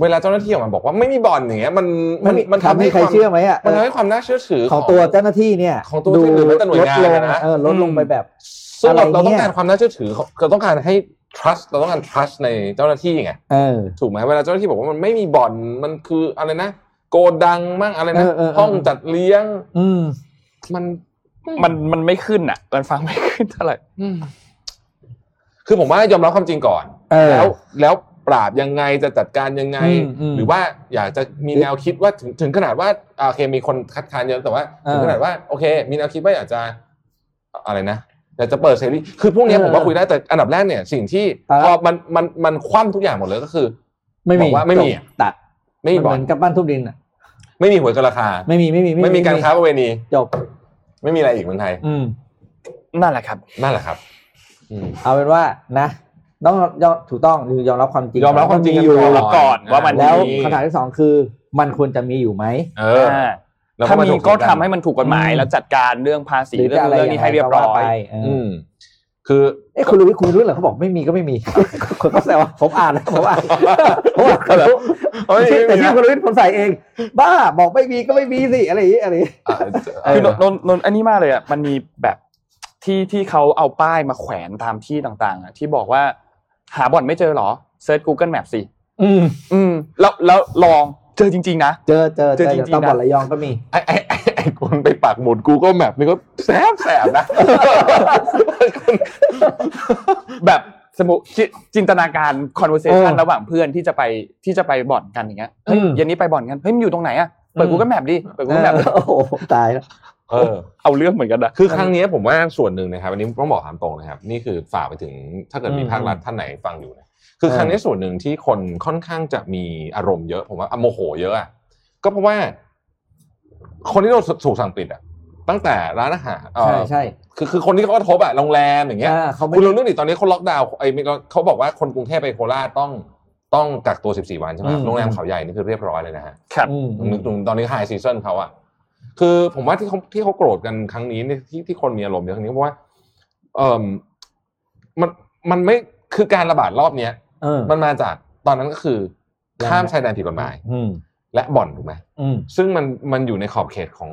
Speaker 3: เวลาเจ้าหน้าที่ออกมาบอกว่าไม่มีบ่อนอย่างเงี้ยมันมันมัน
Speaker 5: ทำให้ใคร
Speaker 3: วาม
Speaker 5: เชื่อไหมอ่ะ
Speaker 3: มันทำให้ความน่าเชื่อถือ
Speaker 5: ของตัวเจ้าหน้าที่เนี่ย
Speaker 3: ของตัวที่เหลือไม่แต่หน่วยงาน
Speaker 5: ลดล
Speaker 3: นะ
Speaker 5: เออลดลงไปแบบ
Speaker 3: ซึ่งเรา
Speaker 5: อะไรเนี่ย
Speaker 3: เราต้องการความน่าเชื่อถือเขาเราต้องการให้ trust เราต้องการ trust ในเจ้าหน้าที่ไง
Speaker 5: เออ
Speaker 3: ถูกไหมเวลาเจ้าหน้าที่บอกว่ามันไม่มีบ่อนมันคืออะไรนะ โกดังมั่งอะไรนะ
Speaker 5: เออเออเออ
Speaker 3: ห้องจัดเลี้ยง
Speaker 5: อืม
Speaker 3: มัน
Speaker 2: มันมันไม่ขึ้นอ่ะมันฟังไม่ขึ้นเท่าไหร่
Speaker 3: อืมคือผมว่ายอมรับความจริงก่อน
Speaker 5: เออ
Speaker 3: แล้วแล้วปราบยังไงจะจัดการยังไง
Speaker 5: อืมอืม
Speaker 3: หรือว่าอยากจะมีแนวคิดว่าถึงถึงขนาดว่าอ่าโอเคมีคนคัดค้านเยอะแต่ว่า
Speaker 5: เออ
Speaker 3: ถึงขนาดว่าโอเค มีแนวคิดว่าอยากจะอะไรนะ อยากจะเปิดเสรีคือพวกเนี้ย
Speaker 4: เอ
Speaker 3: ผ
Speaker 4: อ
Speaker 3: มว่าคุยได้แต่อันดับแรกเนี่ยสิ่งที่
Speaker 5: ตอนแรก
Speaker 3: พอมันมันมันคว่ำทุกอย่างหมดเลยก็คือ
Speaker 5: ไม่
Speaker 3: บ
Speaker 5: มี
Speaker 3: อกว่าไม่มี
Speaker 5: จบตัด
Speaker 3: ไม่มี
Speaker 5: น
Speaker 3: บ่อ
Speaker 5: เห
Speaker 3: น
Speaker 5: มือนกับปั้นทุบดินอ่ะ
Speaker 3: ไม่มีหวยเกินราคา
Speaker 5: ไม่มีไม่มี
Speaker 3: ไม่มีการค้าประเวณี
Speaker 5: จบ
Speaker 3: ไม่มีอะไรอีกเมืองไทย
Speaker 5: อืม
Speaker 2: นั่นแหละครับ
Speaker 3: นั่นแหละครับอืม
Speaker 5: เอาเป็นว่านะต้องยอมถูกต้องคือยอมรับความจริง
Speaker 3: ยอมรับความจริง
Speaker 5: นอยู่
Speaker 3: ยอมรับก่อน
Speaker 2: ว่ามัน
Speaker 5: แล้ว
Speaker 3: มี
Speaker 5: คำถามที่สองคือมันควรจะมีอยู่ไหม
Speaker 3: เออ
Speaker 2: อ่า
Speaker 3: แล้ว
Speaker 2: ถ้ามี
Speaker 3: ถ
Speaker 2: ก็
Speaker 3: น
Speaker 2: ทำให้มันถูกกฎหมาย
Speaker 5: อืม
Speaker 2: แล้วจัดการเรื่องภาษี
Speaker 5: หรือ
Speaker 2: เรื่อ
Speaker 5: จะ
Speaker 2: ง
Speaker 5: อะไร
Speaker 2: เรื่องนี้ให้เรียบร้อ
Speaker 5: างไก็ว่าไป
Speaker 2: ย
Speaker 5: เอ
Speaker 3: อืม
Speaker 5: อ
Speaker 3: คือ
Speaker 5: เอ้ยคุณรู้วิคุณรู้เหรอเขาบอกไม่มีก็ไม่มี คนก็แซวว่าผมอ่านนะผมอ่าน ผมอ่าน
Speaker 3: เหรอเฮ้ย
Speaker 5: แต่ที่
Speaker 3: ไม่มีนะ
Speaker 5: แต่ที่คุณรู้วิผมใส่เอง บ้าบอกไม่มีก็ไม่มีสิอะไรอย่างงี้อะไรอย่างงี้
Speaker 3: อ่ะ
Speaker 5: เออ
Speaker 2: คือนนนนนอันนี้มากเลยอ่ะมันมีแบบที่ที่เขาเอาป้ายมาแขวนตามที่ต่างๆอ่ะที่บอกว่าหาบ่อนไม่เจอเหรอเซิร์ช Google Map สิ
Speaker 5: อืม
Speaker 2: อืม แล้วแล้วลองเจอจริง ๆ นะ
Speaker 5: เจอเจอเจอ
Speaker 2: เจอจริงๆนะ
Speaker 5: ตำบลระยองก็มี
Speaker 3: ไอ้ไอ้ไอ้ไอ้คนไปปักหมุดกูก็แบบนี่ก็แสบแสบนะ
Speaker 2: แบบสมมุจิจินตนาการ conversation
Speaker 5: เออ
Speaker 2: ระหว่างเพื่อนที่จะไปที่จะไปบ่อนกันอย่างเงี้ยเฮ้ย
Speaker 5: อืม
Speaker 2: เย็นนี้ไปบ่อนกันเฮ้ยมันอยู่ตรงไหนอ่ะเปิด Google Map ดิเปิด Google Map
Speaker 5: เออโอ้โห ตายแล้ว
Speaker 3: เออ
Speaker 2: เอาเรื่องเหมือนกันนะ
Speaker 3: คือครั้งนี้ผมว่าส่วนหนึ่งนะครับอันนี้ต้องบอกถามตรงนะครับ นี่คือฝากไปถึงถ้าเกิดมีภาครัฐท่านไหนฟังอยู่นะคือครั้งนี้ส่วนหนึ่งที่คนค่อนข้างจะมีอารมณ์เยอะผมว่าอ่ะโมโหเยอะอะก็เพราะว่า คนที่โดนถูกสั่งปิดอะตั้งแต่ร้านอาหารเอ่อ
Speaker 5: ใช่ใช่
Speaker 3: คือคือคนที่เขากระทบอะโรงแรมอย่างเงี้ย
Speaker 5: อ่าเขาไม่
Speaker 3: คุณลองนึกดิตอนนี้เขาล็อกดาวน์ไอ้ไม่ก็เขาบอกว่าคนกรุงเทพไปโคราชต้องต้องกักตัว 14 วันใช่ไหมโรงแรมเขาใหญ่นี่คือเรียบร้อยเลยนะฮะ
Speaker 5: อืม
Speaker 3: นึกถึงตอนนี้ไฮซีซั o นเขาอะคือผมว่าที่เขาที่เขาโกรธกันครั้งนี้เนี่ยที่ที่คนมีอารมณ์เยอะครั้งนี้เพราะว่าเออมันมันไม่คือการระบาดรอบเนี้ย
Speaker 5: เออ
Speaker 3: มันมาจากตอนนั้นก็คือ ข้าม
Speaker 5: ยังไง
Speaker 3: ชายแดนผิดกฎหมาย
Speaker 5: อืม
Speaker 3: และบ่อนถูกไหม
Speaker 5: อืม
Speaker 3: ซึ่งมันมันอยู่ในขอบเขตของ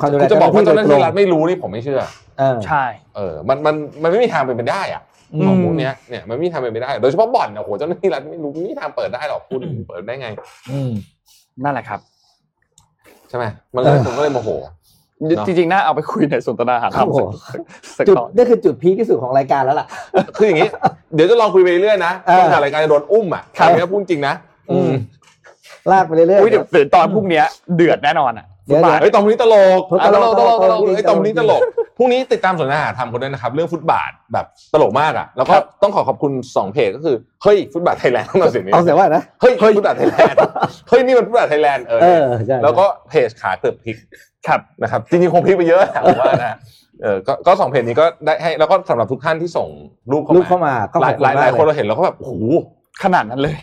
Speaker 5: ความดูแล
Speaker 3: จะบอกว่า
Speaker 5: เจ้า
Speaker 3: เจ้า
Speaker 5: ห
Speaker 3: หน้า
Speaker 5: น้าที่โดยตรง
Speaker 3: ที่รัฐไม่รู้นี่ผมไม่เชื่อ
Speaker 5: เออ
Speaker 2: ใช่
Speaker 3: เออมันมันมันไม่มีทางเป็นไปได้อะ
Speaker 5: อืม
Speaker 3: ของพวกเนี้ยเนี่ยมันไม่มีทางเป็นไปได้ โดยเฉพาะบ่อนเนี่ยโอ้โหเจ้าหน้าที่รัฐไม่รู้ไม่มีทางเปิดได้หรอกคุณเปิดได้ไง
Speaker 5: อืม
Speaker 2: นั่นแหละครับ
Speaker 3: ใช่ไหมมันเลย
Speaker 5: เออ
Speaker 3: ผมก็เลยโมโห เนอะ
Speaker 2: จริงๆน่าเอาไปคุยในสนทนาหาธรรม
Speaker 5: โอ้โห
Speaker 2: สักสัก
Speaker 5: จุด
Speaker 2: ตอน
Speaker 5: นี่คือจุดพีคที่สุดของรายการแล้วล่ะ
Speaker 3: คืออย่างนี้ เดี๋ยวจะลองคุยไปเรื่อยๆนะ
Speaker 5: เออ
Speaker 3: ต้องถ่ายรายการจะโดนอุ้มอ่ะ
Speaker 5: ครับ
Speaker 3: อันนี้พูดจริงนะ
Speaker 5: อืม ลากไปเรื่อย
Speaker 2: อุ้ยเดี๋ยวเดี๋ยวตอนพรุ่งเนี้ยเดือดแน่นอนอ่ะ
Speaker 5: ๆเดี๋ยว
Speaker 3: เฮ้ยตอนนี้ตลก
Speaker 5: ตลก
Speaker 3: อ่ะตลกตลกตลก
Speaker 5: ตลก
Speaker 3: เฮ้ยตอนนี้
Speaker 5: ต
Speaker 3: ต
Speaker 5: ล
Speaker 3: ล
Speaker 5: ก
Speaker 3: กพรุ่งนี้ติดตามสนทนาทำกันด้วยนะครับ เรื่องฟุตบาทแบบตลกมากอ่ะ แล้วก็
Speaker 2: ครับ
Speaker 3: ต้องขอขอบคุณสองเพจก็คือเฮ้ยฟุตบาทไทยแลนด์ของเราเสียงนี้
Speaker 5: เอาเสียว่านะ
Speaker 3: เฮ้ยเฮ้ยฟุตบาทไทยแลนด์เฮ้ยนี่มันฟุตบาทไทยแลนด์เออ
Speaker 5: เออใช่
Speaker 3: แล้วก็เพจขาเกือบพลิก
Speaker 2: ครับ
Speaker 3: นะครับจริงๆคงพลิกไปเยอะแหละผมว่านะเออก็ก็สองเพจนี้ก็ได้ให้แล้วก็สำหรับทุกท่านที่ส่งรูปเข้า
Speaker 5: รูป
Speaker 3: มา
Speaker 5: เข้ามาก็
Speaker 3: ห
Speaker 5: ข
Speaker 3: ลา
Speaker 5: อย บคุณ
Speaker 3: หลายหลาย
Speaker 5: มก
Speaker 3: คนเราเห็นเราก็แบบโอ้โห
Speaker 2: ขนาดนั้นเลย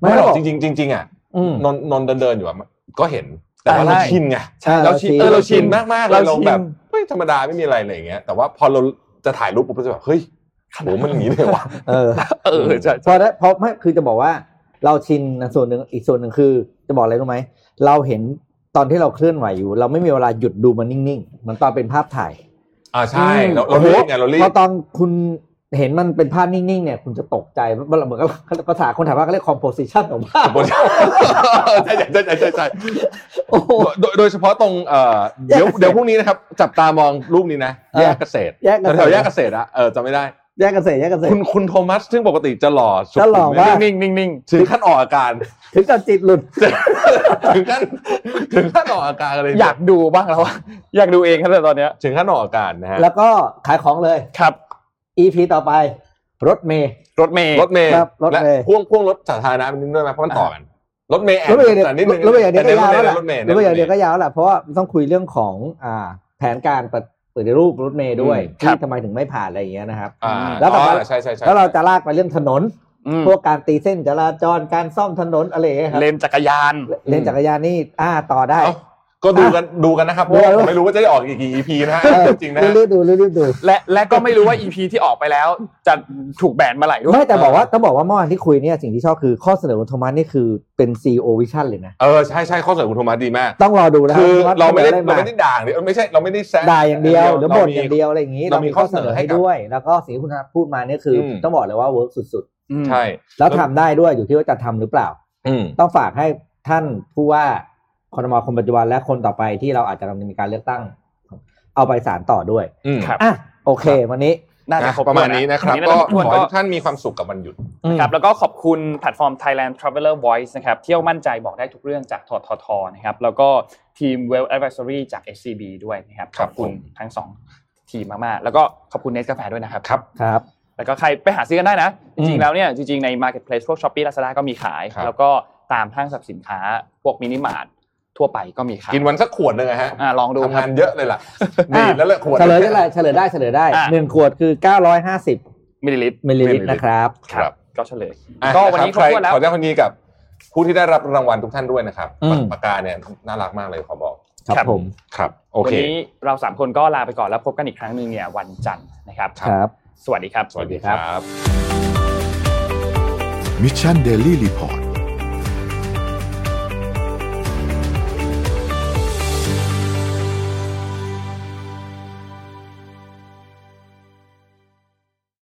Speaker 5: ไม่
Speaker 3: ไม่ห
Speaker 5: หร
Speaker 3: ร
Speaker 5: อ
Speaker 3: อก กจริงๆจริงๆอ่ะ
Speaker 5: อืม
Speaker 3: นนนนเดินเดินอยู่อ่ะก็เห็นแต่ว่า
Speaker 2: ใช่
Speaker 3: เราชินไง
Speaker 5: ใช่
Speaker 3: เราชินเออเราชินมากมากๆเลย
Speaker 2: เรา
Speaker 3: เรา
Speaker 2: ชิน
Speaker 3: แบบเฮ้ยธรรมดาไม่มีอะไรเลยอย่างเงี้ยแต่ว่าพอเราจะถ่ายรูปปุ๊บเราจะแบบเฮ้ยโหมันอย่างนี้เลยวะ
Speaker 5: เออ
Speaker 2: เออใช่
Speaker 5: เพราะได้เพราะไม่คือจะบอกว่า เราชินนะส่วนหนึ่งอีกส่วนหนึ่งคือ จะบอกอะไรรู้ไหมเราเห็นตอนที่เราเคลื่อนไหวอยู่ เราไม่มีเวลาหยุดดูมันนิ่งๆเหมันตอนเป็นภาพถ่าย
Speaker 3: อ่าใช่เราเรารีบไงเรารีบ
Speaker 5: พอตอนคุณเห็นมันเป็นภาพนิ่งๆเนี่ย คุณจะตกใจมันเหมือนกับภาษาคนถามว่าเขาเรียก composition ของภาพ
Speaker 3: ผมใช่ใช่ใช่ใช่ใช่ใช่
Speaker 5: โอ้โห
Speaker 3: โดยโดยเฉพาะตรงเอ่อเดี๋ยวเดี๋ยวพรุ่งนี้นะครับจับตามองรูปนี้นะแยกเกษตร
Speaker 5: แยกกัน
Speaker 3: แถวๆแยกเกษตรอะเออจำไม่ได้
Speaker 5: แยกกันเสร็จแยกกันเสร็จ
Speaker 3: คุณคุณโทมัส ซึ่งปกติจะหล่อสุด
Speaker 5: จะหล่อมาก
Speaker 2: นิ่งนิ่งนิ่ง
Speaker 3: ถึงขั้นออกอาการ
Speaker 5: ถึงกับจิตหลุด
Speaker 3: ถึงขั้นถึงขั้นออกอาการเลย
Speaker 2: อยากดูบ้างแล้วอะอยากดูเองครับแต่ตอนเนี้ย
Speaker 3: ถึงขั้นออกอาการนะฮะ
Speaker 5: แล้วก็ขายของเลย
Speaker 2: ครับ
Speaker 5: EP ต่อไป รถเมย์
Speaker 2: รถเมย์
Speaker 3: รถเมย์
Speaker 5: ครับรถ
Speaker 3: และ
Speaker 5: เมย์
Speaker 3: พ่วงพ่วงรถสาธารณะเป็นนิดด้วยไหมเพราะมันต่อกันรถเมย์แอ
Speaker 5: ร
Speaker 3: บ
Speaker 5: ถเมย์เนี่ย
Speaker 3: แต่นิดนึง
Speaker 5: รถเมย์อย่างเดียวก็ยาว
Speaker 3: แต่
Speaker 5: แล้ว
Speaker 3: เดี๋
Speaker 5: ล่ะ
Speaker 3: รถเมย์
Speaker 5: รถเมย์อย่างเดียว
Speaker 3: รถ
Speaker 5: ก็ยาวแหละเพราะว่าต้องคุยเรื่องของอ่าแผนการปฏิปฏิรูปรถเมย์ด้วย
Speaker 3: อืมครับ
Speaker 5: ที่ทำไมถึงไม่ผ่านอะไรอย่างเงี้ยนะครับ
Speaker 3: อ่า
Speaker 5: แล้วต่อไป
Speaker 3: ใช่ใช่ใช่
Speaker 5: แล้วเราจะลากไปเรื่องถนน
Speaker 2: อืม
Speaker 5: พวกการตีเส้นจราจรการซ่อมถนนอะไรอย่างเงี้ยครับ
Speaker 2: เลนจักรยาน
Speaker 5: เลนจักรยานนี่อ่าต่อได้
Speaker 3: เอ้าก็ดูกันดูกันนะครับเพราะ
Speaker 5: ดู
Speaker 3: ว่า
Speaker 5: กัน
Speaker 3: ผมไม่รู้ว่าจะได้ออกอีกกี่ EP นะฮะ
Speaker 5: เออ
Speaker 3: จริงๆนะฮะ
Speaker 5: รีบๆดูรีบๆดู
Speaker 2: และและก็ไม่รู้ว่า EP ที่ออกไปแล้ว จะถูกแบนเมาไหร่ด้วย
Speaker 5: ไม่แต่บอกว่าต้องบอกว่าเมื่อวานที่คุยเนี่ยสิ่งที่ชอบคือข้อเสนอของโทมัสนี่คือเป็น CEO Vision เลยนะ
Speaker 3: เออใช่ใช่ข้อเสนอคุณโทมัสดีมาก
Speaker 5: ต้องรอดูนะ
Speaker 3: คือเราไม่ได้
Speaker 5: ว่สนออะ
Speaker 3: เราไม่ได้ด่างดิเออไม่ใช่เราไม่ได้แซะ
Speaker 5: ด่าอย่างเดียว หรือบ่นอย่างเดียวอะไรอย่างนี้
Speaker 3: เรา
Speaker 5: เรา
Speaker 3: มี
Speaker 5: มีข้อเสนอให้
Speaker 3: ข้อเสนอให้กับ
Speaker 5: ด้วย แล้วก็สิ่งที่คุณธนาพูดมาเนี่ยคืออ
Speaker 3: ม
Speaker 5: ต้องบอกเลยว่าเวิร์กสุด
Speaker 2: อืม
Speaker 3: ใช่
Speaker 5: ๆ แล้วทำได้ด้วยอยู่ที่ว่าจะทำหรือเปล่า
Speaker 3: อืม
Speaker 5: ต้องฝากให้ท่านผู้ว่าคอรมอคนปัจจุบันและคนต่อไปที่เราอาจจะกำลังมีการเลือกตั้ง เอาไปสารต่อด้วย
Speaker 3: อืม
Speaker 2: ครับ
Speaker 5: อ่ะโอเค วันนี้
Speaker 2: น่าจะ
Speaker 3: นะ
Speaker 2: ครบ
Speaker 3: ประมาณนี้นะครับ ก็
Speaker 2: ท
Speaker 3: ข
Speaker 2: ว
Speaker 3: อ
Speaker 2: น
Speaker 3: ให้
Speaker 2: ก็
Speaker 3: ทุกท่านมีความสุขกับวันหยุด
Speaker 2: ครับแล้วก็ขอบคุณแพลตฟอร์ม Thailand Traveler Voice นะครับเที่ยวมั่นใจบอกได้ทุกเรื่องจากทททนะครับแล้วก็ทีม Well Advisory จาก SCB ด้วยนะครับ
Speaker 3: ค
Speaker 2: ข
Speaker 3: รับ
Speaker 2: อบคุณ
Speaker 3: ผม
Speaker 2: ทั้งสอง ทีมมากๆแล้วก็ขอบคุณเนสกาแฟด้วยนะครับครับ
Speaker 5: ครับ
Speaker 2: แล้วก็ใครไปหาซื้อกันได้นะ จ
Speaker 5: อืม
Speaker 2: ริงๆแล้วเนี่ยจริงๆใน Marketplace พวก Shopee Lazada ก็มีขาย
Speaker 3: ครับ
Speaker 2: แล้วก็ตามห้างสรรพสินค้า พวกมินิมาร์ททั่วไปก็มีขาย
Speaker 3: กินวันสักขวดหนึ่งอะฮะ
Speaker 2: อ่ะลองดู
Speaker 3: ทำ
Speaker 2: ครั
Speaker 3: งา
Speaker 2: บ
Speaker 3: นเยอะเลยล่ะดีดแล้วแหละขวด
Speaker 5: เฉลยได้เลยเฉลยได้เฉลยได้
Speaker 2: อ่ะ
Speaker 5: หนึ่งขวดคือ 950
Speaker 2: มิลลิลิตร
Speaker 5: มิลลิ
Speaker 3: มิลลิลิ
Speaker 5: ลิตร
Speaker 3: ตร
Speaker 5: นะครับ
Speaker 3: ครับ
Speaker 2: ก็เฉลย
Speaker 3: อ่ะ
Speaker 2: ก็วันนี้
Speaker 3: ะ
Speaker 2: ค
Speaker 3: ค
Speaker 2: ร
Speaker 3: ร
Speaker 2: บ
Speaker 3: ใคร
Speaker 2: ถ้วนแล้ว
Speaker 3: ขอแจ้งคนนี้กับผู้ที่ได้รับรางวัลทุกท่านด้วยนะครับ
Speaker 5: อืม
Speaker 3: ปากกาเนี่ยน่ารักมากเลยขอบอก
Speaker 5: ครับ
Speaker 2: ครับ
Speaker 5: ผม
Speaker 3: ครับ โอ
Speaker 2: วัน
Speaker 3: เค
Speaker 2: นี้เราสามคนก็ลาไปก่อนแล้วพบกันอีกครั้งหนึ่งเนี่ยวันจันทร์นะครับ
Speaker 3: ครับ
Speaker 5: ครับ
Speaker 2: สวัสดีครับ
Speaker 3: สวัสดีครับ
Speaker 1: มิชชันเดลี่รีพอร์ต